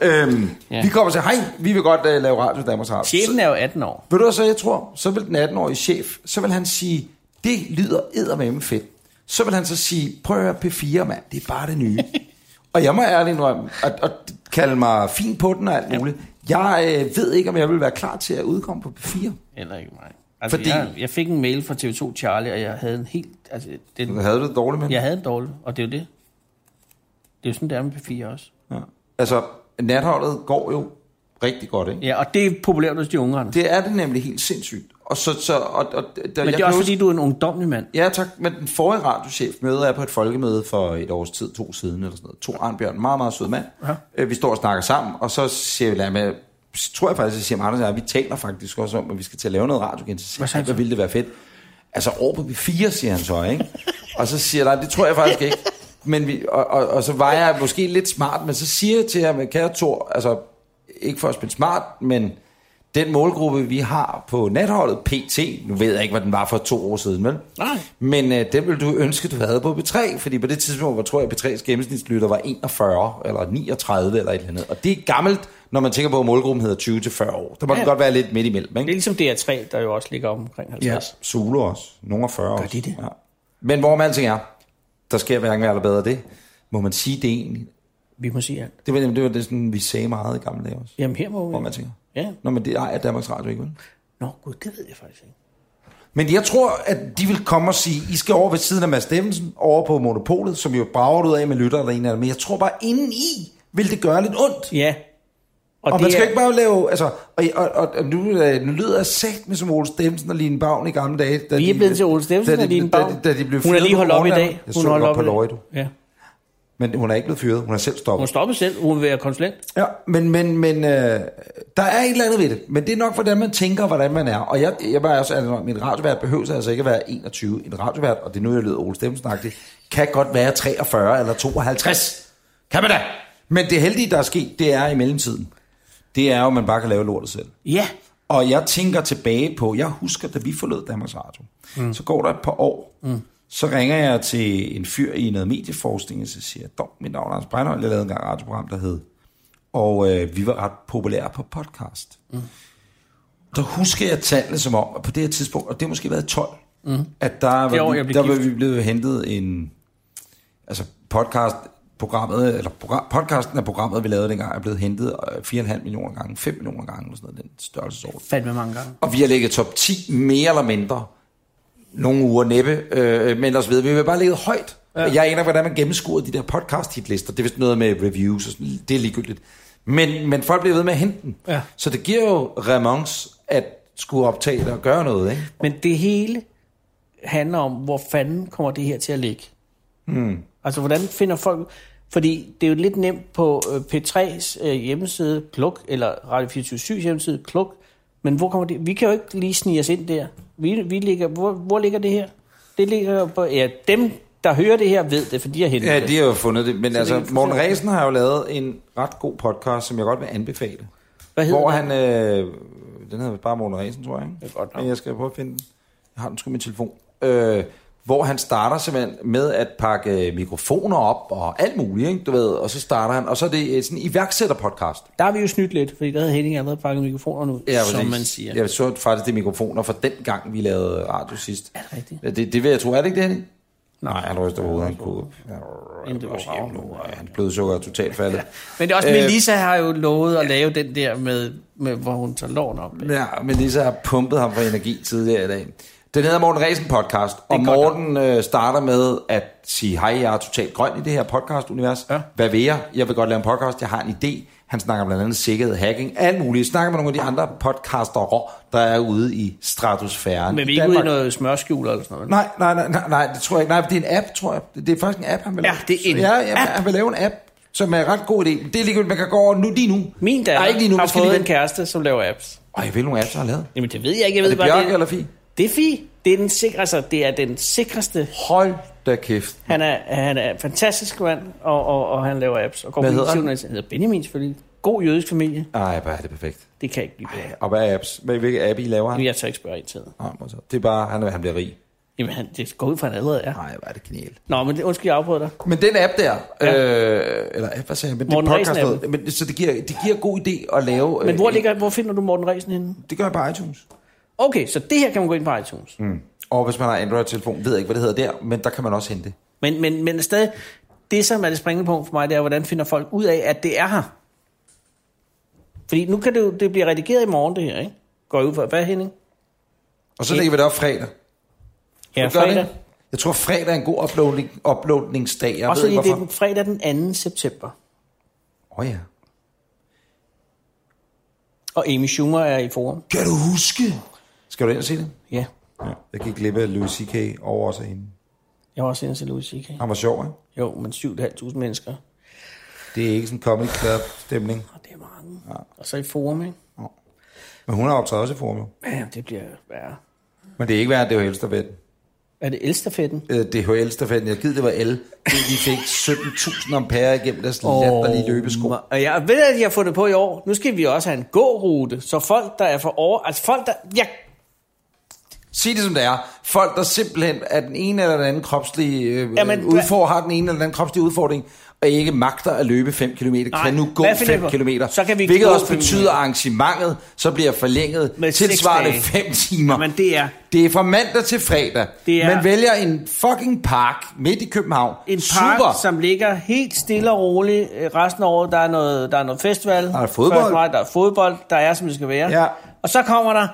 Speaker 1: Øhm, ja.
Speaker 2: Ja.
Speaker 1: Vi kommer og siger, hej, vi vil godt øh, lave radio i Danmarks Radio.
Speaker 2: Chefen
Speaker 1: Så,
Speaker 2: er jo 18 år.
Speaker 1: ved du hvad så, jeg tror, så vil den 18-årige chef, så vil han sige, det lyder eddermame fedt. Så vil han så sige, prøv at høre P4, mand, det er bare det nye. og jeg må ærligt indrømme, at, at kalde mig fin på den og alt muligt. Jeg øh, ved ikke, om jeg vil være klar til at udkomme på P4.
Speaker 2: Heller ikke mig. Altså,
Speaker 1: Fordi-
Speaker 2: Fordi... jeg, jeg fik en mail fra TV2 Charlie, og jeg havde en helt... Altså, den,
Speaker 1: Havde du det dårligt med den?
Speaker 2: jeg havde en dårlig, og det er jo det. Det er jo sådan, det er med P4 også.
Speaker 1: Ja. Altså, natholdet går jo rigtig godt, ikke?
Speaker 2: Ja, og det er populært hos de unge. Det,
Speaker 1: Det er det nemlig helt sindssygt. Og så, så, og, og, der, jeg
Speaker 2: men det
Speaker 1: kan
Speaker 2: er også,
Speaker 1: huske-
Speaker 2: fordi du er en ungdomlig mand.
Speaker 1: Ja, tak. Men den forrige radiochef møder jeg på et folkemøde for et års tid, to siden eller sådan noget. To Arnbjørn, meget, meget sød mand.
Speaker 2: Ja.
Speaker 1: Øh, Vi står og snakker sammen, og så siger vi, lad med, tror jeg faktisk, at jeg siger, Anders og jeg, vi taler faktisk også om, at vi skal til at lave noget radio igen. Så siger
Speaker 2: Hvad
Speaker 1: han,
Speaker 2: sagde han
Speaker 1: hvor
Speaker 2: så?
Speaker 1: ville det være fedt. Altså over på B4, siger han så, ikke? og så siger jeg, nej, det tror jeg faktisk ikke. Men vi, og, og, og, så var jeg måske lidt smart, men så siger jeg til ham, kære Thor, altså ikke for at spille smart, men den målgruppe, vi har på natholdet, PT, nu ved jeg ikke, hvad den var for to år siden, vel?
Speaker 2: Nej.
Speaker 1: Men øh, den ville du ønske, du havde på B3, fordi på det tidspunkt, hvor tror jeg, B3's gennemsnitslytter var 41 eller 39 eller et eller andet. Og det er gammelt, når man tænker på, at målgruppen hedder 20-40 år. Der må ja.
Speaker 2: Ja.
Speaker 1: den godt være lidt midt imellem,
Speaker 2: Det er
Speaker 1: ikke?
Speaker 2: ligesom DR3, der jo også ligger op omkring 50.
Speaker 1: Ja, Zulu også. Nogle af 40 Gør
Speaker 2: de det?
Speaker 1: Ja. Men hvor man alting er, der sker hverken værre eller bedre det. Må man sige det egentlig?
Speaker 2: Vi må sige alt.
Speaker 1: Det var, det var det, sådan, vi sagde meget i gamle dage også.
Speaker 2: Jamen her
Speaker 1: Hvor
Speaker 2: må vi...
Speaker 1: man tænker.
Speaker 2: Ja.
Speaker 1: Nå, men det ejer Danmarks Radio ikke, vel?
Speaker 2: Nå gud, det ved jeg faktisk ikke.
Speaker 1: Men jeg tror, at de vil komme og sige, I skal over ved siden af Mads Steffensen, over på Monopolet, som jo brager det ud af med lytter eller en af dem. Men jeg tror bare, indeni vil det gøre lidt ondt.
Speaker 2: Ja.
Speaker 1: Og, og man skal ikke bare lave, altså, og, og, og, og nu, øh, nu lyder jeg sagt med som Ole Steffensen og Line Bavn i gamle dage. Da
Speaker 2: Vi er blevet til Ole Steffensen
Speaker 1: da de-
Speaker 2: og Line Bavn.
Speaker 1: Da, de- da de blev
Speaker 2: Hun er
Speaker 1: fyret
Speaker 2: lige
Speaker 1: på
Speaker 2: holdt op i
Speaker 1: morgenen.
Speaker 2: dag.
Speaker 1: Jeg
Speaker 2: hun
Speaker 1: så
Speaker 2: holdt
Speaker 1: op på
Speaker 2: i dag.
Speaker 1: Lloyd.
Speaker 2: Ja.
Speaker 1: Men hun er ikke blevet fyret, hun er selv
Speaker 2: Hun
Speaker 1: stoppet.
Speaker 2: stopper selv, hun vil være konsulent.
Speaker 1: Ja, men, men, men øh, der er et eller andet ved det. Men det er nok, hvordan man tænker, og hvordan man er. Og jeg, jeg var også, altså, min radiovært behøver altså ikke at være 21. En radiovært, og det er nu, jeg lyder Ole Stemmesnagtig, kan godt være 43 eller 52. Kan man da? Men det heldige, der er sket, det er i mellemtiden. Det er jo, at man bare kan lave lortet selv.
Speaker 2: Ja.
Speaker 1: Og jeg tænker tilbage på, jeg husker, da vi forlod Danmarks Radio, mm. så går der et par år, mm. så ringer jeg til en fyr i noget medieforskning, og så siger jeg, "Dov, mit navn er Anders Breinholt, jeg lavede engang et radioprogram, der hed, og øh, vi var ret populære på podcast. Mm. Der husker jeg tallene som om, at på det her tidspunkt, og det har måske været 12, mm. at der, var,
Speaker 2: år,
Speaker 1: vi,
Speaker 2: jeg blev
Speaker 1: der var
Speaker 2: gift.
Speaker 1: vi blevet hentet en, altså podcast, programmet, eller program, podcasten af programmet, vi lavede dengang, er blevet hentet øh, 4,5 millioner gange, 5 millioner gange, eller sådan noget, den størrelsesorden.
Speaker 2: Fandme mange gange.
Speaker 1: Og vi har ligget top 10 mere eller mindre. Nogle uger næppe, øh, men ellers ved vi, vi har bare ligget højt. Ja. Jeg aner ikke, hvordan man gennemskuer de der podcast hitlister. Det er vist noget med reviews og sådan, det er ligegyldigt. Men, men folk bliver ved med at hente den.
Speaker 2: Ja.
Speaker 1: Så det giver jo remons at skulle optage det og gøre noget, ikke?
Speaker 2: Men det hele handler om, hvor fanden kommer det her til at ligge?
Speaker 1: Hmm.
Speaker 2: Mm. Altså, hvordan finder folk... Fordi det er jo lidt nemt på øh, P3's øh, hjemmeside, Kluk, eller Radio 24 hjemmeside, Kluk. Men hvor kommer det... Vi kan jo ikke lige snige os ind der. Vi, vi ligger, hvor, hvor ligger det her? Det ligger jo på... Ja, dem, der hører det her, ved det, for de har hentet
Speaker 1: Ja,
Speaker 2: det.
Speaker 1: de har jo fundet det. Men altså,
Speaker 2: det er
Speaker 1: Morten
Speaker 2: interessant.
Speaker 1: Resen har jo lavet en ret god podcast, som jeg godt vil anbefale.
Speaker 2: Hvad hedder
Speaker 1: Hvor
Speaker 2: den?
Speaker 1: han... Øh, den hedder bare Morten Resen, tror jeg. Ikke?
Speaker 2: Det er godt nok.
Speaker 1: Men jeg skal prøve at finde den. Jeg har den sgu i min telefon. Øh, hvor han starter simpelthen med at pakke øh, mikrofoner op og alt muligt, ikke? du ved. Og så starter han, og så er det øh, sådan en iværksætterpodcast.
Speaker 2: Der har vi jo snydt lidt, fordi der havde Henning allerede pakket mikrofonerne ud, ja, som
Speaker 1: præcis.
Speaker 2: man siger. Ja.
Speaker 1: Jeg så faktisk det er mikrofoner fra den gang, vi lavede radio sidst.
Speaker 2: Er det rigtigt?
Speaker 1: Ja, Det, det vil jeg tro, er det ikke det, Henning? Nej, han ryster på hovedet. Han kunne...
Speaker 2: Jamen, det var også jævnt.
Speaker 1: Han blødsukker er totalt faldet.
Speaker 2: Men det er også,
Speaker 1: Øh,
Speaker 2: øh, Melissa har jo lovet at lave den der med, med hvor hun tager loven op.
Speaker 1: Ja, men Lisa har pumpet ham for energi tidligere i dag. Den hedder Morten Ræsen podcast, og
Speaker 2: godt
Speaker 1: Morten øh, starter med at sige, hej, jeg er totalt grøn i det her podcast-univers.
Speaker 2: Ja.
Speaker 1: Hvad vil jeg? Jeg vil godt lave en podcast, jeg har en idé. Han snakker blandt andet sikkerhed, hacking, alt muligt. Jeg snakker med nogle af de andre podcastere, der er ude i stratosfæren
Speaker 2: Men vi
Speaker 1: i
Speaker 2: er ikke ude i
Speaker 1: Danmark.
Speaker 2: noget smørskjul eller sådan noget.
Speaker 1: Nej, nej, nej, nej, nej, det tror jeg ikke. Nej, det er en app, tror jeg. Det, det er faktisk en app, han vil
Speaker 2: Ja,
Speaker 1: lave.
Speaker 2: det er en
Speaker 1: ja, ja,
Speaker 2: app.
Speaker 1: han vil lave en app, som er en ret god idé. Det er ligegyldigt, man kan gå over nu, lige nu.
Speaker 2: Min datter
Speaker 1: Ej, ikke lige nu,
Speaker 2: har
Speaker 1: vi skal
Speaker 2: fået
Speaker 1: lige
Speaker 2: en kæreste, som laver apps.
Speaker 1: Åh, jeg vil nogle apps, jeg har lavet.
Speaker 2: Jamen det ved jeg ikke, jeg ved
Speaker 1: Er det
Speaker 2: bare,
Speaker 1: Bjørk eller Fie?
Speaker 2: Det er Fie. Det er den, sikre, altså, det er den sikreste.
Speaker 1: Hold da kæft.
Speaker 2: Han er, han er en fantastisk mand, og, og, og han laver apps. Og går
Speaker 1: Hvad
Speaker 2: på
Speaker 1: hedder han?
Speaker 2: han? han hedder Benjamin selvfølgelig. God jødisk familie.
Speaker 1: Ej, hvor er det perfekt.
Speaker 2: Det kan jeg ikke blive bedre.
Speaker 1: Og hvad er apps? Hvad, hvilke app I laver han?
Speaker 2: Men jeg tør ikke spørge ind til det.
Speaker 1: Nej, modtaget. Det er bare, han, han bliver rig.
Speaker 2: Jamen, han, det går ud fra, han allerede er.
Speaker 1: Nej, hvor er det genialt.
Speaker 2: Nå, men det- undskyld, jeg afbrød dig.
Speaker 1: Men den app der, ja. øh, eller app, hvad sagde jeg? Men
Speaker 2: Morten
Speaker 1: det podcast,
Speaker 2: Ræsen-appen.
Speaker 1: noget. men, så det giver, det giver god idé at lave...
Speaker 2: Men
Speaker 1: øh,
Speaker 2: hvor,
Speaker 1: en-
Speaker 2: ligger, hvor finder du Morten Ræsen henne?
Speaker 1: Det gør jeg på iTunes.
Speaker 2: Okay, så det her kan man gå ind på iTunes. Mm.
Speaker 1: Og hvis man har Android-telefon, ved jeg ikke, hvad det hedder der, men der kan man også hente det.
Speaker 2: Men, men, men stadig, det som er det springende punkt for mig, det er, hvordan finder folk ud af, at det er her? Fordi nu kan det jo, det bliver redigeret i morgen, det her, ikke? Går jeg ud for, hvad Henning?
Speaker 1: Og så
Speaker 2: Ja.
Speaker 1: lægger vi det op fredag.
Speaker 2: Ja,
Speaker 1: Gør det?
Speaker 2: fredag.
Speaker 1: Jeg tror, fredag er en god uploading, uploadningsdag. Jeg
Speaker 2: Også
Speaker 1: ved
Speaker 2: fordi
Speaker 1: ikke,
Speaker 2: det er
Speaker 1: hvorfor.
Speaker 2: den fredag den 2. september.
Speaker 1: Åh oh, ja.
Speaker 2: Og Amy Schumer er i forum.
Speaker 1: Kan du huske? Skal du ind og se det?
Speaker 2: Ja,
Speaker 1: Ja. Jeg gik glip af Louis C.K. over os af hende.
Speaker 2: jeg var også inde til Louis C.K.
Speaker 1: Han var sjov, ikke?
Speaker 2: Jo, men 7.500 mennesker.
Speaker 1: Det er ikke sådan en comic club stemning.
Speaker 2: Og det er mange. Ja. Og så i forum, ikke?
Speaker 1: Men hun har optaget også i form, jo.
Speaker 2: Ja, det bliver værre.
Speaker 1: Men det er ikke værd, at det er Hølstafetten.
Speaker 2: Er det elstafetten?
Speaker 1: Øh, DHL-stafetten, jeg gider det var el. De fik 17.000 ampere igennem deres oh,
Speaker 2: Åh,
Speaker 1: latterlige løbesko.
Speaker 2: ma- Og jeg ved, at jeg har fundet på i år. Nu skal vi også have en gårute, så folk, der er for over... Altså folk, der... Ja,
Speaker 1: Sig det som det er. Folk, der simpelthen er den ene eller den anden kropslige øh,
Speaker 2: Jamen,
Speaker 1: Jamen, udfor, har den ene eller den anden kropslige udfordring, og ikke magter at løbe 5 km,
Speaker 2: Nej,
Speaker 1: kan nu gå
Speaker 2: hvad finder
Speaker 1: 5
Speaker 2: jeg på?
Speaker 1: km.
Speaker 2: Så kan vi
Speaker 1: hvilket
Speaker 2: gå
Speaker 1: også
Speaker 2: fem
Speaker 1: betyder, at arrangementet så bliver forlænget
Speaker 2: Med
Speaker 1: Med
Speaker 2: seks
Speaker 1: tilsvarende
Speaker 2: dage.
Speaker 1: 5 timer.
Speaker 2: men det er...
Speaker 1: Det er fra mandag til fredag.
Speaker 2: Det er-
Speaker 1: Man vælger en fucking park midt i København.
Speaker 2: En park,
Speaker 1: Super.
Speaker 2: Super. som ligger helt stille og roligt øh, resten af året. Der er noget, der er noget festival. Der
Speaker 1: er fodbold.
Speaker 2: Maj, der er fodbold. Der er, som det skal være.
Speaker 1: Ja.
Speaker 2: Og så kommer der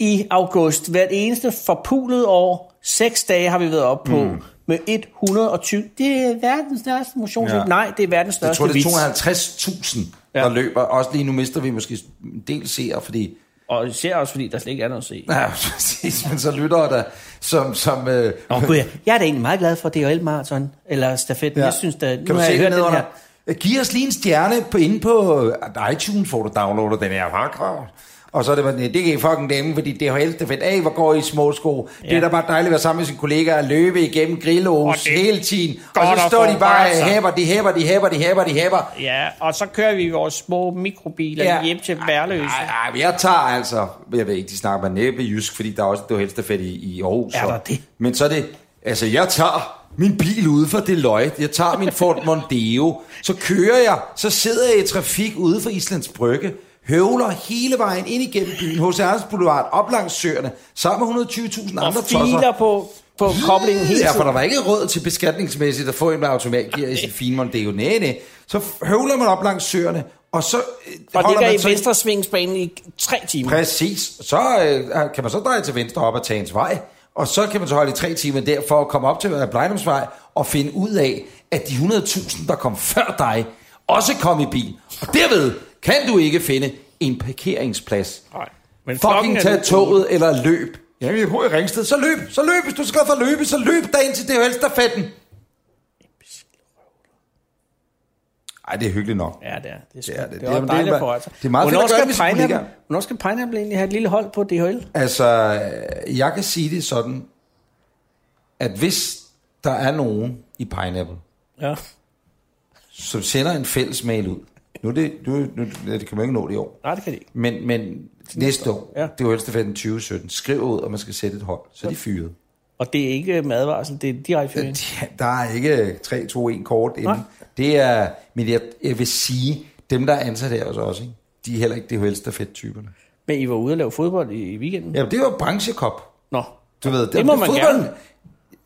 Speaker 2: i august, hvert eneste forpulet år, seks dage har vi været op på, mm. med 120. Det er verdens største motionsløb.
Speaker 1: Ja.
Speaker 2: Ja. Nej, det er verdens
Speaker 1: Jeg
Speaker 2: største
Speaker 1: tror, det
Speaker 2: vits.
Speaker 1: er 250.000, der
Speaker 2: Ja.
Speaker 1: løber. Også lige nu mister vi måske en del seere, fordi...
Speaker 2: Og især også, fordi der slet ikke er noget at se.
Speaker 1: Ja, præcis, men så lyttere der, som... som øh,
Speaker 2: Nå, gud, jeg, jeg er da egentlig meget glad for DHL Marathon, eller stafetten. Ja. Jeg synes da, nu
Speaker 1: kan du
Speaker 2: har
Speaker 1: se
Speaker 2: jeg hørt
Speaker 1: det
Speaker 2: den
Speaker 1: under?
Speaker 2: her.
Speaker 1: Her. Giv os lige en stjerne på, inde på øh, iTunes, hvor du downloader den her hardcore. Og så er det bare, sådan, det kan I fucking glemme, fordi det har helst fedt af, hvor går I i små sko. Ja. Det er
Speaker 2: Ja.
Speaker 1: da bare dejligt at være sammen med sine kollegaer og løbe igennem grillås
Speaker 2: Og det er
Speaker 1: hele tiden. Og
Speaker 2: godt
Speaker 1: så
Speaker 2: at
Speaker 1: står
Speaker 2: få
Speaker 1: de bare,
Speaker 2: rørt sig.
Speaker 1: hæber, de hæber, de hæber, de hæber, de hæber.
Speaker 2: Ja, og så kører vi vores små mikrobiler ja. hjem til Værløse.
Speaker 1: Nej, jeg tager altså, jeg ved ikke, de snakker bare næppe jysk, fordi der er også, du helst er fedt i, i Aarhus.
Speaker 2: Er der
Speaker 1: og-
Speaker 2: det?
Speaker 1: Men så er det, altså jeg tager min bil ude for Deloitte, jeg tager min Ford Mondeo, så kører jeg, så sidder jeg i trafik ude for Islands Brygge, høvler hele vejen ind igennem byen, hos Ernst Boulevard, op langs søerne, sammen med 120.000
Speaker 2: Og
Speaker 1: andre
Speaker 2: filer på, på koblingen hele
Speaker 1: Ja, for der
Speaker 2: tiden.
Speaker 1: var ikke råd til beskatningsmæssigt at få en med automatgear i sin fine Mondeo. Næ, næ. Så høvler man op langs søerne, og så øh,
Speaker 2: Og
Speaker 1: holder man
Speaker 2: ligger i
Speaker 1: så i
Speaker 2: venstre svingsbanen i tre timer.
Speaker 1: Præcis. Så øh, kan man så dreje til venstre op ad Tagens Vej, og så kan man så holde i tre timer der for at komme op til øh, Blejdomsvej og finde ud af, at de 100.000, der kom før dig, også kom i bil. Og derved kan du ikke finde en parkeringsplads.
Speaker 2: Nej. Men klokken
Speaker 1: Fucking
Speaker 2: er
Speaker 1: tag
Speaker 2: nu-
Speaker 1: toget eller løb. Jamen, jeg bor i Ringsted. Så løb, så løb. Hvis du skal for at løbe, så løb dig ind til DHL-stafetten. Ej, det er hyggeligt nok.
Speaker 2: Ja, det er. Det er, sgu,
Speaker 1: Det er det. Det
Speaker 2: det. Det
Speaker 1: er-
Speaker 2: er,
Speaker 1: men
Speaker 2: det
Speaker 1: det er
Speaker 2: dejligt
Speaker 1: bare-
Speaker 2: for altså.
Speaker 1: det er meget fedt at gøre det med sine
Speaker 2: Pineapple,
Speaker 1: kollegaer.
Speaker 2: hvornår skal Pineapple egentlig have et lille hold på DHL?
Speaker 1: Altså, øh, jeg kan sige det sådan, at hvis der er nogen i Pineapple,
Speaker 2: Ja.
Speaker 1: som sender en fælles mail ud, nu er det, nu, nu, ja, det kan man jo ikke nå det i år,
Speaker 2: Nej, det kan de ikke.
Speaker 1: men, men næste år, ja.
Speaker 2: Ja.
Speaker 1: det er jo helst 2017, skriv ud, og man skal sætte et hold, så er de fyret.
Speaker 2: Og det er ikke med advarsel, det er direkte
Speaker 1: Ja,
Speaker 2: fyring.
Speaker 1: Der er ikke 3, 2, 1 kort
Speaker 2: Nej.
Speaker 1: inden. Det er, men jeg, jeg vil sige, dem der er ansat her også, også ikke? de er heller ikke det helst typerne.
Speaker 2: Men I var ude og lave fodbold i i weekenden?
Speaker 1: Ja, det var branchekop.
Speaker 2: Nå.
Speaker 1: Du ved, det,
Speaker 2: må man
Speaker 1: fodbolden-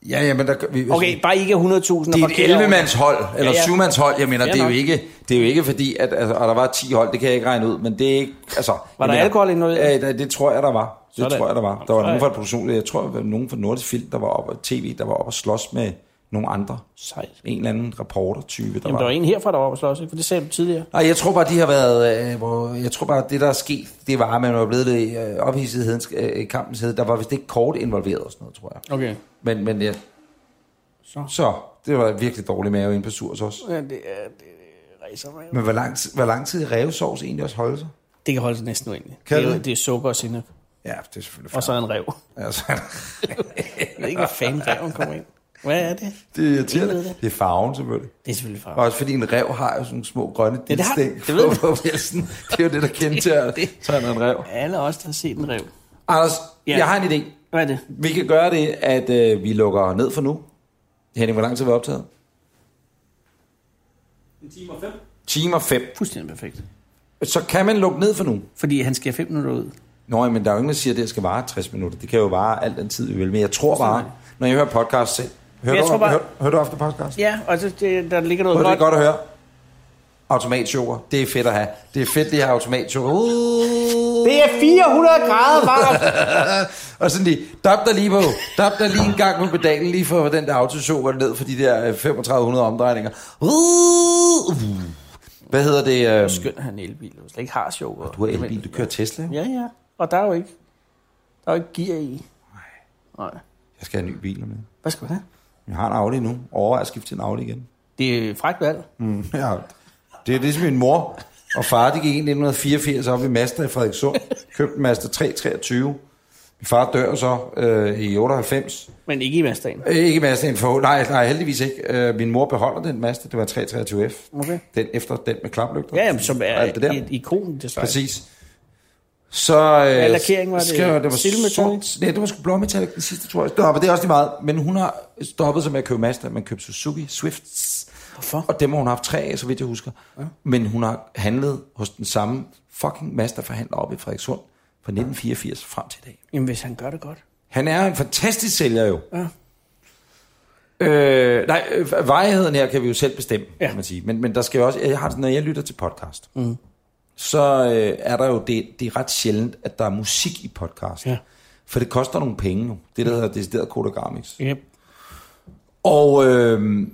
Speaker 1: Ja, ja, men der, vi,
Speaker 2: Okay, bare I ikke er 100.000 og
Speaker 1: Det er
Speaker 2: parkerer
Speaker 1: et 11 mands hold, eller
Speaker 2: Ja, ja.
Speaker 1: 7 mands hold, jeg mener,
Speaker 2: Fair
Speaker 1: det er, jo
Speaker 2: nok.
Speaker 1: ikke, det er jo ikke fordi, at altså, og der var 10 hold, det kan jeg ikke regne ud, men det er ikke, altså... Var
Speaker 2: der alkohol involveret?
Speaker 1: Ja, det, det tror jeg, der var. Det
Speaker 2: Sådan.
Speaker 1: tror jeg, der var. Der var
Speaker 2: Sådan.
Speaker 1: nogen fra et produktion, jeg tror, der var nogen fra Nordisk Film, der var oppe, tv, der var oppe og slås med nogle andre.
Speaker 2: Sejt.
Speaker 1: En eller anden reporter-type, der
Speaker 2: Jamen,
Speaker 1: var.
Speaker 2: der var en herfra, der var oppe og slås, ikke? For det sagde du tidligere.
Speaker 1: Nej, jeg tror bare, de har været... Øh, hvor, jeg tror bare, det der er sket, det var, at man var blevet lidt øh, ophidset i øh, i kampens hed. Der var vist ikke kort involveret og sådan noget, tror jeg.
Speaker 2: Okay.
Speaker 1: Men, men ja,
Speaker 2: Så.
Speaker 1: så det var virkelig dårlig mave inde på Surs også.
Speaker 2: Ja, det er... Det, racer, man.
Speaker 1: Men hvor lang, tid- hvor lang tid revsovs egentlig også holde sig?
Speaker 2: det kan holde sig næsten uendeligt.
Speaker 1: Kan
Speaker 2: det, er, jo-
Speaker 1: det?
Speaker 2: det er sukker og sinep.
Speaker 1: Ja, det er selvfølgelig
Speaker 2: Og så en rev.
Speaker 1: fair. Altså,
Speaker 2: Jeg ved ikke, hvad fanden reven kommer ind. Hvad er det?
Speaker 1: det er irriterende.
Speaker 2: Ingen ved det.
Speaker 1: Det er farven selvfølgelig.
Speaker 2: Det er selvfølgelig farligt.
Speaker 1: Og også fordi en rev har jo sådan nogle små grønne
Speaker 2: Ja, det har-
Speaker 1: dilstæng
Speaker 2: det ved
Speaker 1: på, på pelsen. Det er jo det, der kendetegner tegner en rev.
Speaker 2: Alle os, der har set en rev.
Speaker 1: Anders,
Speaker 2: Ja.
Speaker 1: jeg har en idé.
Speaker 2: Hvad er det?
Speaker 1: Vi kan gøre det, at øh, vi lukker ned for nu. Henning, hvor lang tid har vi optaget?
Speaker 2: En time og fem.
Speaker 1: Timer 5.
Speaker 2: Fuldstændig perfekt.
Speaker 1: Så kan man lukke ned for nu.
Speaker 2: Fordi han skal fem minutter ud.
Speaker 1: Nå, men der er jo ingen, der siger, at det skal vare 60 minutter. Det kan jo vare alt den tid, vi vil. Men jeg tror bare, når jeg hører podcast selv... Hører,
Speaker 2: Jeg
Speaker 1: du,
Speaker 2: tror bare-
Speaker 1: hører, hører du ofte podcast?
Speaker 2: Ja, og så det, der ligger noget
Speaker 1: Prøv, det er
Speaker 2: godt.
Speaker 1: godt at høre. Automatsukker. Det er fedt at have. Det er fedt lige at have automatsukker. Uh.
Speaker 2: Det er 400 grader varmt.
Speaker 1: Og sådan lige, dab der lige på, dab der lige en gang på pedalen, lige for den der autosukker ned for de der øh, 3500 omdrejninger. Uh. Hvad hedder det? øhm,
Speaker 2: Skønt at have en elbil. Du slet ikke har sjov. Og
Speaker 1: Du har elbil, du kører Tesla. jo.
Speaker 2: Ja, ja. Og der er jo ikke, der er jo ikke gear i. Nej.
Speaker 1: Jeg skal have en ny bil med.
Speaker 2: Hvad skal du have?
Speaker 1: Jeg har en Audi nu. Overvej at skifte til en Audi igen.
Speaker 2: Det er fragt valg.
Speaker 1: Mm, ja. Det er ligesom min mor og far, de gik ind i 1984 op i Mazda i Frederikssund. Købte en Mazda 323. Min far dør så øh, i 98.
Speaker 2: Men ikke i Mazdaen.
Speaker 1: Øh, ikke Mazdaen for... Nej, nej, heldigvis ikke. Øh, min mor beholder den Mazda. Det var 323F.
Speaker 2: Okay.
Speaker 1: Den efter den med klaplygter.
Speaker 2: Ja, jamen, som
Speaker 1: Og
Speaker 2: er
Speaker 1: alt det der.
Speaker 2: et ikon, det er
Speaker 1: Præcis. Så øh,
Speaker 2: lakeringen var det
Speaker 1: skrev jeg, det var
Speaker 2: silmetallic?
Speaker 1: sort, nej, det var sgu blåmetallic den sidste, tror jeg. Nå, men det er også lige meget. Men hun har stoppet sig med at købe Mazda, men købte Suzuki, Swifts.
Speaker 2: Hvorfor?
Speaker 1: Og dem har hun haft tre af, så vidt jeg husker. Ja. Men hun har handlet hos den samme fucking Mazda-forhandler oppe i Frederikshund fra 1984 frem til i dag.
Speaker 2: Jamen, hvis han gør det godt.
Speaker 1: Han er en fantastisk sælger jo.
Speaker 2: Ja.
Speaker 1: Øh, nej, øh, varigheden her kan vi jo selv bestemme, ja.
Speaker 2: Ja.
Speaker 1: kan man sige. Men, men der skal jo også, jeg har det, sådan, når jeg lytter til podcast, mm. så øh, er der jo, det, det er ret sjældent, at der er musik i podcast.
Speaker 2: Ja. Mm.
Speaker 1: For det koster nogle penge jo. Det, der hedder decideret kodogramix.
Speaker 2: Yep.
Speaker 1: Og øh,
Speaker 2: Men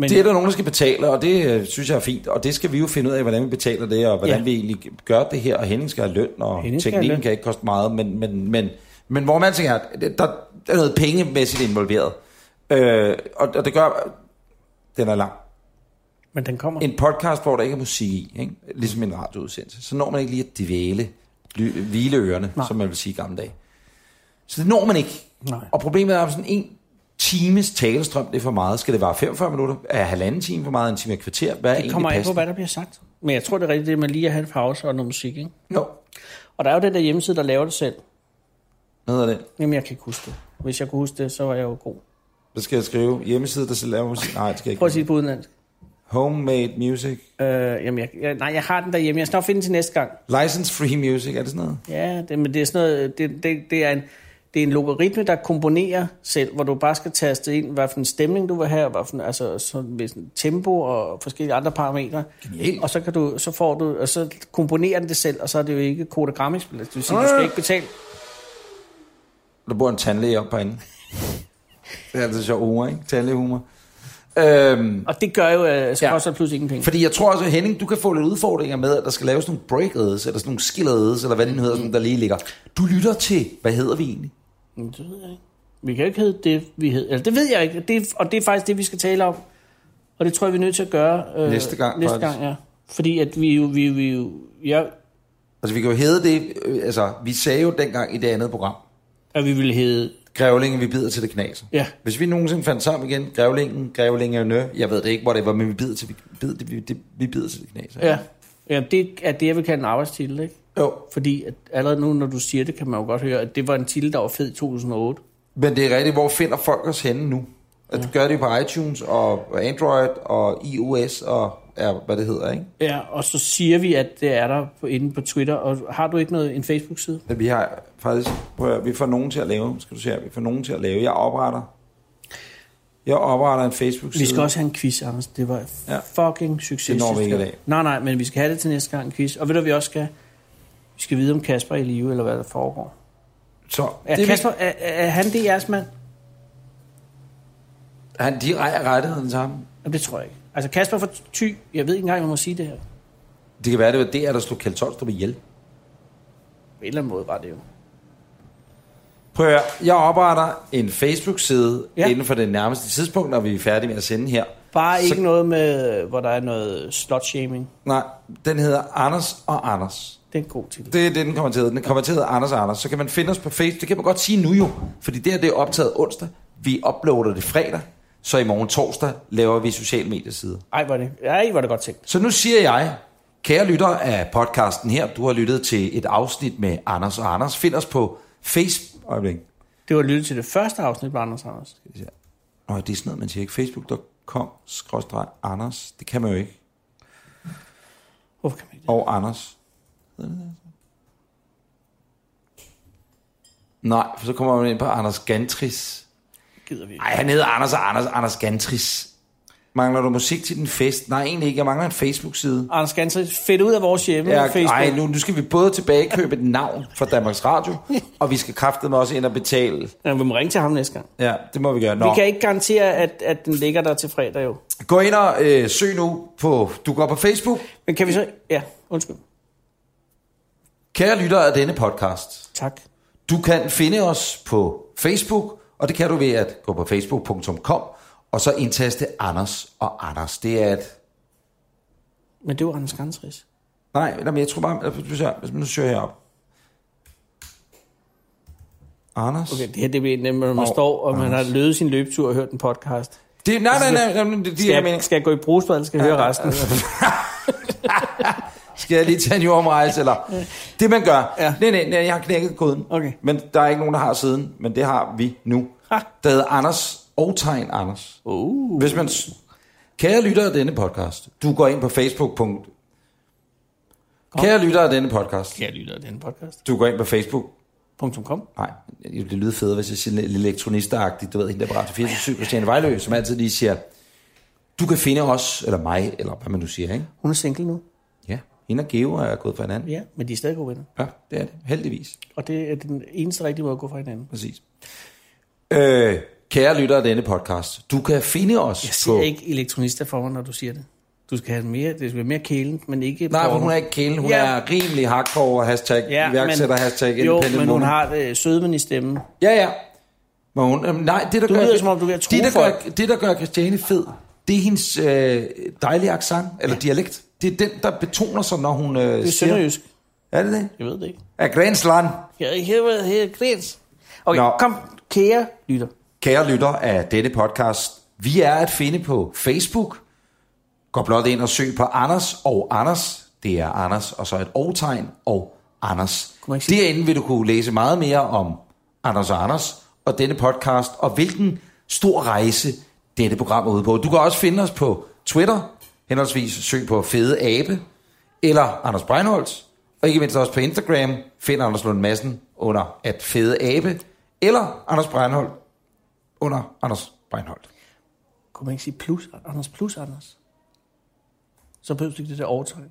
Speaker 1: det er der nogen, der skal betale, og det øh, synes jeg er fint. Og det skal vi jo finde ud af, hvordan vi betaler det, og hvordan ja.
Speaker 2: Ja.
Speaker 1: vi egentlig gør det her. Og Henning skal have løn, og
Speaker 2: Henning skal have
Speaker 1: teknikken
Speaker 2: løn.
Speaker 1: kan ikke koste meget. Men, men, men, men hvor man tænker, at der, der er noget pengemæssigt involveret. Øh, og, og det gør... Den er lang.
Speaker 2: Men den kommer.
Speaker 1: En podcast, hvor der ikke er musik i, ikke? ligesom en radioudsendelse, så når man ikke lige at dvæle, ly- hvile ørerne, Nej.
Speaker 2: Nej.
Speaker 1: som man vil sige i gamle dage. Så det når man ikke.
Speaker 2: Nej.
Speaker 1: Og problemet er, at sådan en times talestrøm, det er for meget. Skal det være 45 minutter? Er halvanden time for meget? En time og et kvarter? Hvad er
Speaker 2: Det
Speaker 1: egentlig
Speaker 2: kommer an på,
Speaker 1: passende?
Speaker 2: hvad der bliver sagt. Men jeg tror, det er rigtigt, det med lige at have en pause og noget musik, ikke?
Speaker 1: Jo,
Speaker 2: Og der er jo den der hjemmeside, der laver det selv.
Speaker 1: hvad hedder det?
Speaker 2: Jamen, jeg kan ikke huske det. Hvis jeg kunne huske det, så var jeg jo god.
Speaker 1: Hvad skal jeg skrive? Hjemmeside, der selv laver musik? Nej, det skal jeg ikke.
Speaker 2: Prøv at sige det på udenlandsk.
Speaker 1: Homemade music.
Speaker 2: Øh, jamen, jeg, jeg, nej, jeg har den derhjemme. Jeg skal nok finde den til næste gang.
Speaker 1: License free music, er det sådan noget?
Speaker 2: Ja, det, men det er sådan noget, det, det, det er en, det er en logaritme, der komponerer selv, hvor du bare skal taste ind, hvad for en stemning du vil have, og hvad for en, altså sådan, med sådan tempo og forskellige andre parametre.
Speaker 1: Genialt.
Speaker 2: Og så, kan du, så får du, og så komponerer den det selv, og så er det jo ikke kodogrammisk, det vil sige,
Speaker 1: Ah.
Speaker 2: du skal ikke betale.
Speaker 1: Der bor en tandlæge op herinde. det er altid sjov humor, ikke? Tandlægehumor. Øhm,
Speaker 2: Og det gør jo, at så
Speaker 1: Ja.
Speaker 2: koster det pludselig ingen penge.
Speaker 1: Fordi jeg tror også, at Henning, du kan få lidt udfordringer med, at der skal laves nogle break eller sådan nogle skill eller hvad det nu hedder, sådan, der lige ligger. Du lytter til, hvad hedder vi egentlig?
Speaker 2: Men Det ved jeg ikke. Vi kan jo ikke hedde det, vi hedder. Altså, det ved jeg ikke, det, og det er faktisk det, vi skal tale om. Og det tror jeg, vi er nødt til at gøre. Øh,
Speaker 1: Næste gang,
Speaker 2: Næste
Speaker 1: faktisk.
Speaker 2: gang, ja. Fordi at vi jo... Vi, vi, jo- jeg,
Speaker 1: Altså, vi kan jo hedde det, øh, altså, vi sagde jo dengang i det andet program,
Speaker 2: at vi ville hedde...
Speaker 1: Grævlingen, vi bider til det knaser.
Speaker 2: Ja,
Speaker 1: Hvis vi nogensinde fandt sammen igen, Grævlingen, Grævlingerne, jeg ved det ikke, hvor det var, men vi bider til, vi bider, det, vi, det, vi bider til det knaser.
Speaker 2: ja. ja det er det, jeg vil kalde en arbejdstitel, ikke?
Speaker 1: Jo,
Speaker 2: Fordi at allerede nu, når du siger det, kan man jo godt høre, at det var en titel, der var fed i 2008.
Speaker 1: men det er rigtigt, hvor finder folk os henne nu? At det gør det på iTunes og Android og iOS og ja, hvad det hedder, ikke?
Speaker 2: Ja, og så siger vi, at det er der på, inde på Twitter. Og har du ikke noget, en Facebook-side?
Speaker 1: Men vi har faktisk, prøv at, høre, vi får nogen til at lave, skal du se her, vi får nogen til at lave. Jeg opretter, jeg opretter en Facebook-side.
Speaker 2: Vi skal også have en quiz, Anders. Det var
Speaker 1: Ja.
Speaker 2: fucking succes.
Speaker 1: Det når vi
Speaker 2: sidste
Speaker 1: ikke i
Speaker 2: gang.
Speaker 1: dag.
Speaker 2: Nej, nej, men vi skal have det til næste gang, en quiz. Og ved du, hvad vi også skal? Vi skal vide, om Kasper er i live, eller hvad der foregår.
Speaker 1: Så
Speaker 2: Er,
Speaker 1: det er
Speaker 2: Kasper, er, er er han det jeres mand?
Speaker 1: vigtigt. han, de ejer rettigheden sammen.
Speaker 2: Jamen, det tror jeg ikke. Altså, Kasper fra Thy, jeg ved ikke engang, om jeg må sige det her. På en
Speaker 1: Det kan være, det var der, der slog Kjeld Tolstrup ihjel.
Speaker 2: eller anden måde var det jo.
Speaker 1: Prøv at høre, jeg opretter en Facebook-side ja.
Speaker 2: Ja.
Speaker 1: inden for det nærmeste tidspunkt, når vi er færdige med at sende her.
Speaker 2: Bare
Speaker 1: Så-
Speaker 2: ikke noget med, hvor der er noget slot-shaming.
Speaker 1: Nej, den hedder Anders og Anders.
Speaker 2: Det er en god titel.
Speaker 1: Det er det, den kommer til at hedde. Den kommer til at hedde Anders og Anders. Så kan man finde os på Facebook. Det kan man godt sige nu jo, fordi det her det er optaget onsdag. Vi uploader det fredag, så i morgen torsdag laver vi sociale mediesider.
Speaker 2: Ej, var det, ej, var det godt tænkt.
Speaker 1: Så nu siger jeg, kære lytter af podcasten her, du har lyttet til et afsnit med Anders og Anders. Find os på Facebook. Øjeblik.
Speaker 2: Det var lyttet til det første afsnit med Anders Anders.
Speaker 1: Nå, det er sådan noget, man siger ikke. Facebook.com skråstreg Anders. Det kan man jo ikke.
Speaker 2: Hvorfor kan man ikke det?
Speaker 1: Og Anders. Hedder det det, altså? Nej, for så kommer man ind på Anders Gantris.
Speaker 2: Gider vi ikke.
Speaker 1: Nej, han hedder Anders og Anders, Anders Gantris. Mangler du musik til din fest? Nej, egentlig ikke. Jeg mangler en Facebook-side.
Speaker 2: Anders Ganser, fedt ud af vores hjemme ja,
Speaker 1: Ja,
Speaker 2: Facebook.
Speaker 1: nej, nu, nu skal vi både tilbagekøbe et navn fra Danmarks Radio, og vi skal kraftedeme også ind og betale.
Speaker 2: Ja, vi må ringe til ham næste gang.
Speaker 1: Ja, det må vi gøre. Nå.
Speaker 2: Vi kan ikke garantere, at, at den ligger der til fredag jo.
Speaker 1: Gå ind og øh, søg nu på, du går på Facebook,
Speaker 2: Men kan vi så... Ja, undskyld.
Speaker 1: kære lytter af denne podcast.
Speaker 2: Tak.
Speaker 1: Du kan finde os på Facebook, og det kan du ved at gå på facebook.com, og så indtaste Anders og Anders. Det er et...
Speaker 2: Men det var Anders Gansris.
Speaker 1: Nej, nej men jeg tror bare, altså, hvis jeg, hvis man nu søger herop. Anders?
Speaker 2: Okay, det her det bliver nemt, når man
Speaker 1: Og
Speaker 2: oh, står, og man har
Speaker 1: Anders.
Speaker 2: løvet sin løbetur og hørt en podcast.
Speaker 1: Det, nej, nej, nej, nej, nej, det, det er
Speaker 2: Skal
Speaker 1: meningen.
Speaker 2: jeg, skal jeg gå i brugspad, eller skal jeg høre resten?
Speaker 1: Skal jeg lige tage en jordomrejse, eller? Det man gør. Ja.
Speaker 2: Ja.
Speaker 1: Nej, nej, nej, jeg har knækket koden.
Speaker 2: Okay.
Speaker 1: Men der er ikke nogen, der har siden, men det har vi nu.
Speaker 2: Ha.
Speaker 1: Der hedder Anders og tegn Anders.
Speaker 2: Uh.
Speaker 1: Hvis man... s- Kære lytter af denne podcast, du går ind på Facebook. punkt- Kære lytter af denne podcast,
Speaker 2: Jeg lytter af den podcast.
Speaker 1: du går ind på Facebook.
Speaker 2: Punktum .com.
Speaker 1: Nej, det lyder federe, hvis jeg siger lidt elektronisteragtigt. Du ved, hende der bare til 24 Christiane Vejlø, som altid lige siger, du kan finde os, eller mig, eller hvad man nu siger, ikke?
Speaker 2: Hun er single nu.
Speaker 1: Ja. Hende og Geo er gået fra hinanden.
Speaker 2: Ja, men de er stadig gode venner.
Speaker 1: Ja, det er det. Heldigvis.
Speaker 2: Og det er den eneste rigtige måde at gå fra hinanden.
Speaker 1: Præcis. Øh, kære lytter af denne podcast, du kan finde os
Speaker 2: Jeg
Speaker 1: på...
Speaker 2: ser ikke elektronister for mig, når du siger det. Du skal have mere, det skal være mere kælen, men ikke...
Speaker 1: Nej, for
Speaker 2: porno.
Speaker 1: hun er ikke kælen. Hun
Speaker 2: Ja.
Speaker 1: er rimelig hardcore, hashtag ja, iværksætter, men... hashtag
Speaker 2: Jo,
Speaker 1: independent
Speaker 2: men hun
Speaker 1: woman.
Speaker 2: har øh, sødmen i stemmen.
Speaker 1: Ja, ja. Men hun, øhm, nej, det der
Speaker 2: Du
Speaker 1: gør,
Speaker 2: lyder, som om du er ved at true
Speaker 1: det, der
Speaker 2: folk.
Speaker 1: gør, det, der gør Christiane fed, det er hendes øh, dejlige accent, eller ja. dialekt. Det er den, der betoner sig, når hun øh,
Speaker 2: Det er sønderjysk.
Speaker 1: Er det det?
Speaker 2: Jeg ved det ikke.
Speaker 1: Er Grænsland.
Speaker 2: Jeg er ikke her, her grins. Okay,
Speaker 1: Nå.
Speaker 2: Nå. kom, kære lytter.
Speaker 1: Kære lytter af dette podcast, vi er at finde på Facebook. Gå blot ind og søg på Anders og Anders. Det er Anders, og så et O-tegn og Anders.
Speaker 2: Kunne man ikke sige-
Speaker 1: Derinde vil du kunne læse meget mere om Anders og Anders og denne podcast, og hvilken stor rejse dette program er ude på. Du kan også finde os på Twitter, henholdsvis søg på Fede Abe, eller Anders Breinholt, og ikke mindst også på Instagram, find Anders Lund Madsen under at Fede Abe, eller Anders Breinholt under Anders Breinholt.
Speaker 2: Kunne man ikke sige plus, Anders plus Anders? Så behøver du ikke det der overtegn.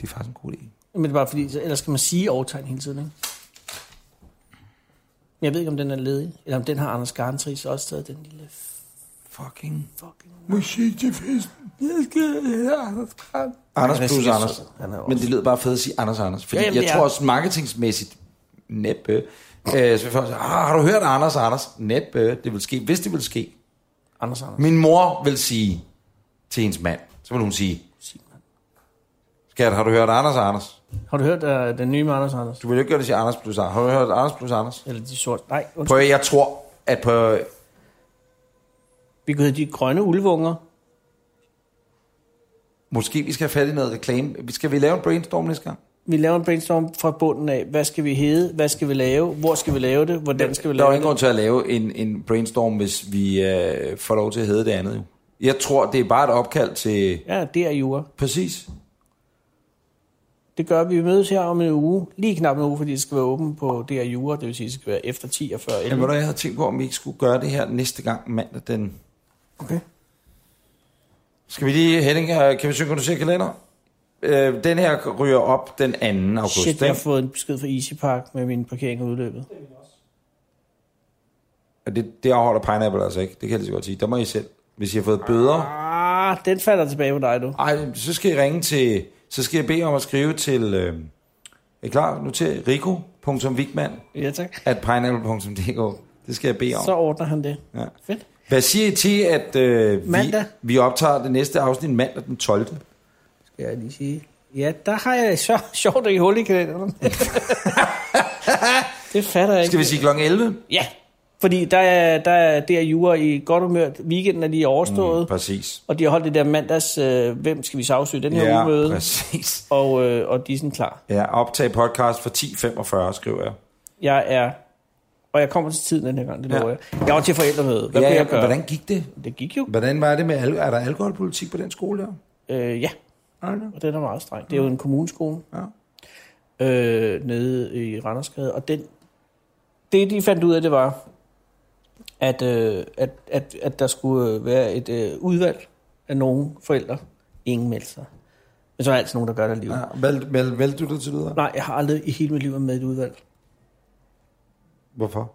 Speaker 1: Det er faktisk en god idé.
Speaker 2: Men det er bare fordi, så- ellers skal man sige overtegn hele tiden, ikke? Men Jeg ved ikke, om den er ledig, eller om den har Anders Garntris også taget den lille
Speaker 1: Fucking
Speaker 2: fucking...
Speaker 1: musik til festen. Jeg skal have Anders Breinholt. Anders
Speaker 2: Han er
Speaker 1: plus
Speaker 2: skide
Speaker 1: Anders.
Speaker 2: sød. Han er også
Speaker 1: Men det lyder bare fedt at sige Anders Anders. Fordi
Speaker 2: Ja,
Speaker 1: Jamen,
Speaker 2: jamen,
Speaker 1: jeg
Speaker 2: det
Speaker 1: tror
Speaker 2: er-
Speaker 1: også marketingsmæssigt, næppe. Øh, så vil folk sige, "Ah, har du hørt Anders Anders? Næppe. Det vil ske, hvis det vil ske.
Speaker 2: Anders Anders.
Speaker 1: Min mor vil sige til hendes mand, så vil hun sige,
Speaker 2: Sig mig.
Speaker 1: skat, har du hørt Anders Anders?
Speaker 2: Har du hørt uh, den nye med Anders Anders?
Speaker 1: Du vil jo ikke gøre det til Anders plus Anders. Har du hørt Anders plus Anders?
Speaker 2: Eller de sorte... Nej, undskyld.
Speaker 1: Prøv, at- jeg tror, at på...
Speaker 2: Vi kunne hedde de grønne ulvunger.
Speaker 1: Måske vi skal have fat i noget reklame. Skal vi lave en brainstorm næste gang?
Speaker 2: Vi laver en brainstorm fra bunden af. Hvad skal vi hedde? Hvad skal vi lave? Hvor skal vi lave det? Hvordan skal vi
Speaker 1: Der er jo
Speaker 2: lave
Speaker 1: ingen
Speaker 2: det?
Speaker 1: grund til at lave en, en brainstorm, hvis vi øh, får lov til at hedde det andet. Jo. Jeg tror, det er bare et opkald til...
Speaker 2: Ja, det er jura.
Speaker 1: Præcis.
Speaker 2: Det gør, at vi mødes her om en uge. Lige knap en uge, fordi det skal være åben på DR Jura. Det vil sige, det skal være efter 10 og før
Speaker 1: Jamen,
Speaker 2: 11.
Speaker 1: ved du, jeg havde tænkt på, om vi ikke skulle gøre det her næste gang mandag den...
Speaker 2: Okay.
Speaker 1: Skal vi lige, Henning, øh, kan vi synkronisere kalender? Øh, den her ryger op den 2. august.
Speaker 2: Shit, jeg har
Speaker 1: ikke?
Speaker 2: fået en besked fra Easy Park med min parkering er udløbet.
Speaker 1: Og det, det afholder Pineapple altså ikke. Det kan jeg lige så godt sige. Der må I selv. Hvis I har fået bøder,
Speaker 2: Ah, den falder tilbage på dig, du.
Speaker 1: ej, så skal I ringe til... Så skal jeg bede om at skrive til... Øh, er I klar? Nu til rico.vigman
Speaker 2: Ja, tak.
Speaker 1: at pineapple.dk. Det skal jeg bede om.
Speaker 2: Så ordner han det.
Speaker 1: Ja.
Speaker 2: Fedt.
Speaker 1: Hvad siger I til, at øh, vi,
Speaker 2: Mandag.
Speaker 1: vi optager det næste afsnit mandag den 12.
Speaker 2: Skal jeg lige sige. Ja, der har jeg så sjovt i hul i kalenderen. det fatter jeg ikke.
Speaker 1: Skal vi sige kl. 11?
Speaker 2: Ja, fordi der er, der er det er jura i godt humør. Weekenden er lige overstået, mm.
Speaker 1: Præcis.
Speaker 2: og de har holdt det der mandags, øh, hvem skal vi sagsøge den her
Speaker 1: Ja,
Speaker 2: ja, ugemøde,
Speaker 1: præcis.
Speaker 2: og, øh, og de er sådan klar.
Speaker 1: Ja, optag podcast for 10.45, skriver jeg.
Speaker 2: Jeg er, og jeg kommer til tiden den her gang, det
Speaker 1: Ja.
Speaker 2: lover ja. jeg. Jeg var til forældremøde, hvad
Speaker 1: ja,
Speaker 2: ja, kunne
Speaker 1: ja,
Speaker 2: jeg gøre?
Speaker 1: hvordan gik det?
Speaker 2: Det gik jo.
Speaker 1: Hvordan var det med al- Er der alkoholpolitik på den skole der?
Speaker 2: Øh, ja,
Speaker 1: Er der?
Speaker 2: og den er meget streng. Det er jo en kommuneskole
Speaker 1: Ja.
Speaker 2: øh, nede i Randersgade, og den, det de fandt ud af, det var, at, øh, at, at, at der skulle være et øh, udvalg af nogle forældre. Ingen meldte sig. Men så er der altid nogen, der gør det alligevel. Ja.
Speaker 1: Ja, vel, vel, vel, du dig til videre?
Speaker 2: Nej, jeg har aldrig i hele mit liv været med i et udvalg.
Speaker 1: Hvorfor?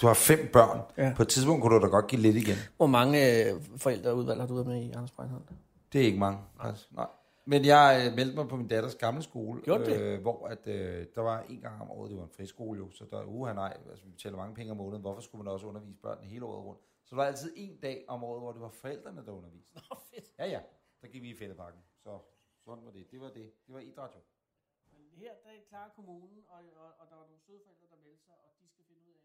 Speaker 1: Du har fem børn. Ja.
Speaker 2: Ja.
Speaker 1: På et tidspunkt kunne du da godt give lidt igen.
Speaker 2: Hvor mange øh, forældreudvalg har du været med i, Anders Breinholt?
Speaker 1: Det er ikke mange. Altså, nej. Men jeg øh, meldte mig på min datters gamle skole,
Speaker 2: Gjorde du det?
Speaker 1: Øh, hvor at, øh, der var en gang om året, det var en friskole jo, så der, uha nej, altså, vi betaler mange penge om måneden, hvorfor skulle man også undervise børnene hele året rundt? Så der var altid en dag om året, hvor det var forældrene, der underviste. Nå, fedt. Ja, ja, der gik vi i fældebakken, så sådan var det. Det var det. Det var idræt jo.
Speaker 2: Her der klarer kommunen, og, og, og der var nogle søde forældre, der meldte sig, og de skal finde ud af,